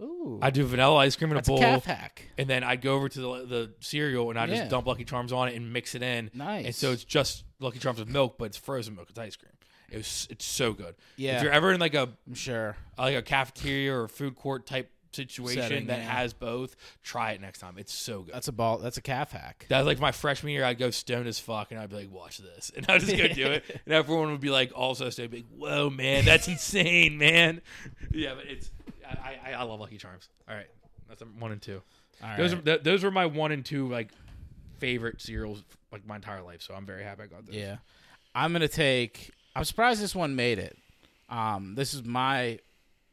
[SPEAKER 1] Ooh,
[SPEAKER 2] I'd do vanilla ice cream in
[SPEAKER 1] that's
[SPEAKER 2] a
[SPEAKER 1] a
[SPEAKER 2] bowl,
[SPEAKER 1] calf hack.
[SPEAKER 2] and then I'd go over to the, the cereal and I'd
[SPEAKER 1] Yeah.
[SPEAKER 2] just dump Lucky Charms on it and mix it in.
[SPEAKER 1] Nice.
[SPEAKER 2] And so it's just Lucky Charms with milk, but it's frozen milk. It's ice cream. It was, it's so good.
[SPEAKER 1] Yeah.
[SPEAKER 2] If you're ever in like a
[SPEAKER 1] I'm sure.
[SPEAKER 2] like a cafeteria or food court type situation
[SPEAKER 1] Setting,
[SPEAKER 2] that
[SPEAKER 1] yeah.
[SPEAKER 2] has both, try it next time. It's so good. That's,
[SPEAKER 1] That's a ball. That's a calf hack.
[SPEAKER 2] like my freshman year. I'd go stoned as fuck and I'd be like, watch this. And I'd just go do it. And everyone would be like, also stay big. Whoa, man. That's insane, man. Yeah, but it's, I, I, I love Lucky Charms. All right. That's number one and two.
[SPEAKER 1] All
[SPEAKER 2] those,
[SPEAKER 1] right.
[SPEAKER 2] are, th- those were my one and two, like, favorite cereals, like, my entire life. So I'm very happy I got those.
[SPEAKER 1] Yeah. I'm gonna take I'm surprised this one made it. Um this is my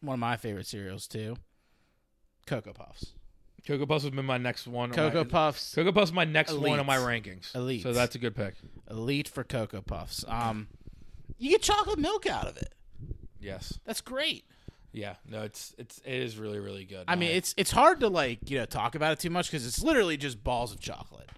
[SPEAKER 1] one of my favorite cereals too. Cocoa Puffs.
[SPEAKER 2] Cocoa Puffs has been my next one. on
[SPEAKER 1] Cocoa
[SPEAKER 2] my,
[SPEAKER 1] Puffs
[SPEAKER 2] Cocoa Puffs, is my next one on my
[SPEAKER 1] Elites.
[SPEAKER 2] rankings.
[SPEAKER 1] Elites.
[SPEAKER 2] So that's a good pick.
[SPEAKER 1] Elite for Cocoa Puffs. Um you get chocolate milk out of it.
[SPEAKER 2] Yes.
[SPEAKER 1] That's great.
[SPEAKER 2] Yeah, no, it's it's it is really really good. Uh,
[SPEAKER 1] I mean, it's it's hard to like, you know, talk about it too much cuz it's literally just balls of chocolate.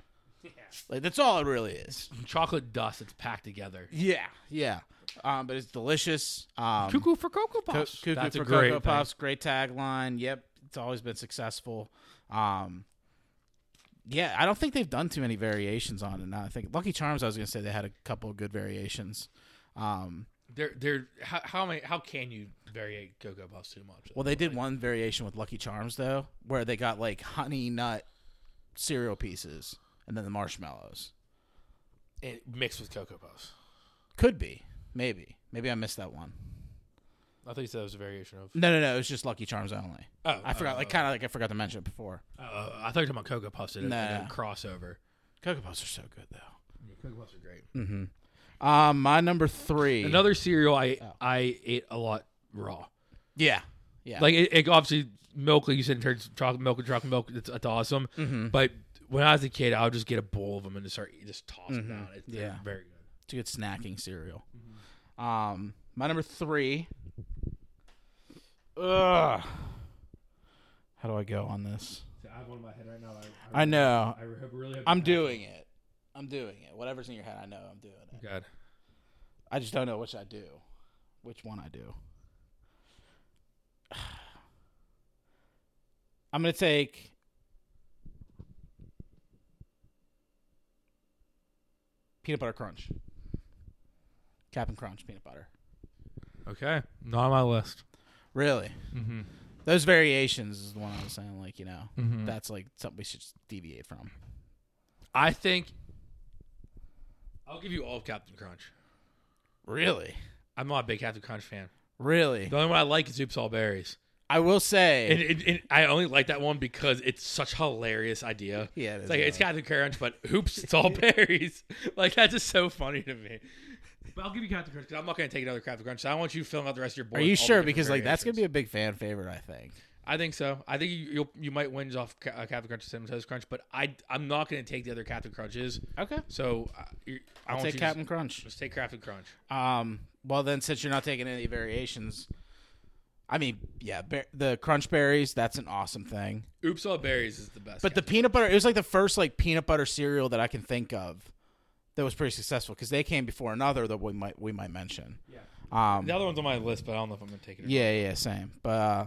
[SPEAKER 1] Like that's all it really is.
[SPEAKER 2] chocolate dust. It's packed together.
[SPEAKER 1] Yeah. Yeah. Um, but it's delicious. Um,
[SPEAKER 2] Cuckoo for
[SPEAKER 1] Co-
[SPEAKER 2] Cocoa Puffs.
[SPEAKER 1] Cuckoo
[SPEAKER 2] That's
[SPEAKER 1] for
[SPEAKER 2] a great
[SPEAKER 1] Cocoa
[SPEAKER 2] thing.
[SPEAKER 1] Puffs, great tagline. Yep, it's always been successful. Um, yeah, I don't think they've done too many variations on it. Now I think Lucky Charms. I was gonna say they had a couple of good variations. Um,
[SPEAKER 2] They're they're how how, many, how can you vary cocoa puffs too much?
[SPEAKER 1] Well, they did one variation with Lucky Charms though, where they got like honey nut cereal pieces and then the marshmallows.
[SPEAKER 2] it mixed with cocoa puffs.
[SPEAKER 1] Could be, maybe, maybe I missed that one.
[SPEAKER 2] I think that was a variation of.
[SPEAKER 1] No, no, no. It was just Lucky Charms only.
[SPEAKER 2] Oh,
[SPEAKER 1] I forgot.
[SPEAKER 2] oh,
[SPEAKER 1] like kind of like I forgot to mention it before.
[SPEAKER 2] Uh, I thought you were talking about cocoa puffs. Did
[SPEAKER 1] Nah.
[SPEAKER 2] crossover.
[SPEAKER 1] Cocoa Puffs are so good though.
[SPEAKER 2] cocoa puffs are great.
[SPEAKER 1] Mm. Um, my number three.
[SPEAKER 2] Another cereal I
[SPEAKER 1] Oh.
[SPEAKER 2] I ate a lot raw.
[SPEAKER 1] Yeah, yeah.
[SPEAKER 2] Like it, it obviously milk, like you said, in terms of chocolate milk and chocolate milk, it's, it's awesome.
[SPEAKER 1] Mm-hmm.
[SPEAKER 2] But when I was a kid, I would just get a bowl of them and just start just toss them down. It's they're
[SPEAKER 1] Mm-hmm. Yeah.
[SPEAKER 2] very good.
[SPEAKER 1] It's a good snacking cereal. Um, my number three. Ugh. How do I go on this?
[SPEAKER 2] I have one in my head right now. I,
[SPEAKER 1] I know.
[SPEAKER 2] really have
[SPEAKER 1] I'm doing it. I'm doing it. Whatever's in your head, I know I'm doing it.
[SPEAKER 2] God.
[SPEAKER 1] I just don't know which I do, which one I do. I'm gonna take. Peanut butter crunch. Captain Crunch peanut butter.
[SPEAKER 2] Okay, not on my list.
[SPEAKER 1] Really? Mm-hmm. Those variations is the one I was saying. Like you know,
[SPEAKER 2] Mm-hmm.
[SPEAKER 1] that's like something we should deviate from.
[SPEAKER 2] I think I'll give you all of Captain Crunch.
[SPEAKER 1] Really,
[SPEAKER 2] I'm not a big Captain Crunch fan.
[SPEAKER 1] really.
[SPEAKER 2] The only one I like is Oops All Berries.
[SPEAKER 1] I will say
[SPEAKER 2] And, and, and I only like that one because it's such a hilarious idea.
[SPEAKER 1] Yeah, it
[SPEAKER 2] it's
[SPEAKER 1] is
[SPEAKER 2] like it's Captain Crunch, but oops, it's all berries. Like that's just so funny to me. But I'll give you Captain Crunch because I'm not going to take another Captain Crunch. So I want you filling out the rest of your board.
[SPEAKER 1] Are you sure? Because like that's gonna be a big fan favorite, I think.
[SPEAKER 2] I think so. I think you you'll, you might win off Ca- uh, Captain Crunch and Cinnamon Toast Crunch, but I I'm not going to take the other Captain Crunches.
[SPEAKER 1] Okay.
[SPEAKER 2] So uh, you- I
[SPEAKER 1] I'll
[SPEAKER 2] want
[SPEAKER 1] take
[SPEAKER 2] you
[SPEAKER 1] Captain
[SPEAKER 2] To,
[SPEAKER 1] Crunch.
[SPEAKER 2] just take Captain Crunch.
[SPEAKER 1] Um. Well, then since you're not taking any variations, I mean, yeah, ber- the crunch berries. That's an awesome thing.
[SPEAKER 2] Oops, all berries is the best.
[SPEAKER 1] But the peanut butter. It was like the first like peanut butter cereal that I can think of that was pretty successful because they came before another that we might we might mention. Yeah. Um.
[SPEAKER 2] the other one's on my list, but I don't know if I'm going to take it. Or
[SPEAKER 1] Yeah, yeah, same. But uh,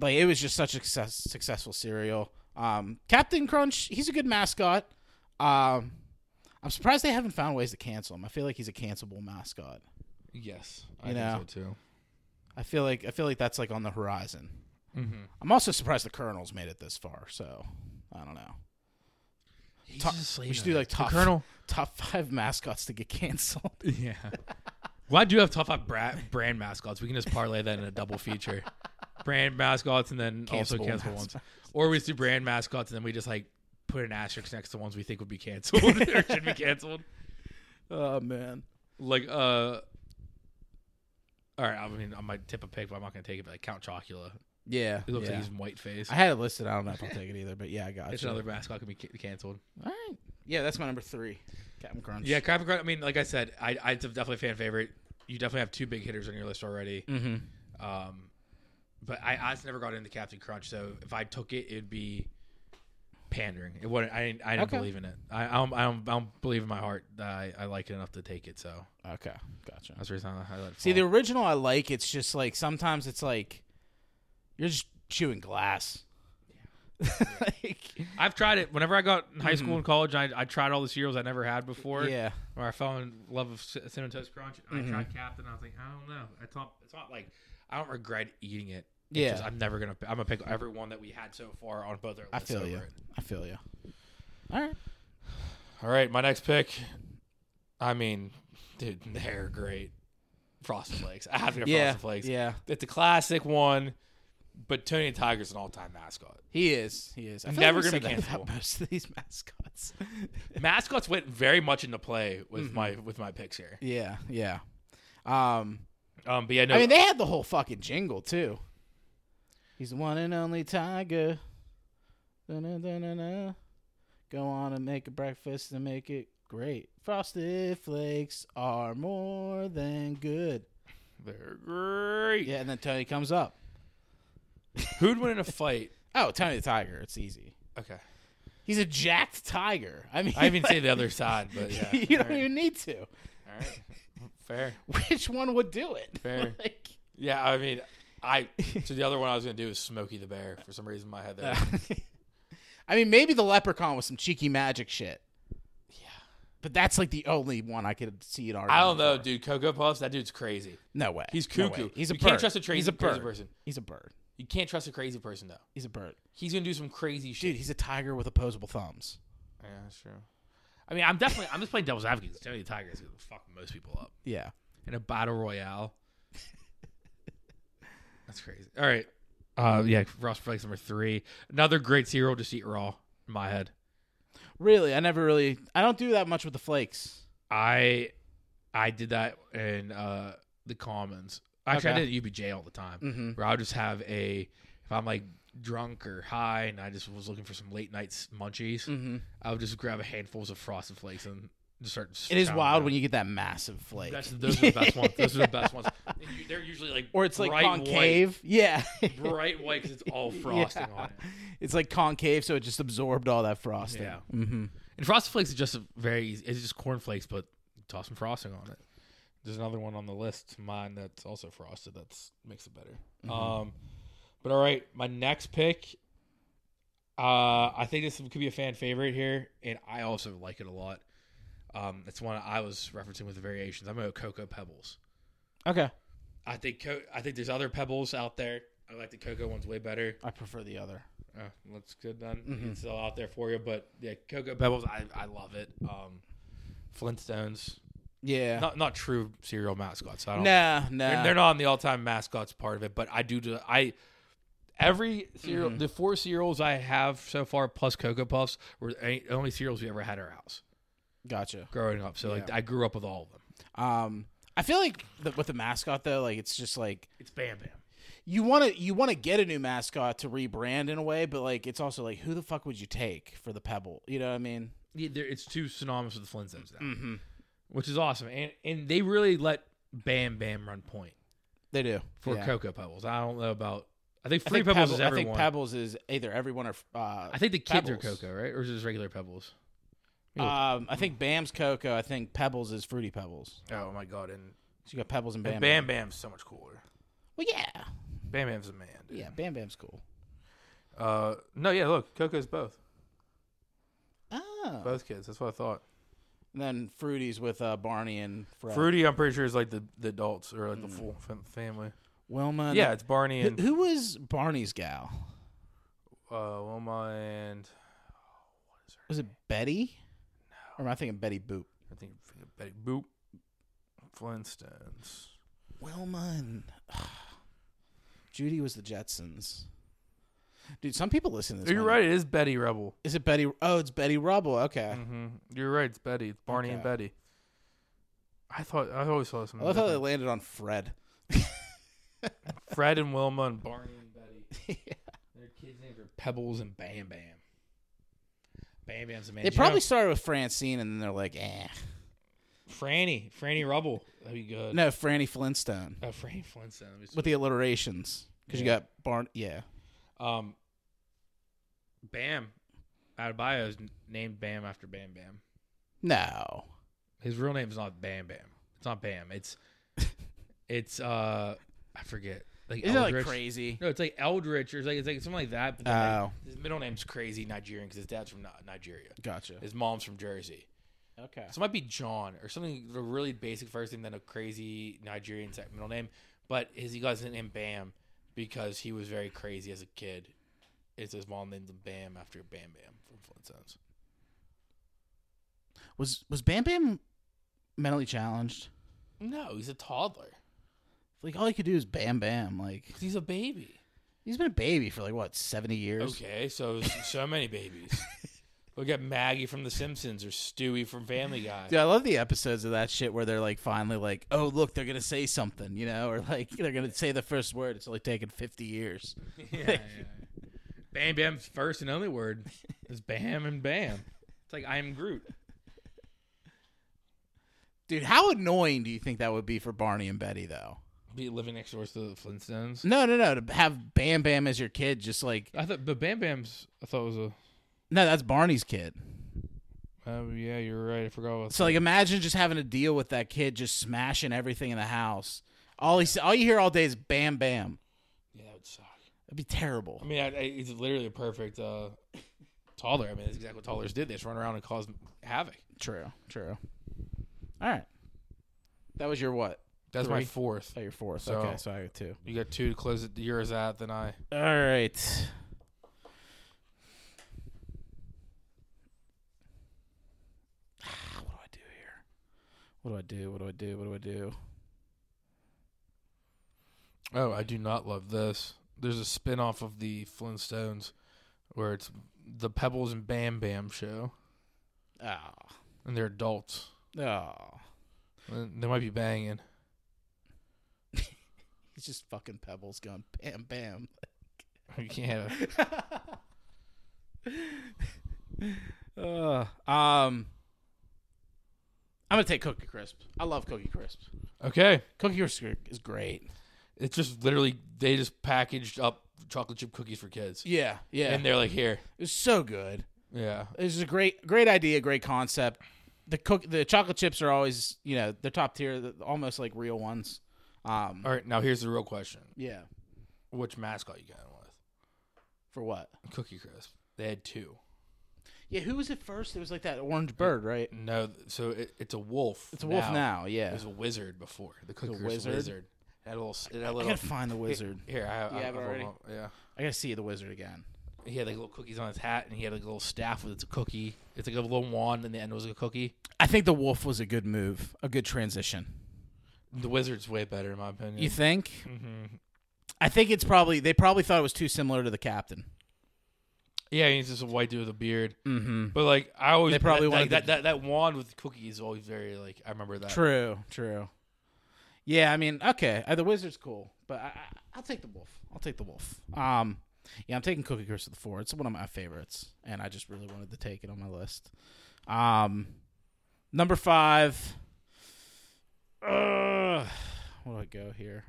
[SPEAKER 1] like it was just such a success, successful cereal. Um, Captain Crunch, he's a good mascot. Um, I'm surprised they haven't found ways to cancel him. I feel like he's a cancelable mascot.
[SPEAKER 2] not. Yes, I
[SPEAKER 1] You know.
[SPEAKER 2] think so too.
[SPEAKER 1] I feel like I feel like that's like on the horizon.
[SPEAKER 2] Mm-hmm.
[SPEAKER 1] I'm also surprised the Colonels made it this far. So I don't know.
[SPEAKER 2] He's
[SPEAKER 1] Top-
[SPEAKER 2] just a slave
[SPEAKER 1] we should
[SPEAKER 2] now.
[SPEAKER 1] do like
[SPEAKER 2] The
[SPEAKER 1] top
[SPEAKER 2] Colonel.
[SPEAKER 1] top five mascots to get canceled.
[SPEAKER 2] Yeah. Well, I do have top five bra- brand mascots. We can just parlay that in a double feature. Brand mascots and then also
[SPEAKER 1] Cancelable
[SPEAKER 2] cancel ones.
[SPEAKER 1] mascots.
[SPEAKER 2] Or we just do brand mascots and then we just like put an asterisk next to ones we think would be canceled or should be canceled.
[SPEAKER 1] oh man.
[SPEAKER 2] Like, uh, all right, I mean, I might tip a pick, but I'm not going to take it. But like Count Chocula,
[SPEAKER 1] Yeah.
[SPEAKER 2] it looks
[SPEAKER 1] yeah.
[SPEAKER 2] like he's in white face.
[SPEAKER 1] I had it listed. I don't know if I'll take it either, but yeah, I got
[SPEAKER 2] It's
[SPEAKER 1] you.
[SPEAKER 2] another mascot could be ca- canceled.
[SPEAKER 1] All right. Yeah, that's my number three. Captain Crunch.
[SPEAKER 2] Yeah, Captain Crunch. I mean, like I said, I, I it's definitely a fan favorite. You definitely have two big hitters on your list already. Mm-hmm. Um, but I, I just never got into Captain Crunch, so if I took it, it'd be pandering. It wouldn't. I didn't. I didn't
[SPEAKER 1] Okay.
[SPEAKER 2] believe in it. I, I don't. I don't. I don't believe in my heart that I, I like it enough to take it. So
[SPEAKER 1] Okay. Gotcha.
[SPEAKER 2] that's the reason I, I let it
[SPEAKER 1] See, the
[SPEAKER 2] fall.
[SPEAKER 1] original I like. It's just like sometimes it's like you're just chewing glass. like,
[SPEAKER 2] I've tried it. Whenever I got in high school and college, I, I tried all the cereals I never had before.
[SPEAKER 1] yeah.
[SPEAKER 2] where I fell in love with Cin- cinnamon toast crunch. I tried Captain. I was like, I don't know. It's not. It's not like I don't regret eating it. It's
[SPEAKER 1] Yeah.
[SPEAKER 2] just, I'm never gonna. I'm gonna pick every one that we had so far on both our lists.
[SPEAKER 1] I feel
[SPEAKER 2] over
[SPEAKER 1] you.
[SPEAKER 2] it.
[SPEAKER 1] I feel you. All right.
[SPEAKER 2] All right, my next pick. I mean, dude, they're great. Frosted Flakes. I have to go
[SPEAKER 1] Yeah.
[SPEAKER 2] Frosted Flakes.
[SPEAKER 1] Yeah.
[SPEAKER 2] it's a classic one. But Tony the Tiger's an all-time mascot.
[SPEAKER 1] He is. He is. I'm
[SPEAKER 2] Never gonna be cancelable.
[SPEAKER 1] most of these mascots.
[SPEAKER 2] Mascots went very much into play with my with my picks here.
[SPEAKER 1] yeah. Yeah. Um.
[SPEAKER 2] Um, but yeah, no,
[SPEAKER 1] I mean, they had the whole fucking jingle too. He's the one and only tiger. Da-na-na-na-na. Go on and make a breakfast and make it great. Frosted flakes are more than good.
[SPEAKER 2] they're great.
[SPEAKER 1] Yeah, and then Tony comes up.
[SPEAKER 2] Who'd win in a fight?
[SPEAKER 1] Oh, Tony the tiger. It's easy.
[SPEAKER 2] Okay.
[SPEAKER 1] He's a jacked tiger. I mean,
[SPEAKER 2] I even say the other side, but yeah.
[SPEAKER 1] you don't even need to.
[SPEAKER 2] All right. Fair,
[SPEAKER 1] Which one would do it?
[SPEAKER 2] fair.
[SPEAKER 1] Like,
[SPEAKER 2] Yeah, I mean, I. So the other one I was gonna do is Smokey the Bear. For some reason, in my head there.
[SPEAKER 1] I mean, maybe the leprechaun with some cheeky magic shit. But that's like the only one I could see it arguing.
[SPEAKER 2] I don't know,
[SPEAKER 1] for.
[SPEAKER 2] dude. Cocoa Puffs, that dude's crazy.
[SPEAKER 1] No way.
[SPEAKER 2] He's
[SPEAKER 1] No
[SPEAKER 2] cuckoo.
[SPEAKER 1] way. He's a
[SPEAKER 2] You
[SPEAKER 1] bird.
[SPEAKER 2] can't trust a tra-
[SPEAKER 1] He's a
[SPEAKER 2] crazy
[SPEAKER 1] bird.
[SPEAKER 2] person.
[SPEAKER 1] He's a bird.
[SPEAKER 2] You can't trust a crazy person though.
[SPEAKER 1] He's a bird.
[SPEAKER 2] He's gonna do some crazy shit.
[SPEAKER 1] Dude, he's a tiger with opposable thumbs.
[SPEAKER 2] Yeah, that's true. I mean, I'm definitely I'm just playing devil's advocate. Tony the Tiger is gonna fuck most people up
[SPEAKER 1] Yeah.
[SPEAKER 2] in a battle royale. that's crazy. All right, uh, yeah, Ross Flex number three. Another great cereal, just eat raw. In my head,
[SPEAKER 1] Really, I never really. I don't do that much with the flakes.
[SPEAKER 2] I I did that in uh, the Commons. Actually,
[SPEAKER 1] Okay. Mm-hmm.
[SPEAKER 2] I did it at UBJ all the time, where I would just have a if I'm like drunk or high and I just was looking for some late night s- munchies,
[SPEAKER 1] Mm-hmm.
[SPEAKER 2] I would just grab a handfuls of Frosted Flakes and just start.
[SPEAKER 1] It is wild when you get that massive flake,
[SPEAKER 2] Oh, That's, those are the best ones. Those are the best ones. And you, they're usually like
[SPEAKER 1] or it's like
[SPEAKER 2] bright
[SPEAKER 1] concave. Yeah,
[SPEAKER 2] white, bright white because it's all frosting on it.
[SPEAKER 1] it's like concave, so it just absorbed all that frosting.
[SPEAKER 2] Yeah. And Frosted Flakes is just a very easy. It's just corn flakes, but toss some frosting on it. There's another one on the list, mine that's also frosted. That's makes it better. Um, but all right, my next pick. Uh, I think this could be a fan favorite here, and I also like it a lot. Um, it's one I was referencing with the variations. I'm gonna go Cocoa Pebbles.
[SPEAKER 1] Okay,
[SPEAKER 2] I think co- I think there's other pebbles out there. I like the cocoa ones way better.
[SPEAKER 1] I prefer the other.
[SPEAKER 2] Uh, that's good then. It's still out there for you, but yeah, cocoa pebbles. I, I love it. Um, Flintstones,
[SPEAKER 1] Yeah.
[SPEAKER 2] not not true cereal mascots. I don't.
[SPEAKER 1] nah,
[SPEAKER 2] They're,
[SPEAKER 1] nah.
[SPEAKER 2] they're not on the all time mascots part of it, but I do. do I every cereal, the four cereals I have so far plus cocoa puffs were the only cereals we ever had at our house
[SPEAKER 1] Gotcha.
[SPEAKER 2] growing up. So like I grew up with all of them.
[SPEAKER 1] Um, I feel like the, with the mascot though, like it's just like
[SPEAKER 2] It's Bam Bam.
[SPEAKER 1] you want to you want to get a new mascot to rebrand in a way, but like it's also like who the fuck would you take for the pebble? You know what I mean?
[SPEAKER 2] yeah, they're- it's too synonymous with the Flintstones now, which is awesome. And and they really let Bam Bam run point
[SPEAKER 1] They do
[SPEAKER 2] for
[SPEAKER 1] Yeah.
[SPEAKER 2] Cocoa Pebbles. I don't know about. I think
[SPEAKER 1] I
[SPEAKER 2] Free
[SPEAKER 1] think
[SPEAKER 2] Pebbles
[SPEAKER 1] Pebble-
[SPEAKER 2] is
[SPEAKER 1] I think
[SPEAKER 2] everyone. I think,
[SPEAKER 1] Pebbles is either everyone or uh,
[SPEAKER 2] the kids are
[SPEAKER 1] Pebbles.
[SPEAKER 2] Cocoa, right? Or is it just regular Pebbles?
[SPEAKER 1] Um, I think Bam's Cocoa. I think Pebbles is Fruity Pebbles.
[SPEAKER 2] Oh my god! And
[SPEAKER 1] So you got Pebbles and Bam.
[SPEAKER 2] Bam's so much cooler.
[SPEAKER 1] Well, yeah,
[SPEAKER 2] Bam Bam's a man.
[SPEAKER 1] yeah. Bam Bam's cool.
[SPEAKER 2] Uh, no, yeah. Look, Cocoa's both.
[SPEAKER 1] Oh.
[SPEAKER 2] Both kids. That's what I thought.
[SPEAKER 1] And then Fruity's with uh, Barney and Fred.
[SPEAKER 2] Fruity, I'm pretty sure is like the, the adults or like
[SPEAKER 1] Mm.
[SPEAKER 2] the full fam- family.
[SPEAKER 1] Wilma. and-
[SPEAKER 2] Yeah, it's Barney
[SPEAKER 1] Who,
[SPEAKER 2] and
[SPEAKER 1] who was Barney's gal?
[SPEAKER 2] uh, Wilma and
[SPEAKER 1] Was it Betty? Or am I thinking Betty Boop?
[SPEAKER 2] I think Betty Boop, Flintstones.
[SPEAKER 1] Wilma and Judy was the Jetsons. Dude, some people listen to this.
[SPEAKER 2] You're
[SPEAKER 1] one.
[SPEAKER 2] right. It is Betty Rebel.
[SPEAKER 1] Is it Betty? Oh, it's Betty Rubble. Okay.
[SPEAKER 2] You're right. It's Betty. It's Barney and
[SPEAKER 1] Okay.
[SPEAKER 2] Betty. I thought I always saw
[SPEAKER 1] I
[SPEAKER 2] something.
[SPEAKER 1] love how they
[SPEAKER 2] different.
[SPEAKER 1] landed on Fred.
[SPEAKER 2] Fred and Wilma and Barney and Betty. Their kids' names are Pebbles and Bam Bam. Bam Bam's a man.
[SPEAKER 1] They
[SPEAKER 2] Did you know
[SPEAKER 1] probably started with Francine, and then they're like, eh.
[SPEAKER 2] Franny, Franny Rubble. That'd be good.
[SPEAKER 1] No, Franny Flintstone
[SPEAKER 2] Oh, Franny Flintstone. That'd be
[SPEAKER 1] with the alliterations because you
[SPEAKER 2] Yeah.
[SPEAKER 1] got Barn. Yeah.
[SPEAKER 2] sweet. um, Bam. Adebayo is n- named Bam after Bam Bam.
[SPEAKER 1] No.
[SPEAKER 2] His real name's not Bam Bam. It's not Bam. It's it's uh I forget. Like
[SPEAKER 1] Isn't that like
[SPEAKER 2] Eldritch.
[SPEAKER 1] crazy?
[SPEAKER 2] No, it's like Eldritch or it's like it's like something like that. But then, like,
[SPEAKER 1] Oh,
[SPEAKER 2] his middle name's crazy Nigerian because his dad's from Ni- Nigeria.
[SPEAKER 1] gotcha.
[SPEAKER 2] His mom's from Jersey.
[SPEAKER 1] Okay.
[SPEAKER 2] So it might be John or something a really basic first name, then a crazy Nigerian sec- middle name. But his he got his name Bam because he was very crazy as a kid. It's his mom named him Bam after Bam Bam from Flintstones.
[SPEAKER 1] Was was Bam Bam mentally challenged?
[SPEAKER 2] No, he's a toddler.
[SPEAKER 1] Like all he could do is Bam Bam. Like
[SPEAKER 2] He's a baby.
[SPEAKER 1] he's been a baby for like what seventy years.
[SPEAKER 2] Okay, so so many babies. Look at Maggie from The Simpsons or Stewie from Family Guy.
[SPEAKER 1] Dude, I love the episodes of that shit where they're like finally like, oh look, they're gonna say something, you know, or like they're gonna say the first word. It's only taken fifty years.
[SPEAKER 2] Bam Bam's first and only word is Bam and Bam. It's like I am Groot.
[SPEAKER 1] Dude, how annoying do you think that would be for Barney and Betty though?
[SPEAKER 2] Be living next door to the Flintstones.
[SPEAKER 1] No, no, no. To have Bam Bam as your kid, just like
[SPEAKER 2] I thought, but Bam Bam's. I thought was a.
[SPEAKER 1] no, that's Barney's kid.
[SPEAKER 2] Oh yeah, you're right. I forgot what.
[SPEAKER 1] So like, imagine just having to deal with that kid just smashing everything in the house. All he, all you hear all day is Bam Bam.
[SPEAKER 2] yeah, that would suck.
[SPEAKER 1] That'd be terrible.
[SPEAKER 2] I mean, I, I, it's literally a perfect uh, toddler. I mean, that's exactly what toddlers did. They just run around and cause havoc.
[SPEAKER 1] True. True. All right. That was your what?
[SPEAKER 2] That's my
[SPEAKER 1] Three.
[SPEAKER 2] fourth.
[SPEAKER 1] Oh, your fourth.
[SPEAKER 2] So-
[SPEAKER 1] okay, so I got two.
[SPEAKER 2] You got two to close it. Yours out. Then I.
[SPEAKER 1] All right. Ah, What do I do here? What do I do? What do I do? What do I do?
[SPEAKER 2] Oh, I do not love this. There's a spin off of the Flintstones where it's the Pebbles and Bam Bam show,
[SPEAKER 1] Oh.
[SPEAKER 2] and they're adults.
[SPEAKER 1] Oh.
[SPEAKER 2] And They might be banging.
[SPEAKER 1] It's just fucking pebbles going bam bam.
[SPEAKER 2] You can't have it.
[SPEAKER 1] Uh, um I'm gonna take Cookie Crisp. I love Cookie Crisp.
[SPEAKER 2] Okay.
[SPEAKER 1] Cookie Crisp is great.
[SPEAKER 2] It's just literally, they just packaged up chocolate chip cookies for kids.
[SPEAKER 1] Yeah, yeah.
[SPEAKER 2] And they're like, here.
[SPEAKER 1] it's so good.
[SPEAKER 2] Yeah.
[SPEAKER 1] This is a great, great idea, great concept. The cook, the chocolate chips are always, you know, they're top tier, the- almost like real ones. Um,
[SPEAKER 2] All right. Now, here's the real question
[SPEAKER 1] yeah.
[SPEAKER 2] Which mascot you going with?
[SPEAKER 1] For what?
[SPEAKER 2] Cookie Crisp. They had two.
[SPEAKER 1] Yeah, who was it first? It was like that orange bird, right?
[SPEAKER 2] No, th- so it, it's a wolf.
[SPEAKER 1] It's a wolf now.
[SPEAKER 2] It
[SPEAKER 1] yeah,
[SPEAKER 2] was a wizard before. The Cookie Crisp
[SPEAKER 1] wizard?
[SPEAKER 2] wizard. It had a little. It had a
[SPEAKER 1] I
[SPEAKER 2] little
[SPEAKER 1] gotta find the wizard.
[SPEAKER 2] Here, I have.
[SPEAKER 1] You
[SPEAKER 2] I,
[SPEAKER 1] have
[SPEAKER 2] I,
[SPEAKER 1] it already?
[SPEAKER 2] Yeah.
[SPEAKER 1] I gotta see the wizard again.
[SPEAKER 2] He had like little cookies on his hat, and he had like a little staff with it's a cookie. It's like a little wand, and the end was a cookie.
[SPEAKER 1] I think the wolf was a good move, a good transition.
[SPEAKER 2] The wizard's way better, in my opinion.
[SPEAKER 1] You think? I think it's probably they probably thought it was too similar to the captain.
[SPEAKER 2] yeah, he's just a white dude with a beard. Mm-hmm. But like, I always
[SPEAKER 1] They probably
[SPEAKER 2] that,
[SPEAKER 1] wanted
[SPEAKER 2] like,
[SPEAKER 1] to-
[SPEAKER 2] that, that that wand with the cookie is always very like. I remember that.
[SPEAKER 1] True, true. Yeah, I mean, okay, uh, the wizard's cool, but I, I, I'll take the wolf. I'll take the wolf. Um, yeah, I'm taking Cookie Curse of the Four. It's one of my favorites, and I just really wanted to take it on my list. Um, number five. Ugh, where do I go here?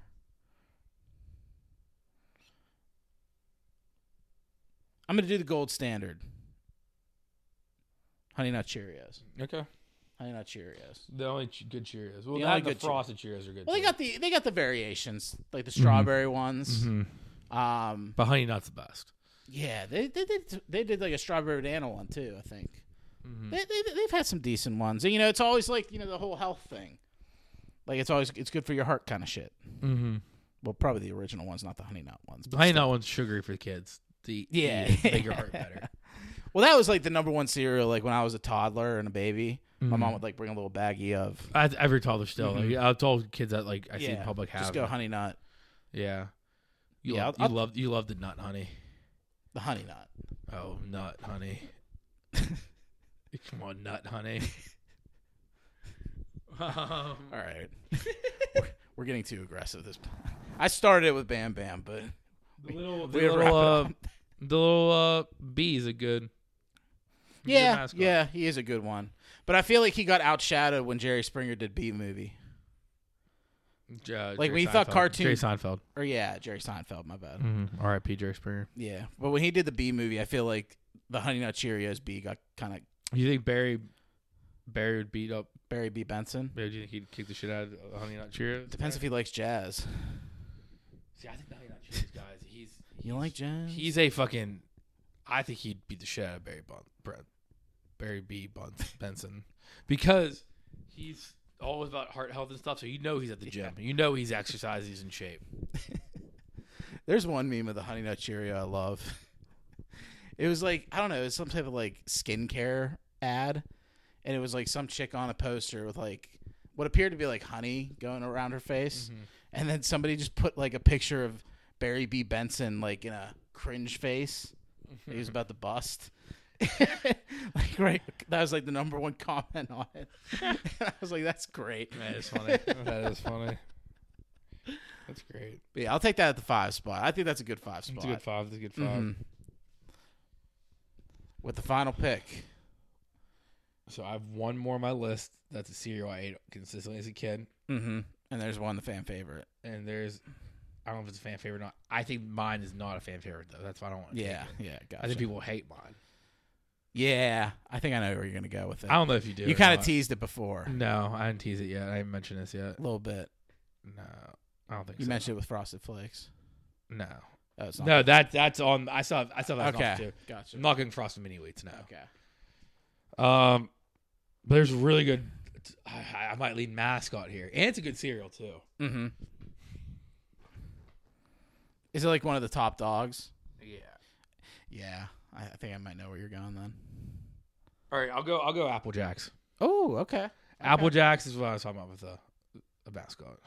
[SPEAKER 1] I'm gonna do the gold standard. Honey Nut Cheerios.
[SPEAKER 2] Okay.
[SPEAKER 1] Honey Nut Cheerios.
[SPEAKER 2] The only ch- good Cheerios. Well,
[SPEAKER 1] The
[SPEAKER 2] the,
[SPEAKER 1] only
[SPEAKER 2] the
[SPEAKER 1] good Cheer-
[SPEAKER 2] frosted Cheerios are good.
[SPEAKER 1] Well, they
[SPEAKER 2] too.
[SPEAKER 1] got the they got the variations, like the
[SPEAKER 2] Mm-hmm.
[SPEAKER 1] strawberry ones. Um,
[SPEAKER 2] but honey nut's the best.
[SPEAKER 1] yeah, they they did they did like a strawberry banana one too. I think
[SPEAKER 2] Mm-hmm.
[SPEAKER 1] they, they they've had some decent ones. And, you know, it's always like you know the whole health thing. Like it's always it's good for your heart kind of shit. Mm-hmm. Well, probably the original ones, not the honey nut ones. But
[SPEAKER 2] Honey nut one's sugary for the kids. The
[SPEAKER 1] Yeah.
[SPEAKER 2] make your heart better.
[SPEAKER 1] well, that was like the number one cereal. Like when I was a toddler and a baby, my
[SPEAKER 2] Mm-hmm.
[SPEAKER 1] mom would like bring a little baggie of
[SPEAKER 2] I, every toddler still. Like, I've told kids that like I see
[SPEAKER 1] Mm-hmm. yeah,
[SPEAKER 2] in public have.
[SPEAKER 1] just go honey nut,
[SPEAKER 2] Yeah. You
[SPEAKER 1] Yeah,
[SPEAKER 2] love,
[SPEAKER 1] I'll-
[SPEAKER 2] you love you love the nut honey.
[SPEAKER 1] the honey nut.
[SPEAKER 2] Oh, nut honey. Come on, nut honey. um,
[SPEAKER 1] All right. We're- we're getting too aggressive this time. I started it with Bam Bam, but
[SPEAKER 2] the little, uh,
[SPEAKER 1] we wrap it up.
[SPEAKER 2] the little uh, bees are good.
[SPEAKER 1] yeah,
[SPEAKER 2] mascot.
[SPEAKER 1] yeah, he is a good one. But I feel like he got outshadowed when Jerry Springer did B movie.
[SPEAKER 2] Uh,
[SPEAKER 1] when you thought cartoon-
[SPEAKER 2] Jerry Seinfeld.
[SPEAKER 1] Or yeah, Jerry Seinfeld, my
[SPEAKER 2] Mm-hmm.
[SPEAKER 1] bad.
[SPEAKER 2] R.I.P. Jerry Springer.
[SPEAKER 1] Yeah. But when he did the B movie, I feel like the Honey Nut Cheerios B got kind of
[SPEAKER 2] You think Barry Barry would beat up?
[SPEAKER 1] Barry B Benson.
[SPEAKER 2] Barry, do you think he'd kick the shit out of the Honey Nut Cheerios?
[SPEAKER 1] Depends if he likes jazz.
[SPEAKER 2] See, I think the Honey Nut Cheerios guys. He's
[SPEAKER 1] You like jazz?
[SPEAKER 2] He's a fucking. I think he'd beat the shit out of Barry Bun- Brent, Barry B. Bun- Benson because he's always about heart health and stuff. So you know he's at the gym. You know he's exercising. He's in shape.
[SPEAKER 1] There's one meme of the Honey Nut Cheerio I love. It was like I don't know, it was some type of like skincare ad, and it was like some chick on a poster with like what appeared to be like honey going around her face,
[SPEAKER 2] Mm-hmm.
[SPEAKER 1] and then somebody just put like a picture of Barry B Benson like in a cringe face.
[SPEAKER 2] Mm-hmm.
[SPEAKER 1] He was about to bust. like right, that was like the number one comment on it. I was like, "That's great."
[SPEAKER 2] That is funny. that is funny. That's great.
[SPEAKER 1] But yeah, I'll take that at the five spot. I think that's a good five spot.
[SPEAKER 2] It's a good five. It's a good 5
[SPEAKER 1] Um,
[SPEAKER 2] Mm-hmm.
[SPEAKER 1] With the final pick,
[SPEAKER 2] So I have one more on my list. That's a cereal I ate consistently as a kid.
[SPEAKER 1] Mm-hmm. And there's one, the fan favorite.
[SPEAKER 2] And there's, I don't know if it's a fan favorite or not. I think mine is not a fan favorite though. That's why I don't want.
[SPEAKER 1] Yeah, yeah,
[SPEAKER 2] I
[SPEAKER 1] gotcha.
[SPEAKER 2] think people hate mine.
[SPEAKER 1] yeah, I think I know where you're gonna go with it.
[SPEAKER 2] I don't know if you do.
[SPEAKER 1] you
[SPEAKER 2] or
[SPEAKER 1] kind of
[SPEAKER 2] not.
[SPEAKER 1] teased it before
[SPEAKER 2] No, I didn't tease it yet. I didn't mention this yet.
[SPEAKER 1] a little bit.
[SPEAKER 2] No, I don't think
[SPEAKER 1] You
[SPEAKER 2] so.
[SPEAKER 1] mentioned it with Frosted Flakes.
[SPEAKER 2] no,
[SPEAKER 1] Oh, it's not
[SPEAKER 2] no. That that's on. I saw. I saw that.
[SPEAKER 1] Okay,
[SPEAKER 2] Okay, too.
[SPEAKER 1] gotcha.
[SPEAKER 2] I'm not getting frosted mini wheats now.
[SPEAKER 1] okay.
[SPEAKER 2] Um, But there's really good. I, I might lead mascot here, and it's a good cereal too.
[SPEAKER 1] Is it like one of the top dogs?
[SPEAKER 2] Yeah.
[SPEAKER 1] Yeah, I, I think I might know where you're going then.
[SPEAKER 2] All right, I'll go. I'll go Apple Jacks.
[SPEAKER 1] Oh, okay.
[SPEAKER 2] Apple Jacks is what I was talking about with the, the mascot.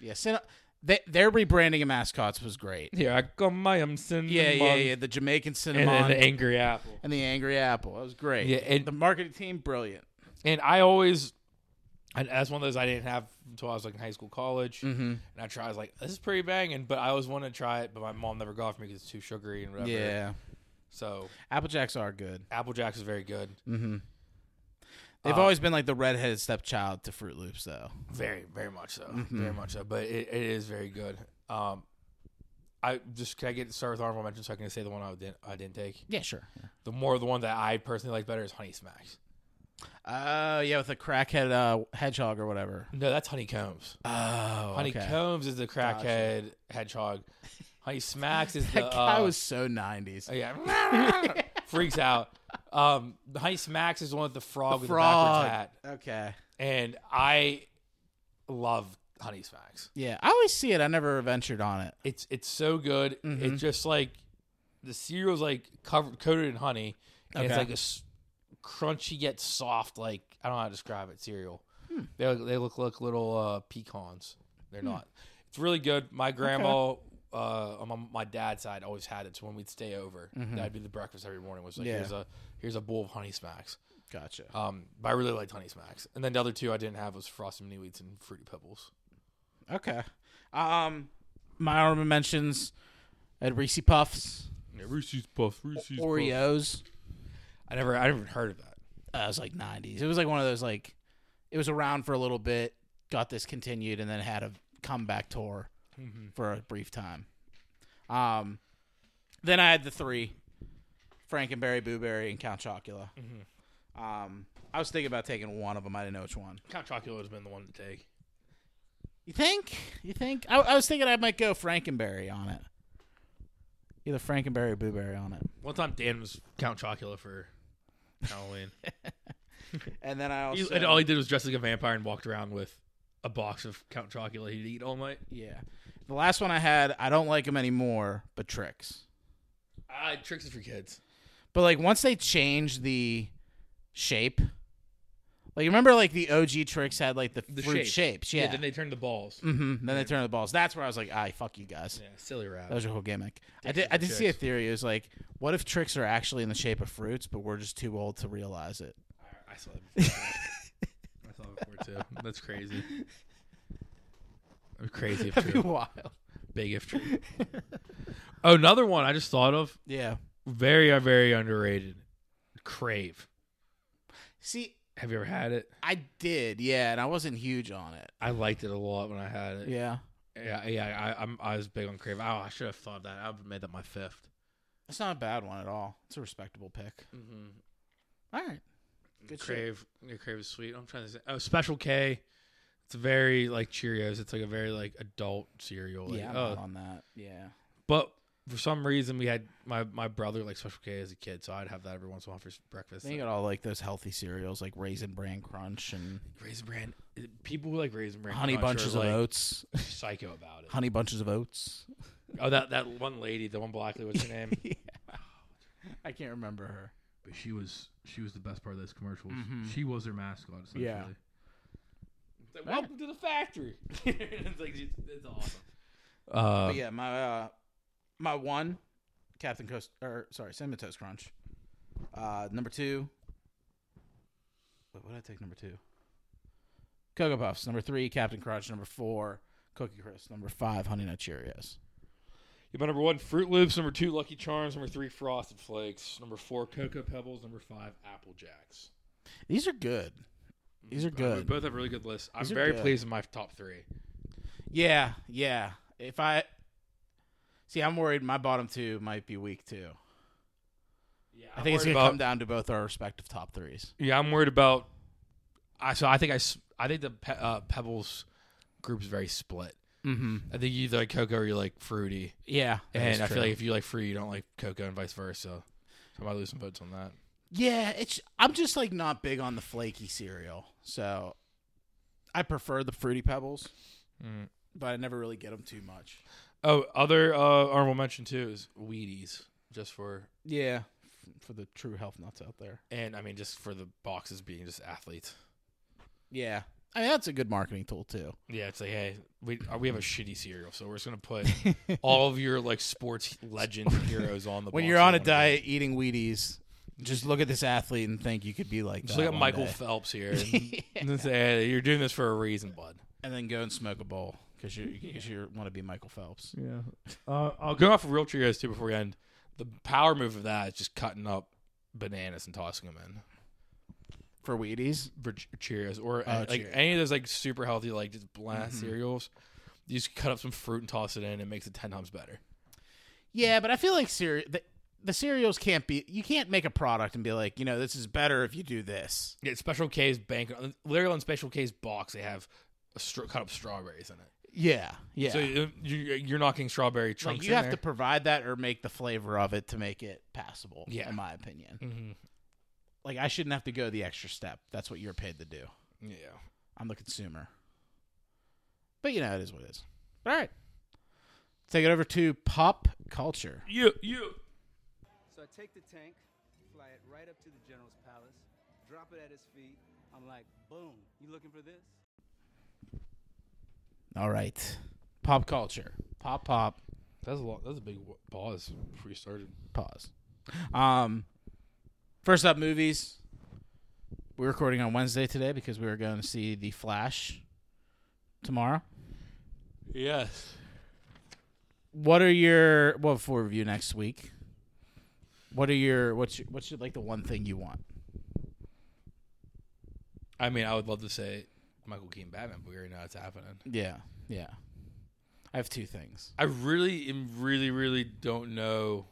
[SPEAKER 1] Yeah, Cin- they, their rebranding of mascots was great.
[SPEAKER 2] Yeah, I got my um cinnamon.
[SPEAKER 1] Yeah, yeah, yeah. The Jamaican
[SPEAKER 2] And
[SPEAKER 1] cinnamon
[SPEAKER 2] then
[SPEAKER 1] and,
[SPEAKER 2] the angry apple.
[SPEAKER 1] the angry apple. That was great.
[SPEAKER 2] Yeah, and-
[SPEAKER 1] the marketing team brilliant.
[SPEAKER 2] and I always, and that's one of those I didn't have until I was like in high school, college, and I tried. I was like, this is pretty banging, but I always wanted to try it, but my mom never got it for me because it's too sugary and whatever.
[SPEAKER 1] Yeah,
[SPEAKER 2] So
[SPEAKER 1] Apple Jacks are good.
[SPEAKER 2] Apple Jacks is very good,
[SPEAKER 1] They've always been like the redheaded stepchild to Fruit Loops, though.
[SPEAKER 2] very, very much so, very much so. But it, it is very good. Um, I just can I get to start with honorable mention so I can say the one I didn't I didn't take.
[SPEAKER 1] Yeah, sure.
[SPEAKER 2] The more the one that I personally like better is Honey Smacks.
[SPEAKER 1] Oh, yeah, with a crackhead uh, hedgehog or whatever.
[SPEAKER 2] No, that's Honeycombs.
[SPEAKER 1] Oh,
[SPEAKER 2] Honeycombs is the crackhead hedgehog. Honey Smacks is the
[SPEAKER 1] That guy
[SPEAKER 2] uh,
[SPEAKER 1] was so '90s.
[SPEAKER 2] Oh, yeah. Freaks out. Um, the Honey Smacks is one with the frog with the backwards
[SPEAKER 1] Frog.
[SPEAKER 2] hat.
[SPEAKER 1] Okay.
[SPEAKER 2] And I love Honey Smacks.
[SPEAKER 1] Yeah, I always see it. I never ventured on it.
[SPEAKER 2] It's it's so good.
[SPEAKER 1] Mm-hmm.
[SPEAKER 2] It's just like the cereal's like covered coated in honey. And it's
[SPEAKER 1] Okay.
[SPEAKER 2] like a s- crunchy yet soft, like I don't know how to describe it, cereal.
[SPEAKER 1] Hmm.
[SPEAKER 2] They look, they look like little uh, pecans. They're not. It's really good. My grandma uh, on my, my dad's side always had it. So when we'd stay over, that'd be the breakfast every morning. Was like
[SPEAKER 1] Mm-hmm. Yeah.
[SPEAKER 2] here's a here's a bowl of Honey Smacks.
[SPEAKER 1] Gotcha.
[SPEAKER 2] Um, but I really liked Honey Smacks. And then the other two I didn't have was Frosted Mini Wheats and Fruity Pebbles.
[SPEAKER 1] Okay. Um, my honorable mentions: at Reese Puffs,
[SPEAKER 2] Reese's Puffs, Reese's
[SPEAKER 1] Oreos.
[SPEAKER 2] I never, I never even heard of that.
[SPEAKER 1] Uh, it was like '90s. It was like one of those like, it was around for a little bit, got discontinued, and then had a comeback tour for a brief time. Um, then I had the three: Frankenberry, Boo Berry, and Count Chocula. Um, I was thinking about taking one of them. I didn't know which one.
[SPEAKER 2] Count Chocula would have been the one to take.
[SPEAKER 1] You think? You think? I, I was thinking I might go Frankenberry on it. Either Frankenberry or Boo Berry on it.
[SPEAKER 2] One time Dan was Count Chocula for Halloween.
[SPEAKER 1] And then I also
[SPEAKER 2] He- and all he did was dress like a vampire and walked around with a box of Count Chocula he'd eat all night.
[SPEAKER 1] yeah. The last one I had, I don't like them anymore, but tricks.
[SPEAKER 2] Ah, tricks is for kids.
[SPEAKER 1] But like once they changed the shape, like you remember like the OG tricks had like the,
[SPEAKER 2] The
[SPEAKER 1] fruit
[SPEAKER 2] shape.
[SPEAKER 1] shapes, yeah.
[SPEAKER 2] Then they turned the balls.
[SPEAKER 1] Mhm. Then they turned to the balls. That's where I was like, "I fuck you guys."
[SPEAKER 2] Yeah, silly rap.
[SPEAKER 1] That was your whole gimmick. I did. I did see a theory. It was like, what if tricks are actually in the shape of fruits, but we're just too old to realize it?
[SPEAKER 2] I saw it. Before. I saw it before too. That's crazy. I'm crazy if true.
[SPEAKER 1] Wild.
[SPEAKER 2] Big if true. oh, another one I just thought of.
[SPEAKER 1] Yeah.
[SPEAKER 2] Very, uh, very underrated. Crave.
[SPEAKER 1] See,
[SPEAKER 2] Have you ever had it?
[SPEAKER 1] I did, yeah, and I wasn't huge on it.
[SPEAKER 2] I liked it a lot when I had it.
[SPEAKER 1] Yeah,
[SPEAKER 2] Yeah, yeah. I, I'm, I was big on Crave. Oh, I should have thought of that. I would have made that my fifth.
[SPEAKER 1] it's not a bad one at all. It's a respectable pick.
[SPEAKER 2] Mm-hmm.
[SPEAKER 1] All right, good shit.
[SPEAKER 2] Crave, yeah, Crave is sweet. I'm trying to say, oh, Special K. It's very like Cheerios. It's like a very like adult cereal. Like,
[SPEAKER 1] Yeah, I'm
[SPEAKER 2] oh.
[SPEAKER 1] not on that. Yeah,
[SPEAKER 2] but for some reason we had my my brother like Special K as a kid, so I'd have that every once in a while for breakfast.
[SPEAKER 1] then you got all like those healthy cereals like Raisin Bran Crunch and
[SPEAKER 2] Raisin Bran. eh, People who like Raisin Bran.
[SPEAKER 1] Honey
[SPEAKER 2] Crunch
[SPEAKER 1] Bunches
[SPEAKER 2] are,
[SPEAKER 1] of
[SPEAKER 2] like,
[SPEAKER 1] Oats.
[SPEAKER 2] Psycho about it.
[SPEAKER 1] honey Bunches of Oats.
[SPEAKER 2] Oh, that that one lady, the one black lady, what's her name?
[SPEAKER 1] I can't remember her.
[SPEAKER 2] but she was she was the best part of those commercials. She was their mascot. Essentially.
[SPEAKER 1] Yeah.
[SPEAKER 2] Mm-hmm. It's like, welcome to the factory. it's like it's, it's awesome. Uh,
[SPEAKER 1] But yeah, my uh, my one, Captain Coast or sorry, Cinnamon Toast Crunch. Uh, number two. Wait, what did I take? Number two. Cocoa Puffs. Number three, Captain Crunch. Number four, Cookie Crisp. Number five, Honey Nut Cheerios.
[SPEAKER 2] Yeah, my number one, Fruit Loops. Number two, Lucky Charms. Number three, Frosted Flakes. Number four, Cocoa Pebbles. Number five, Apple Jacks.
[SPEAKER 1] These are good. These are
[SPEAKER 2] We
[SPEAKER 1] good.
[SPEAKER 2] both have really good lists. I'm
[SPEAKER 1] These are
[SPEAKER 2] very
[SPEAKER 1] good.
[SPEAKER 2] pleased with my top three.
[SPEAKER 1] Yeah, yeah. If I see, I'm worried my bottom two might be weak too.
[SPEAKER 2] Yeah,
[SPEAKER 1] I think it's gonna come down to both our respective top threes.
[SPEAKER 2] Yeah, I'm worried about. I so I think I s- I think the pe- uh, Pebbles group is very split. Mm-hmm. I think you either like Cocoa or you like Fruity.
[SPEAKER 1] Yeah,
[SPEAKER 2] And I feel like if you like free, you don't like cocoa, and vice versa. So I might lose some votes on that.
[SPEAKER 1] Yeah, it's I'm just like not big on the flaky cereal, so I prefer the fruity pebbles, but I never really get them too much.
[SPEAKER 2] Oh, other uh, honorable mention too is Wheaties, just for
[SPEAKER 1] Yeah, f- for the true health nuts out there.
[SPEAKER 2] and I mean just for the boxes being just athletes.
[SPEAKER 1] Yeah, I mean that's a good marketing tool too.
[SPEAKER 2] Yeah, it's like hey, we uh, we have a shitty cereal, so we're just gonna put all of your like sports legends and heroes on the.
[SPEAKER 1] When
[SPEAKER 2] box
[SPEAKER 1] you're
[SPEAKER 2] of
[SPEAKER 1] on a
[SPEAKER 2] one of them.
[SPEAKER 1] diet eating Wheaties, just look at this athlete and think you could be like
[SPEAKER 2] just
[SPEAKER 1] that
[SPEAKER 2] look at
[SPEAKER 1] one
[SPEAKER 2] Michael
[SPEAKER 1] day.
[SPEAKER 2] Phelps here and, and say hey, you're doing this for a reason, bud.
[SPEAKER 1] and then go and smoke a bowl because you cause you want to be Michael Phelps.
[SPEAKER 2] Yeah. Uh, I'll go off of real trios too before we end. The power move of that is just cutting up bananas and tossing them in
[SPEAKER 1] For Wheaties,
[SPEAKER 2] for Ch- Cheerios Mm-hmm. or
[SPEAKER 1] Oh,
[SPEAKER 2] like
[SPEAKER 1] Cheerios.
[SPEAKER 2] any of those like super healthy like just bland cereals. You just cut up some fruit and toss it in. It makes it ten times better.
[SPEAKER 1] Yeah, but I feel like cere- the, the cereals can't be. You can't make a product and be like, you know, this is better if you do this.
[SPEAKER 2] Yeah, Special K's bank. Literally on Special K's box, they have a str- cut up strawberries in it.
[SPEAKER 1] Yeah, yeah.
[SPEAKER 2] So you, you- you're not getting strawberry
[SPEAKER 1] like
[SPEAKER 2] chunks.
[SPEAKER 1] you
[SPEAKER 2] in
[SPEAKER 1] have
[SPEAKER 2] there.
[SPEAKER 1] to provide that or make the flavor of it to make it passable.
[SPEAKER 2] Yeah.
[SPEAKER 1] in my opinion.
[SPEAKER 2] Mhm.
[SPEAKER 1] Like I shouldn't have to go the extra step. That's what you're paid to do.
[SPEAKER 2] Yeah.
[SPEAKER 1] I'm the consumer. But you know, it is what it is. All right. Take it over to pop culture.
[SPEAKER 2] You you.
[SPEAKER 5] So I take the tank, fly it right up to the general's palace, drop it at his feet. I'm like, boom, you looking for this?
[SPEAKER 1] All right. Pop culture. Pop pop.
[SPEAKER 2] That's a lot. That's a big wa- pause before you started.
[SPEAKER 1] pause. Um, first up, movies. We're recording on Wednesday today because we were going to see The Flash tomorrow.
[SPEAKER 2] Yes.
[SPEAKER 1] What are your what for review next week? What are your what's your, what's your, like the one thing you want?
[SPEAKER 2] I mean, I would love to say Michael Keaton Batman, but we already know it's happening.
[SPEAKER 1] Yeah, yeah. I have two things.
[SPEAKER 2] I really am really really don't know.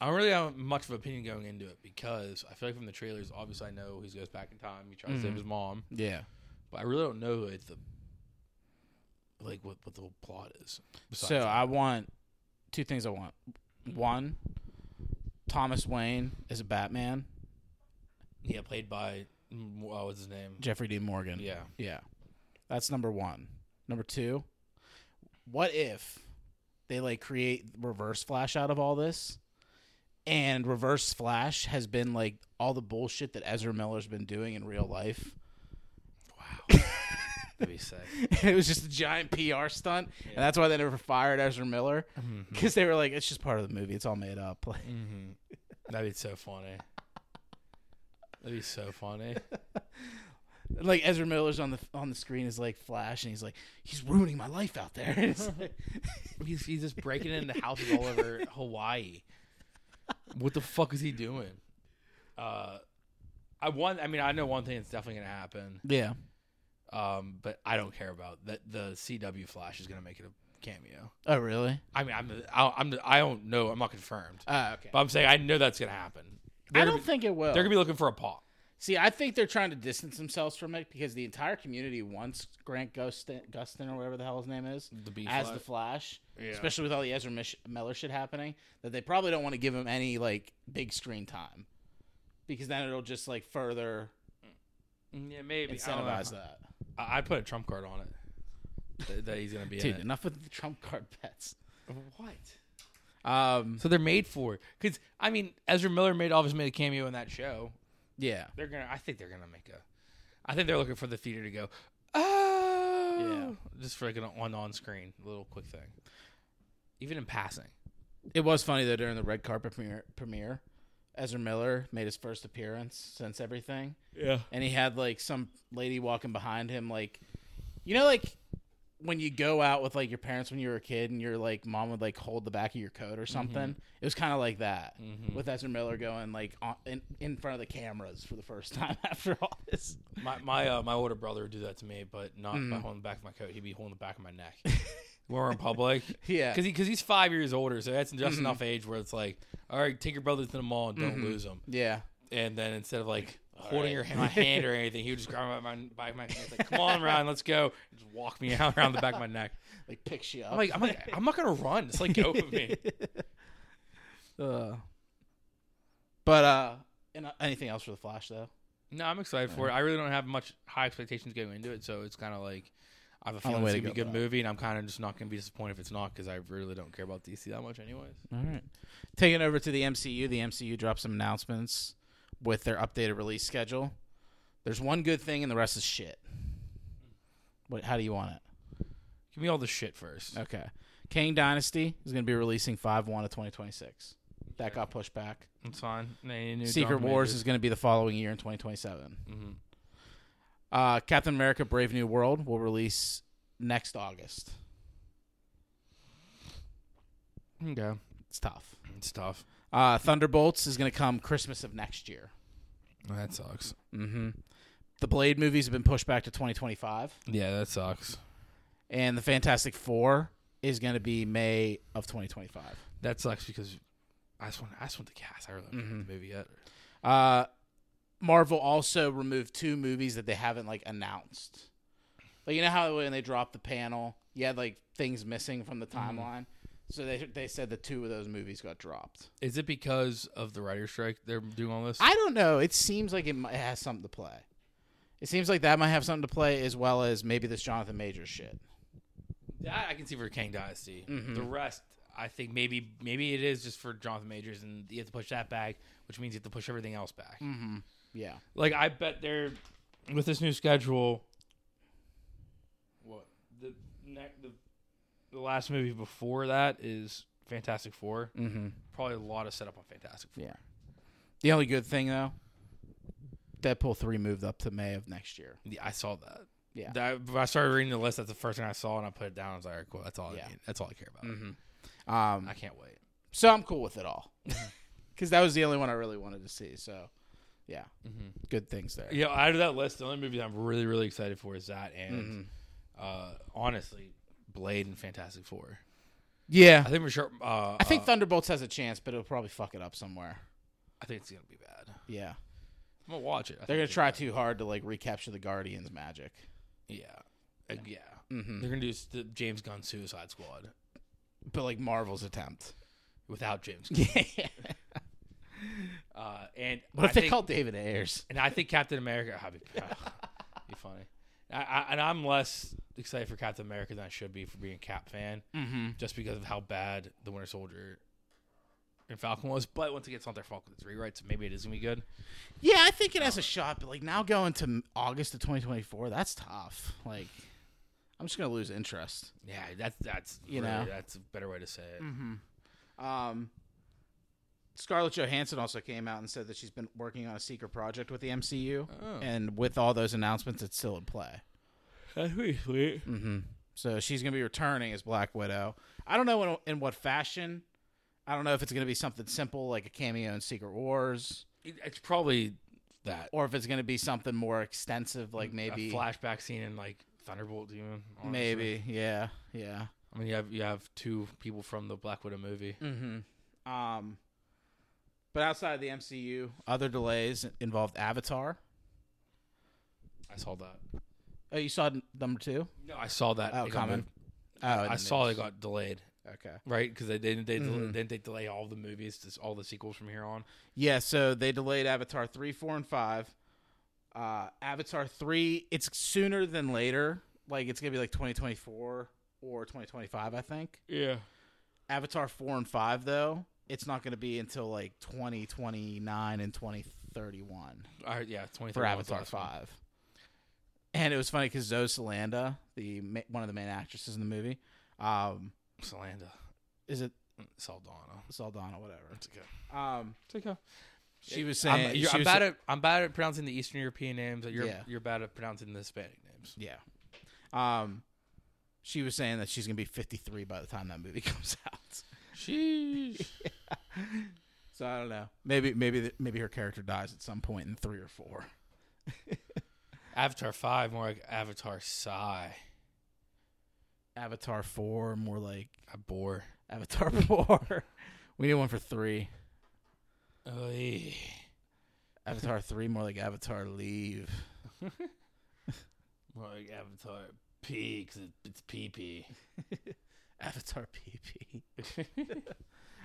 [SPEAKER 2] I don't really have much of an opinion going into it because I feel like from the trailers, obviously I know he goes back in time. He tries to save his mom.
[SPEAKER 1] Yeah.
[SPEAKER 2] but I really don't know what the like what, what the whole plot is. besides
[SPEAKER 1] So
[SPEAKER 2] that.
[SPEAKER 1] I want two things. I want one. Thomas Wayne is a Batman.
[SPEAKER 2] yeah, played by mm, what was his name?
[SPEAKER 1] Jeffrey D. Morgan.
[SPEAKER 2] Yeah,
[SPEAKER 1] Yeah. That's number one. Number two, what if they like create reverse flash out of all this? And reverse flash has been like all the bullshit that Ezra Miller's been doing in real life.
[SPEAKER 2] that'd be sick.
[SPEAKER 1] it was just a giant PR stunt. And that's why they never fired Ezra Miller. Because they were like, it's just part of the movie. It's all made up. Like,
[SPEAKER 2] That'd be so funny. That'd be so funny.
[SPEAKER 1] like Ezra Miller's on the on the screen is like Flash, and he's like, he's ruining my life out there. It's like-
[SPEAKER 2] he's, he's just breaking into houses all over Hawaii. What the fuck is he doing? Uh, I one. I mean, I know one thing that's definitely gonna happen.
[SPEAKER 1] yeah.
[SPEAKER 2] Um, but I don't care about that. The CW Flash is gonna make it a cameo.
[SPEAKER 1] Oh, really?
[SPEAKER 2] I mean, I'm I- I'm I don't know. I'm not confirmed.
[SPEAKER 1] Uh, okay.
[SPEAKER 2] But I'm saying I know that's gonna happen. They're
[SPEAKER 1] I
[SPEAKER 2] gonna
[SPEAKER 1] don't
[SPEAKER 2] be-
[SPEAKER 1] think it will.
[SPEAKER 2] they're gonna be looking for a paw.
[SPEAKER 1] See, I think they're trying to distance themselves from it because the entire community wants Grant Gustin, Gustin or whatever the hell his name is
[SPEAKER 2] B
[SPEAKER 1] as
[SPEAKER 2] Flash.
[SPEAKER 1] the Flash, especially with all the Ezra Mish- Miller shit happening. That they probably don't want to give him any like big screen time because then it'll just like further
[SPEAKER 2] Mm, Yeah, maybe
[SPEAKER 1] incentivize that.
[SPEAKER 2] I, I put a trump card on it that, that he's gonna be
[SPEAKER 1] Dude,
[SPEAKER 2] in.
[SPEAKER 1] enough with the trump card bets.
[SPEAKER 2] It. What?
[SPEAKER 1] Um,
[SPEAKER 2] So they're made for because I mean Ezra Miller made obviously made a cameo in that show.
[SPEAKER 1] yeah,
[SPEAKER 2] They're gonna. I think they're gonna make a. I think they're looking for the theater to go. Oh, yeah. Just for like an on on screen little quick thing, even in passing.
[SPEAKER 1] it was funny though during the red carpet premiere. premiere Ezra Miller made his first appearance since everything.
[SPEAKER 2] Yeah.
[SPEAKER 1] and he had like some lady walking behind him like you know like when you go out with like your parents when you were a kid and your like mom would like hold the back of your coat or something it was kind of like that with ezra miller going like on, in, in front of the cameras for the first time after all this
[SPEAKER 2] My my uh, my older brother would do that to me, but not by holding the back of my coat. He'd be holding the back of my neck. when we're in public,
[SPEAKER 1] Yeah.
[SPEAKER 2] because because he's five years older, so that's just enough age where it's like, all right, take your brother to the mall and don't lose him.
[SPEAKER 1] yeah
[SPEAKER 2] And then instead of like holding your hand, my hand or anything, he would just grab my my back of my neck. It's like, come on, Ryan, let's go. Just walk me out around the back of my neck.
[SPEAKER 1] like picks you
[SPEAKER 2] I'm
[SPEAKER 1] up
[SPEAKER 2] like I'm like I'm not gonna run. It's like go with me.
[SPEAKER 1] uh, But uh, and uh, anything else for the Flash though?
[SPEAKER 2] No, I'm excited for it. I really don't have much high expectations going into it, so it's kind of like I have a feeling
[SPEAKER 1] way
[SPEAKER 2] it's
[SPEAKER 1] to
[SPEAKER 2] gonna be
[SPEAKER 1] go
[SPEAKER 2] a good
[SPEAKER 1] for that.
[SPEAKER 2] movie, and I'm kind of just not gonna be disappointed if it's not because I really don't care about DC that much, anyways.
[SPEAKER 1] All right. Taking over to the MCU, the MCU dropped some announcements with their updated release schedule. There's one good thing and the rest is shit. What, how do you want it?
[SPEAKER 2] Give me all the shit first.
[SPEAKER 1] Okay. Kang Dynasty is going to be releasing 5 1 of 2026. That got pushed back.
[SPEAKER 2] It's fine. Any new
[SPEAKER 1] Secret
[SPEAKER 2] John
[SPEAKER 1] Wars
[SPEAKER 2] Majors.
[SPEAKER 1] is going to be the following year in 2027. Uh, Captain America Brave New World will release next August.
[SPEAKER 2] okay.
[SPEAKER 1] It's tough.
[SPEAKER 2] Mm, It's tough.
[SPEAKER 1] Uh, Thunderbolts is going to come Christmas of next year.
[SPEAKER 2] That sucks.
[SPEAKER 1] The Blade movies have been pushed back to 2025.
[SPEAKER 2] Yeah, that sucks.
[SPEAKER 1] and the Fantastic Four is going to be May of 2025.
[SPEAKER 2] That sucks because I just want I just want the cast. I really don't care about the movie yet.
[SPEAKER 1] Uh, Marvel also removed two movies that they haven't like announced. Like you know how when they dropped the panel, you had like things missing from the timeline. So they they said that two of those movies got dropped.
[SPEAKER 2] Is it because of the writer's strike they're doing all this?
[SPEAKER 1] I don't know. It seems like it, might, it has something to play. It seems like that might have something to play as well as maybe this Jonathan Majors shit.
[SPEAKER 2] That I can see for Kang Dynasty. The rest, I think maybe maybe it is just for Jonathan Majors, and you have to push that back, which means you have to push everything else back.
[SPEAKER 1] Yeah.
[SPEAKER 2] Like I bet they're with this new schedule. What the ne- the the last movie before that is Fantastic 4 Mm-hmm. Probably a lot of setup on Fantastic Four.
[SPEAKER 1] Yeah. The only good thing though, Deadpool 3 moved up to May of next year.
[SPEAKER 2] Yeah, I saw that.
[SPEAKER 1] Yeah.
[SPEAKER 2] That- when I started reading the list. That's the first thing I saw, and I put it down. I was like, all right, "Cool, that's all.
[SPEAKER 1] Yeah.
[SPEAKER 2] I need. That's all I care about."
[SPEAKER 1] Um
[SPEAKER 2] I can't wait.
[SPEAKER 1] so I'm cool with it all because that was the only one I really wanted to see. So, yeah, good things there.
[SPEAKER 2] Yeah, out of that list, the only movie that I'm really, really excited for is that,
[SPEAKER 1] Mm-hmm.
[SPEAKER 2] and uh, honestly, Blade and Fantastic Four.
[SPEAKER 1] Yeah,
[SPEAKER 2] I think we're sure. Uh,
[SPEAKER 1] I think Thunderbolts has a chance, but it'll probably fuck it up somewhere.
[SPEAKER 2] I think it's gonna be bad. I'm
[SPEAKER 1] Yeah,
[SPEAKER 2] gonna watch it. I
[SPEAKER 1] they're gonna
[SPEAKER 2] think
[SPEAKER 1] try too hard to like recapture the Guardians' magic.
[SPEAKER 2] it's- Yeah, Uh, yeah.
[SPEAKER 1] Mm-hmm.
[SPEAKER 2] They're gonna do s- the James Gunn Suicide Squad
[SPEAKER 1] But like Marvel's attempt.
[SPEAKER 2] without James. Gunn.
[SPEAKER 1] Yeah.
[SPEAKER 2] Uh, and
[SPEAKER 1] What if
[SPEAKER 2] I
[SPEAKER 1] they
[SPEAKER 2] think-
[SPEAKER 1] called David Ayers?
[SPEAKER 2] And I think Captain America. I'd be, be funny. I, I, and I'm less excited for Captain America than I should be for being a Cap fan, mm-hmm. just because of how bad the Winter Soldier and Falcon was. But once again, it's not their Falcon it's rewrite, so maybe it is gonna be good.
[SPEAKER 1] Yeah, I think it has a shot, but like now going to m- August of 2024, that's tough. Like, I'm just gonna lose interest.
[SPEAKER 2] Yeah, that's that's
[SPEAKER 1] You
[SPEAKER 2] you
[SPEAKER 1] know. Mm-hmm.
[SPEAKER 2] know that's a better way to say it.
[SPEAKER 1] Um, Scarlett Johansson also came out and said that she's been working on a secret project with the MCU,
[SPEAKER 2] Oh.
[SPEAKER 1] and with all those announcements, it's still in play.
[SPEAKER 2] That's pretty sweet.
[SPEAKER 1] Mm. So she's going to be returning as Black Widow. I don't know in, in what fashion. I don't know if it's going to be something simple like a cameo in Secret Wars,
[SPEAKER 2] It's probably that
[SPEAKER 1] or if it's going to be something more extensive, like maybe,
[SPEAKER 2] Mm, a flashback scene in like Thunderbolt Demon. honestly.
[SPEAKER 1] maybe, yeah, yeah.
[SPEAKER 2] I mean you have you have two people from the Black Widow movie.
[SPEAKER 1] Mm. Um, but outside of the MCU, other delays involved Avatar.
[SPEAKER 2] I saw that.
[SPEAKER 1] Oh, you saw n- number two?
[SPEAKER 2] No, I saw that.
[SPEAKER 1] Oh,
[SPEAKER 2] It got
[SPEAKER 1] common.
[SPEAKER 2] moved.
[SPEAKER 1] Oh, in
[SPEAKER 2] I
[SPEAKER 1] the
[SPEAKER 2] saw
[SPEAKER 1] news.
[SPEAKER 2] they got delayed.
[SPEAKER 1] Okay.
[SPEAKER 2] right? Because they didn't they
[SPEAKER 1] Mm-hmm.
[SPEAKER 2] del- didn't they delay all the movies, just all the sequels from here on.
[SPEAKER 1] Yeah, so they delayed Avatar 3, 4, and 5. Uh, Avatar 3, it's sooner than later. Like, it's going to be like 2024 or 2025, I think.
[SPEAKER 2] Yeah,
[SPEAKER 1] Avatar 4 and 5, though, it's not going to be until like 2029 and 2031
[SPEAKER 2] I, yeah, twenty
[SPEAKER 1] for Avatar 5. And it was funny because Zoe Salanda, the ma- one of the main actresses in the movie, um,
[SPEAKER 2] Solanda,
[SPEAKER 1] is it
[SPEAKER 2] Saldana.
[SPEAKER 1] Saldana, whatever.
[SPEAKER 2] It's okay.
[SPEAKER 1] Um,
[SPEAKER 2] It's okay.
[SPEAKER 1] she was saying
[SPEAKER 2] I'm, you're,
[SPEAKER 1] she
[SPEAKER 2] I'm
[SPEAKER 1] was
[SPEAKER 2] bad at I'm bad at pronouncing the Eastern European names. You're
[SPEAKER 1] Yeah.
[SPEAKER 2] you're bad at pronouncing the Hispanic names.
[SPEAKER 1] Yeah. Um, she was saying that she's gonna be 53 by the time that movie comes out.
[SPEAKER 2] Sheesh.
[SPEAKER 1] So I don't know. Maybe maybe th- maybe her character dies at some point in three or four.
[SPEAKER 2] Avatar five, more like Avatar Psy.
[SPEAKER 1] Avatar four, more like
[SPEAKER 2] I bore.
[SPEAKER 1] Avatar four. we need one for three.
[SPEAKER 2] Oy.
[SPEAKER 1] Avatar three, more like Avatar Leave.
[SPEAKER 2] More like Avatar P because it's PP.
[SPEAKER 1] Avatar PP.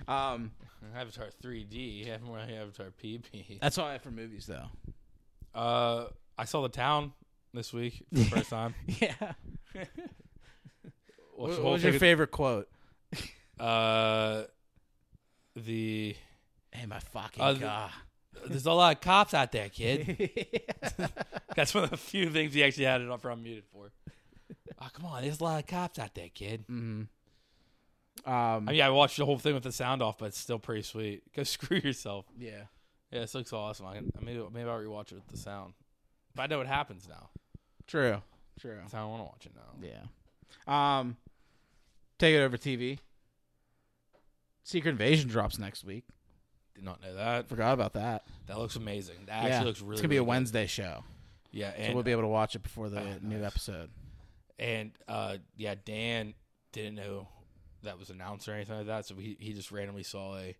[SPEAKER 1] um,
[SPEAKER 2] Avatar 3D. Yeah, more like Avatar PP.
[SPEAKER 1] that's all I have for movies, though.
[SPEAKER 2] Uh, I saw The Town this week for the first time.
[SPEAKER 1] Yeah.
[SPEAKER 2] Well,
[SPEAKER 1] What,
[SPEAKER 2] so
[SPEAKER 1] what
[SPEAKER 2] we'll
[SPEAKER 1] was your
[SPEAKER 2] take
[SPEAKER 1] favorite quote?
[SPEAKER 2] it- Uh, the
[SPEAKER 1] Hey, my fucking
[SPEAKER 2] Uh, the-
[SPEAKER 1] god.
[SPEAKER 2] there's a lot of cops out there, kid. That's one of the few things he actually had it up for unmuted for. Oh, come on, there's a lot of cops out there, kid.
[SPEAKER 1] Mm. Um,
[SPEAKER 2] I mean, I watched the whole thing with the sound off, but it's still pretty sweet. Go screw yourself.
[SPEAKER 1] yeah.
[SPEAKER 2] Yeah, this looks awesome. I can, maybe maybe I'll rewatch it with the sound. But I know what happens now.
[SPEAKER 1] True. True.
[SPEAKER 2] That's how I want to watch it now.
[SPEAKER 1] Yeah. Um, take it over TV. Secret Invasion drops next week.
[SPEAKER 2] Did not know that.
[SPEAKER 1] Forgot about that.
[SPEAKER 2] That looks amazing. That actually looks really.
[SPEAKER 1] It's gonna be
[SPEAKER 2] really
[SPEAKER 1] a Wednesday show,
[SPEAKER 2] Good. Yeah,
[SPEAKER 1] so
[SPEAKER 2] and Oh,
[SPEAKER 1] we'll be able to watch it before the new
[SPEAKER 2] nice.
[SPEAKER 1] episode.
[SPEAKER 2] and uh, yeah, Dan didn't know that was announced or anything like that, so he he just randomly saw a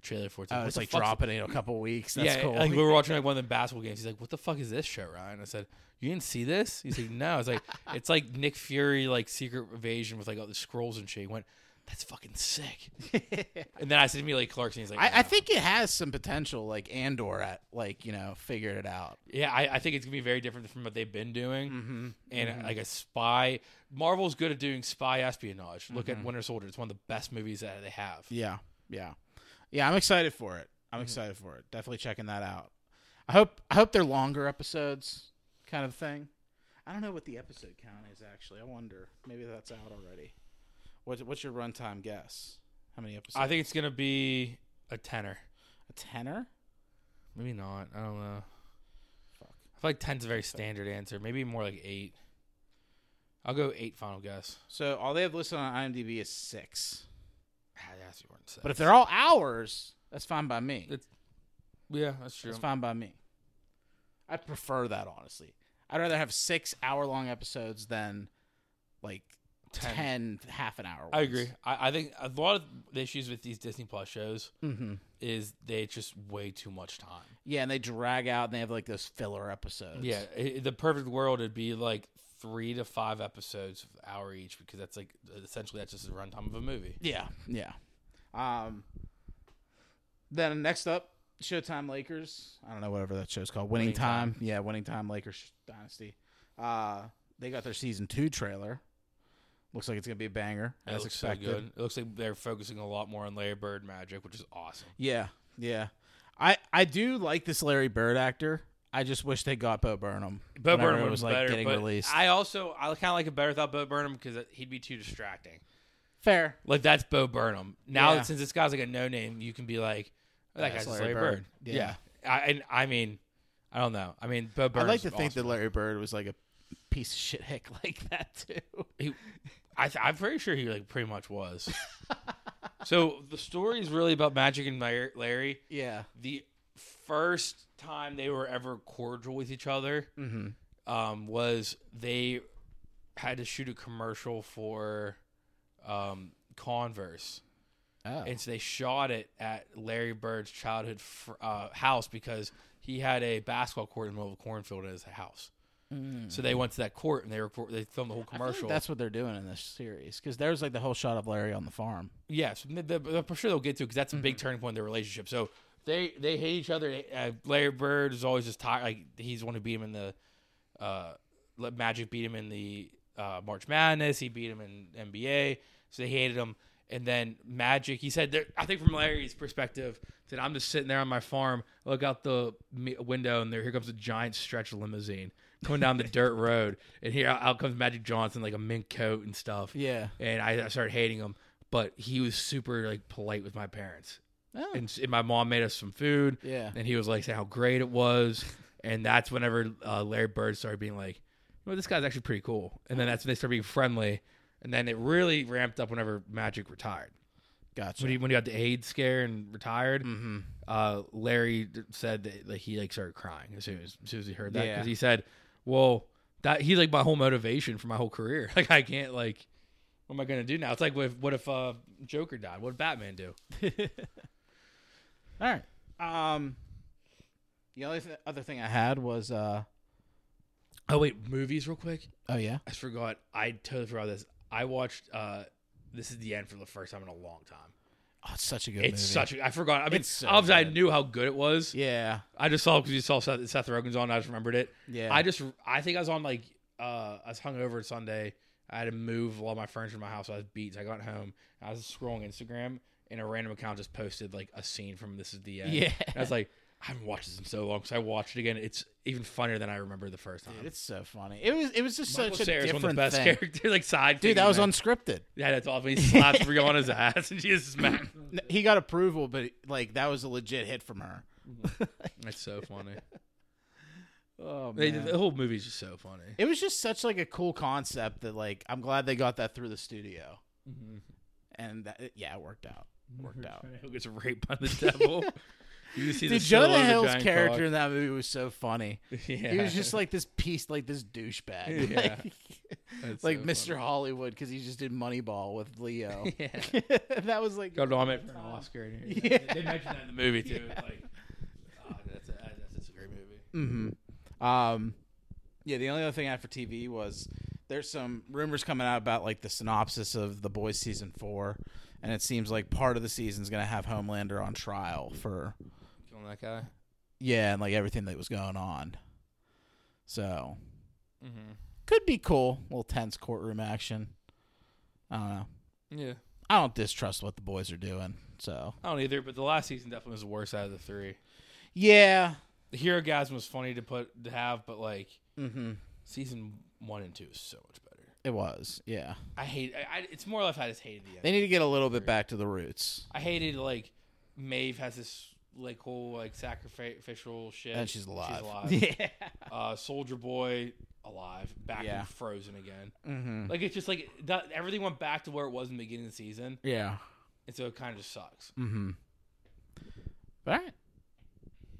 [SPEAKER 2] trailer for it. He's
[SPEAKER 1] Oh,
[SPEAKER 2] "What
[SPEAKER 1] it's
[SPEAKER 2] the
[SPEAKER 1] like
[SPEAKER 2] fuck's-
[SPEAKER 1] dropping in a couple weeks. That's
[SPEAKER 2] yeah,
[SPEAKER 1] cool.
[SPEAKER 2] like we were watching like one of the basketball games. He's like, "What the fuck is this show, Ryan?" I said, "You didn't see this?" He's like, "No." I was like, "It's like Nick Fury, like Secret Invasion with like all the scrolls and shit." He went, "That's fucking sick." and then I said to me like Clarkson, he's like,
[SPEAKER 1] I, I
[SPEAKER 2] "Nah."
[SPEAKER 1] think it has some potential, like Andor at like you know figured it out.
[SPEAKER 2] Yeah, I, I think it's gonna be very different from what they've been doing,
[SPEAKER 1] Mm-hmm.
[SPEAKER 2] and like a spy. Marvel's good at doing spy espionage. Look at Winter Soldier; it's one of the best movies that they have.
[SPEAKER 1] Mm-hmm. Yeah, yeah, yeah. I'm excited for it. I'm excited for it. Definitely checking that out. I hope I hope they're longer episodes, kind of thing. I don't know what the episode count is actually. I wonder. Maybe that's out already. What's what's your runtime guess? How many episodes?
[SPEAKER 2] I think it's gonna be a tenor,
[SPEAKER 1] a tenor.
[SPEAKER 2] maybe not. I don't know. I feel like ten's a very standard answer. Maybe more like eight. I'll go eight. Final guess.
[SPEAKER 1] So all they have listed on IMDb is six.
[SPEAKER 2] Ah, that has to be more than six.
[SPEAKER 1] But if they're all hours, that's fine by me.
[SPEAKER 2] It's- yeah, that's true.
[SPEAKER 1] That's fine by me. I prefer that honestly. I'd rather have six hour long episodes than like ten,
[SPEAKER 2] Ten.
[SPEAKER 1] half an hour. Ones.
[SPEAKER 2] I agree. I, I think a lot of the issues with these Disney Plus shows
[SPEAKER 1] Mm-hmm.
[SPEAKER 2] is they just way too much time.
[SPEAKER 1] Yeah, and they drag out and they have like those filler episodes.
[SPEAKER 2] Yeah, i the perfect world would be like three to five episodes, of hour each, because that's like essentially that's just the runtime of a movie.
[SPEAKER 1] yeah, yeah. Um. Then next up, Showtime Lakers. I don't know whatever that show's called. Winning,
[SPEAKER 2] Winning
[SPEAKER 1] time.
[SPEAKER 2] Time.
[SPEAKER 1] Yeah, Winning Time Lakers dynasty. Uh, they got their season two trailer. Looks like it's gonna be a banger.
[SPEAKER 2] That
[SPEAKER 1] as
[SPEAKER 2] looks so
[SPEAKER 1] expected.
[SPEAKER 2] good. It looks like they're focusing a lot more on Larry Bird magic, which is awesome.
[SPEAKER 1] Yeah, yeah. I I do like this Larry Bird actor. I just wish they got Bo Burnham.
[SPEAKER 2] Bo
[SPEAKER 1] whenever
[SPEAKER 2] Burnham
[SPEAKER 1] it
[SPEAKER 2] was better,
[SPEAKER 1] getting
[SPEAKER 2] but
[SPEAKER 1] released.
[SPEAKER 2] I also I kind of like it better without Bo Burnham because he'd be too distracting.
[SPEAKER 1] Fair.
[SPEAKER 2] Like that's Bo Burnham. Now
[SPEAKER 1] Yeah.
[SPEAKER 2] since this guy's like a no name, you can be like, oh, that
[SPEAKER 1] That's
[SPEAKER 2] guy's just
[SPEAKER 1] Larry
[SPEAKER 2] Larry,
[SPEAKER 1] Bird.
[SPEAKER 2] Bird.
[SPEAKER 1] Yeah.
[SPEAKER 2] Yeah. I and I mean, I don't know. I mean, Bo Burnham.
[SPEAKER 1] I'd like to think that Larry Bird was like a piece of shit hick like that too.
[SPEAKER 2] he, I th- I'm pretty sure he like pretty much was. so the story is really about Magic and Lar- Larry.
[SPEAKER 1] Yeah.
[SPEAKER 2] The first time they were ever cordial with each other
[SPEAKER 1] Mm-hmm.
[SPEAKER 2] um, was they had to shoot a commercial for um, Converse.
[SPEAKER 1] Oh.
[SPEAKER 2] And so they shot it at Larry Bird's childhood fr- uh, house because he had a basketball court in the middle of a cornfield at his house.
[SPEAKER 1] Mm.
[SPEAKER 2] So they went to that court and they record, they filmed the whole commercial.
[SPEAKER 1] That's what they're doing in this series because there's like the whole shot of Larry on the farm.
[SPEAKER 2] Yes, th- th- I'm sure they'll get to because that's a big turning point in their relationship. So they they hate each other. Uh, Larry Bird is always just tired. Like he's the one who beat him in the uh, Le- Magic beat him in the uh, March Madness. He beat him in NBA. So they hated him. And then Magic, he said, there- I think from Larry's perspective, that I'm just sitting there on my farm, look out the me- window, and there here comes a giant stretch limousine coming down the dirt road, and here out comes Magic Johnson, like a mink coat and stuff
[SPEAKER 1] Yeah.
[SPEAKER 2] and I, I started hating him. But he was super like polite with my parents,
[SPEAKER 1] Oh.
[SPEAKER 2] and, s- and my mom made us some food.
[SPEAKER 1] Yeah.
[SPEAKER 2] and he was like saying how great it was, and that's whenever uh, Larry Bird started being like, "Well, this guy's actually pretty cool." And then that's when they started being friendly, and then it really ramped up whenever Magic retired.
[SPEAKER 1] Gotcha.
[SPEAKER 2] When he when he got the AIDS scare and retired, uh, Larry d- said that like, he like started crying as soon as, as soon as he heard that
[SPEAKER 1] Yeah.
[SPEAKER 2] because he said, "Well, that he's like my whole motivation for my whole career. Like I can't like, what am I gonna do now? It's like what if, what if uh, Joker died? What would Batman do?
[SPEAKER 1] All right. Um, the only th- other thing I had was uh,
[SPEAKER 2] Oh wait, movies real quick.
[SPEAKER 1] Oh yeah.
[SPEAKER 2] I just forgot. I totally forgot this. I watched. uh This is the end for the first time in a long time.
[SPEAKER 1] Oh, it's such a good.
[SPEAKER 2] It's
[SPEAKER 1] movie.
[SPEAKER 2] such. A, I forgot. I mean,
[SPEAKER 1] It's so
[SPEAKER 2] obviously, I
[SPEAKER 1] good.
[SPEAKER 2] knew how good it was.
[SPEAKER 1] Yeah.
[SPEAKER 2] I just saw because you saw Seth, Seth Rogen's on. I just remembered it.
[SPEAKER 1] Yeah.
[SPEAKER 2] I just. I think I was on like. uh I was hungover Sunday. I had to move a lot of my furniture in my house. I was beat. So I got home. I was scrolling Instagram, and a random account just posted like a scene from This Is the End.
[SPEAKER 1] Yeah.
[SPEAKER 2] And I was like, I haven't watched this in so long. So I watched it again. It's even funnier than I remember the first time.
[SPEAKER 1] It's so funny. It was. It was just
[SPEAKER 2] Michael
[SPEAKER 1] such a
[SPEAKER 2] Cera is
[SPEAKER 1] different
[SPEAKER 2] one of the best
[SPEAKER 1] thing.
[SPEAKER 2] characters, like side.
[SPEAKER 1] Dude, that was
[SPEAKER 2] on.
[SPEAKER 1] unscripted.
[SPEAKER 2] Yeah, that's awful. He slaps Brie on his ass, and she just smacks. him.
[SPEAKER 1] N- He got approval, but like that was a legit hit from her.
[SPEAKER 2] That's so funny.
[SPEAKER 1] Oh
[SPEAKER 2] They- the whole movie's just so funny.
[SPEAKER 1] It was just such like a cool concept that like I'm glad they got that through the studio. And that, yeah, it worked out. It worked out.
[SPEAKER 2] Who gets raped by the devil? you just see
[SPEAKER 1] Dude,
[SPEAKER 2] the
[SPEAKER 1] Jonah
[SPEAKER 2] silhouette of a
[SPEAKER 1] Hill's
[SPEAKER 2] giant
[SPEAKER 1] character
[SPEAKER 2] cock.
[SPEAKER 1] in that movie was so funny.
[SPEAKER 2] Yeah.
[SPEAKER 1] He was just like this piece, like this douchebag,
[SPEAKER 2] Yeah.
[SPEAKER 1] like,
[SPEAKER 2] That's
[SPEAKER 1] like
[SPEAKER 2] so
[SPEAKER 1] Mr.
[SPEAKER 2] funny.
[SPEAKER 1] Hollywood because he just did Moneyball with Leo.
[SPEAKER 2] Yeah.
[SPEAKER 1] that was like
[SPEAKER 2] Got nominated for an Oscar. And yeah. They mentioned that in the movie too. It's Like, oh, that's a, that's, that's a great movie.
[SPEAKER 1] Mm. Um, yeah, the only other thing I had for TV was there's some rumors coming out about like the synopsis of The Boys season four, and it seems like part of the season's gonna have Homelander on trial for
[SPEAKER 2] Killing that guy.
[SPEAKER 1] yeah, and like everything that was going on. So could be cool, little tense courtroom action. I don't know.
[SPEAKER 2] Yeah.
[SPEAKER 1] I don't distrust what the boys are doing. So
[SPEAKER 2] I don't either, but the last season definitely was the worst out of the three.
[SPEAKER 1] yeah,
[SPEAKER 2] The hero gasm was funny to put to have, but like
[SPEAKER 1] Mm-hmm.
[SPEAKER 2] season one and two is so much better.
[SPEAKER 1] it was. Yeah,
[SPEAKER 2] I hate. I, I, it's more or less I just hated the end.
[SPEAKER 1] they need to get a little bit back to the roots,
[SPEAKER 2] I hated like Maeve has this like whole like sacrificial shit,
[SPEAKER 1] and she's alive.
[SPEAKER 2] She's alive.
[SPEAKER 1] Yeah.
[SPEAKER 2] uh, Soldier Boy alive, back
[SPEAKER 1] Yeah.
[SPEAKER 2] and frozen again. Mm-hmm. Like it's just like that, everything went back to where it was in the beginning of the season,
[SPEAKER 1] Yeah.
[SPEAKER 2] and so it kind of just sucks.
[SPEAKER 1] All right.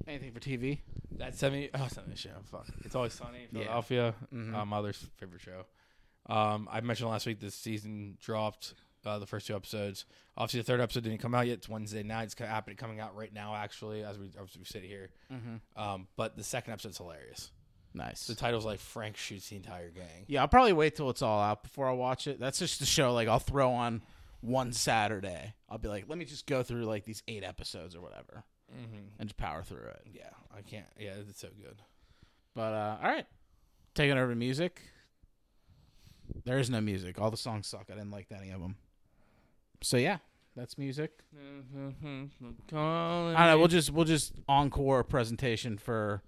[SPEAKER 1] Anything for TV?
[SPEAKER 2] That's semi. Oh, semi show. Fuck. It's always sunny. in Philadelphia. Uh, my other favorite show. Um, I mentioned last week this season dropped uh, the first two episodes. Obviously, the third episode didn't come out yet. It's Wednesday night. It's kind of happening coming out right now, actually, as we as we sit here. Um, but the second episode's hilarious.
[SPEAKER 1] Nice.
[SPEAKER 2] The title's like Frank shoots the entire gang.
[SPEAKER 1] yeah, I'll probably wait till it's all out before I watch it. That's just the show. Like I'll throw on one Saturday. I'll be like, let me just go through like these eight episodes or whatever, and just power through it.
[SPEAKER 2] Yeah, I can't. Yeah, it's so good.
[SPEAKER 1] But uh, all right, taking over to music. There is no music. All the songs suck. I didn't like any of them. So yeah, that's music. I don't know. We'll just we'll just encore a presentation for.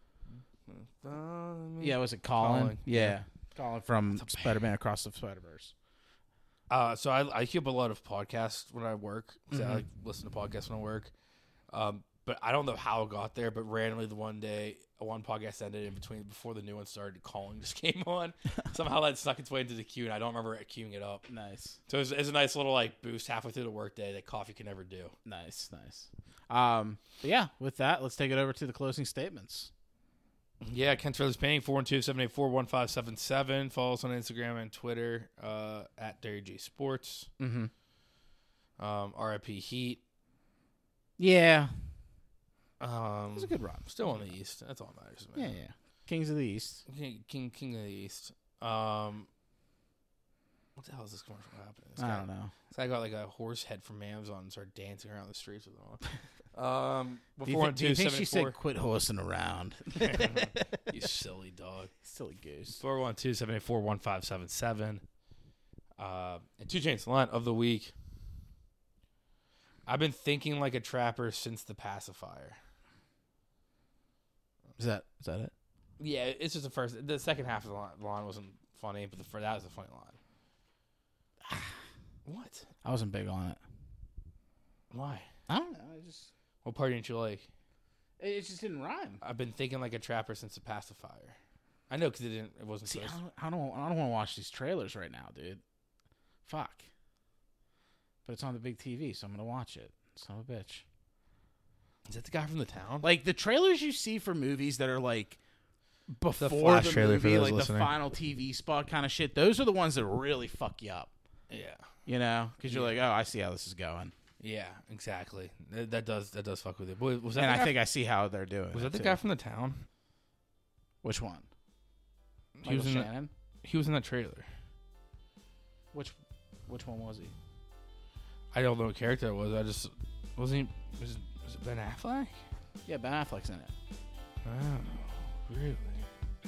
[SPEAKER 1] Yeah, was it Colin?
[SPEAKER 2] Colin,
[SPEAKER 1] Yeah. Colin from Spider-Man Across the Spider-Verse.
[SPEAKER 2] Uh, so I, I keep a lot of podcasts when I work. 'cause I like listen to podcasts when I work. Um, but I don't know how it got there. But randomly, the one day, one podcast ended in between before the new one started. Calling just came on. Somehow that snuck its way into the queue, and I don't remember queuing it up.
[SPEAKER 1] Nice,
[SPEAKER 2] So it's it's a nice little like boost halfway through the workday that coffee can never do.
[SPEAKER 1] nice, nice. Um, but yeah, with that, let's take it over to the closing statements.
[SPEAKER 2] Yeah, Kent Brothers Painting, 412-784-1577. Follow us on Instagram and Twitter uh, at Dairy G Sports. Mm-hmm. Um, RIP Heat.
[SPEAKER 1] Yeah,
[SPEAKER 2] Um,
[SPEAKER 1] it's a good run.
[SPEAKER 2] still on the East. That's all that matters,
[SPEAKER 1] Yeah,
[SPEAKER 2] man.
[SPEAKER 1] yeah. Kings of the East.
[SPEAKER 2] King, King, King of the East. Um, what the hell is this commercial happening? This
[SPEAKER 1] I
[SPEAKER 2] guy-
[SPEAKER 1] don't know.
[SPEAKER 2] This guy got like a horse head from Amazon and started dancing around the streets with it on. Um,
[SPEAKER 1] Do you, thi- do you think she said
[SPEAKER 2] 412-784
[SPEAKER 1] quit horsing around?
[SPEAKER 2] you silly dog.
[SPEAKER 1] Silly goose.
[SPEAKER 2] 412 784 1577. Uh, And two chains lunt of the week. I've been thinking like a trapper since the pacifier.
[SPEAKER 1] Is that is that it?
[SPEAKER 2] Yeah, it's just the first. The second half of the line, the line wasn't funny, but the first, that was a funny line. what?
[SPEAKER 1] I wasn't big on it.
[SPEAKER 2] Why?
[SPEAKER 1] I don't know. I just
[SPEAKER 2] What part didn't you like?
[SPEAKER 1] it it just didn't rhyme.
[SPEAKER 2] I've been thinking like a trapper since the pacifier. I know because it didn't. It wasn't.
[SPEAKER 1] See, I
[SPEAKER 2] supposed-
[SPEAKER 1] don't, I don't, I don't want to watch these trailers right now, dude. Fuck. But it's on the big TV, so I'm gonna watch it. Son of a bitch.
[SPEAKER 2] Is that the guy from the town?
[SPEAKER 1] Like the trailers you see for movies that are like before the,
[SPEAKER 2] Flash trailer for
[SPEAKER 1] movie,
[SPEAKER 2] those
[SPEAKER 1] like
[SPEAKER 2] listening.
[SPEAKER 1] the final TV spot kind of shit. Those are the ones that really fuck you up,
[SPEAKER 2] yeah.
[SPEAKER 1] you know? Because you're like, oh, I see how this is going,
[SPEAKER 2] Yeah. Exactly. That, that does. That does fuck with it. Wa- Was that?
[SPEAKER 1] and
[SPEAKER 2] the
[SPEAKER 1] I
[SPEAKER 2] guy-
[SPEAKER 1] think I see how they're doing.
[SPEAKER 2] Was
[SPEAKER 1] it,
[SPEAKER 2] that the
[SPEAKER 1] too.
[SPEAKER 2] guy from the town?
[SPEAKER 1] Which one?
[SPEAKER 2] He was
[SPEAKER 1] Michael
[SPEAKER 2] in the-
[SPEAKER 1] Shannon.
[SPEAKER 2] He was in that trailer.
[SPEAKER 1] Which which one was he?
[SPEAKER 2] I don't know what character it was. I just wasn't. He, was, was it Ben Affleck?
[SPEAKER 1] Yeah, Ben Affleck's in it.
[SPEAKER 2] I don't know. Really?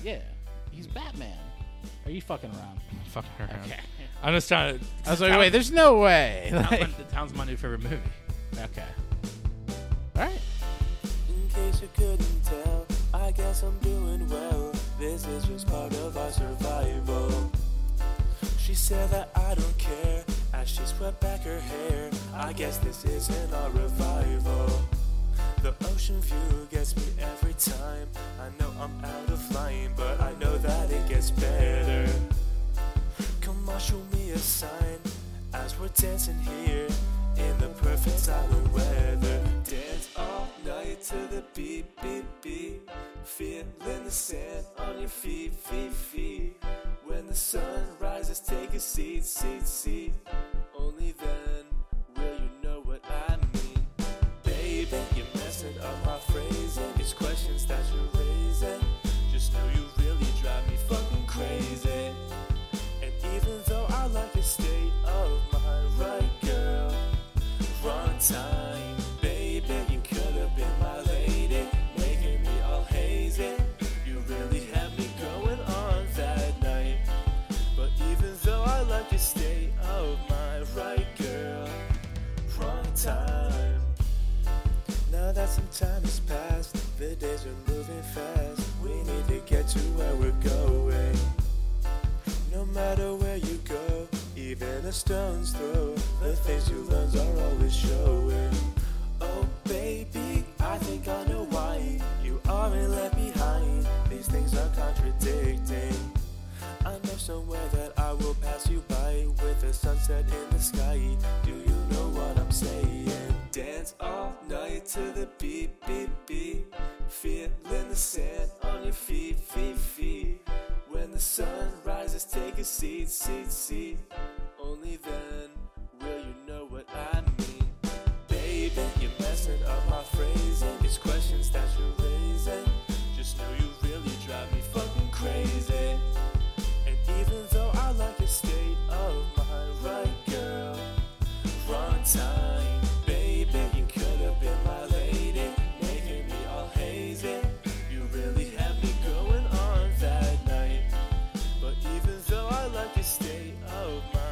[SPEAKER 1] Yeah, he's Batman. Are you fucking around?
[SPEAKER 2] Fucking around. I'm just trying to.
[SPEAKER 1] I was like, wait, there's no way.
[SPEAKER 2] Town's my- the town's my new favorite movie.
[SPEAKER 1] okay. All right.
[SPEAKER 6] In case you couldn't tell, I guess I'm doing well. This is just part of our survival. She said that I don't care as she swept back her hair. I guess this isn't our revival. The ocean view gets me every time. I know I'm out of flying, but I know that it gets better. Come on, show me a sign as we're dancing here in the perfect silent weather. Dance all night to the beat, beat, beat. Feeling the sand on your feet, feet, feet. When the sun rises, take a seat, seat, seat. Only then will you know what I mean. Baby, you're messing up my phrasing. These questions that you're raising. Just know you really drive me fucking crazy. And even though I like your state of mind, right, girl? Wrong time, baby. You could have been my lady, making me all hazy. You really had me going on that night. But even though I like your state of mind, right, girl? Wrong time. Now that some time has passed, the days are moving fast. We need to get to where we're going. No matter where you go, even a stone's throw, the things you learn are always showing. Oh, baby, I think I know why you aren't left behind. These things are contradicting. I know somewhere that I will pass you by with a sunset in the sky. Do you know what I'm saying? Dance all night to the beat, beat, beat. Feeling the sand on your feet, feet, feet. When the sun rises, take a seat, seat, seat. Only then will you know what I mean. Baby, you're messing up my phrasing. These questions that you're raising. Just know you really drive me fucking crazy. And even though I like your state of mind, right, girl? Wrong time, baby. You could have been my lady, making me all hazy. You really had me going on that night. But even though I like your state of mind,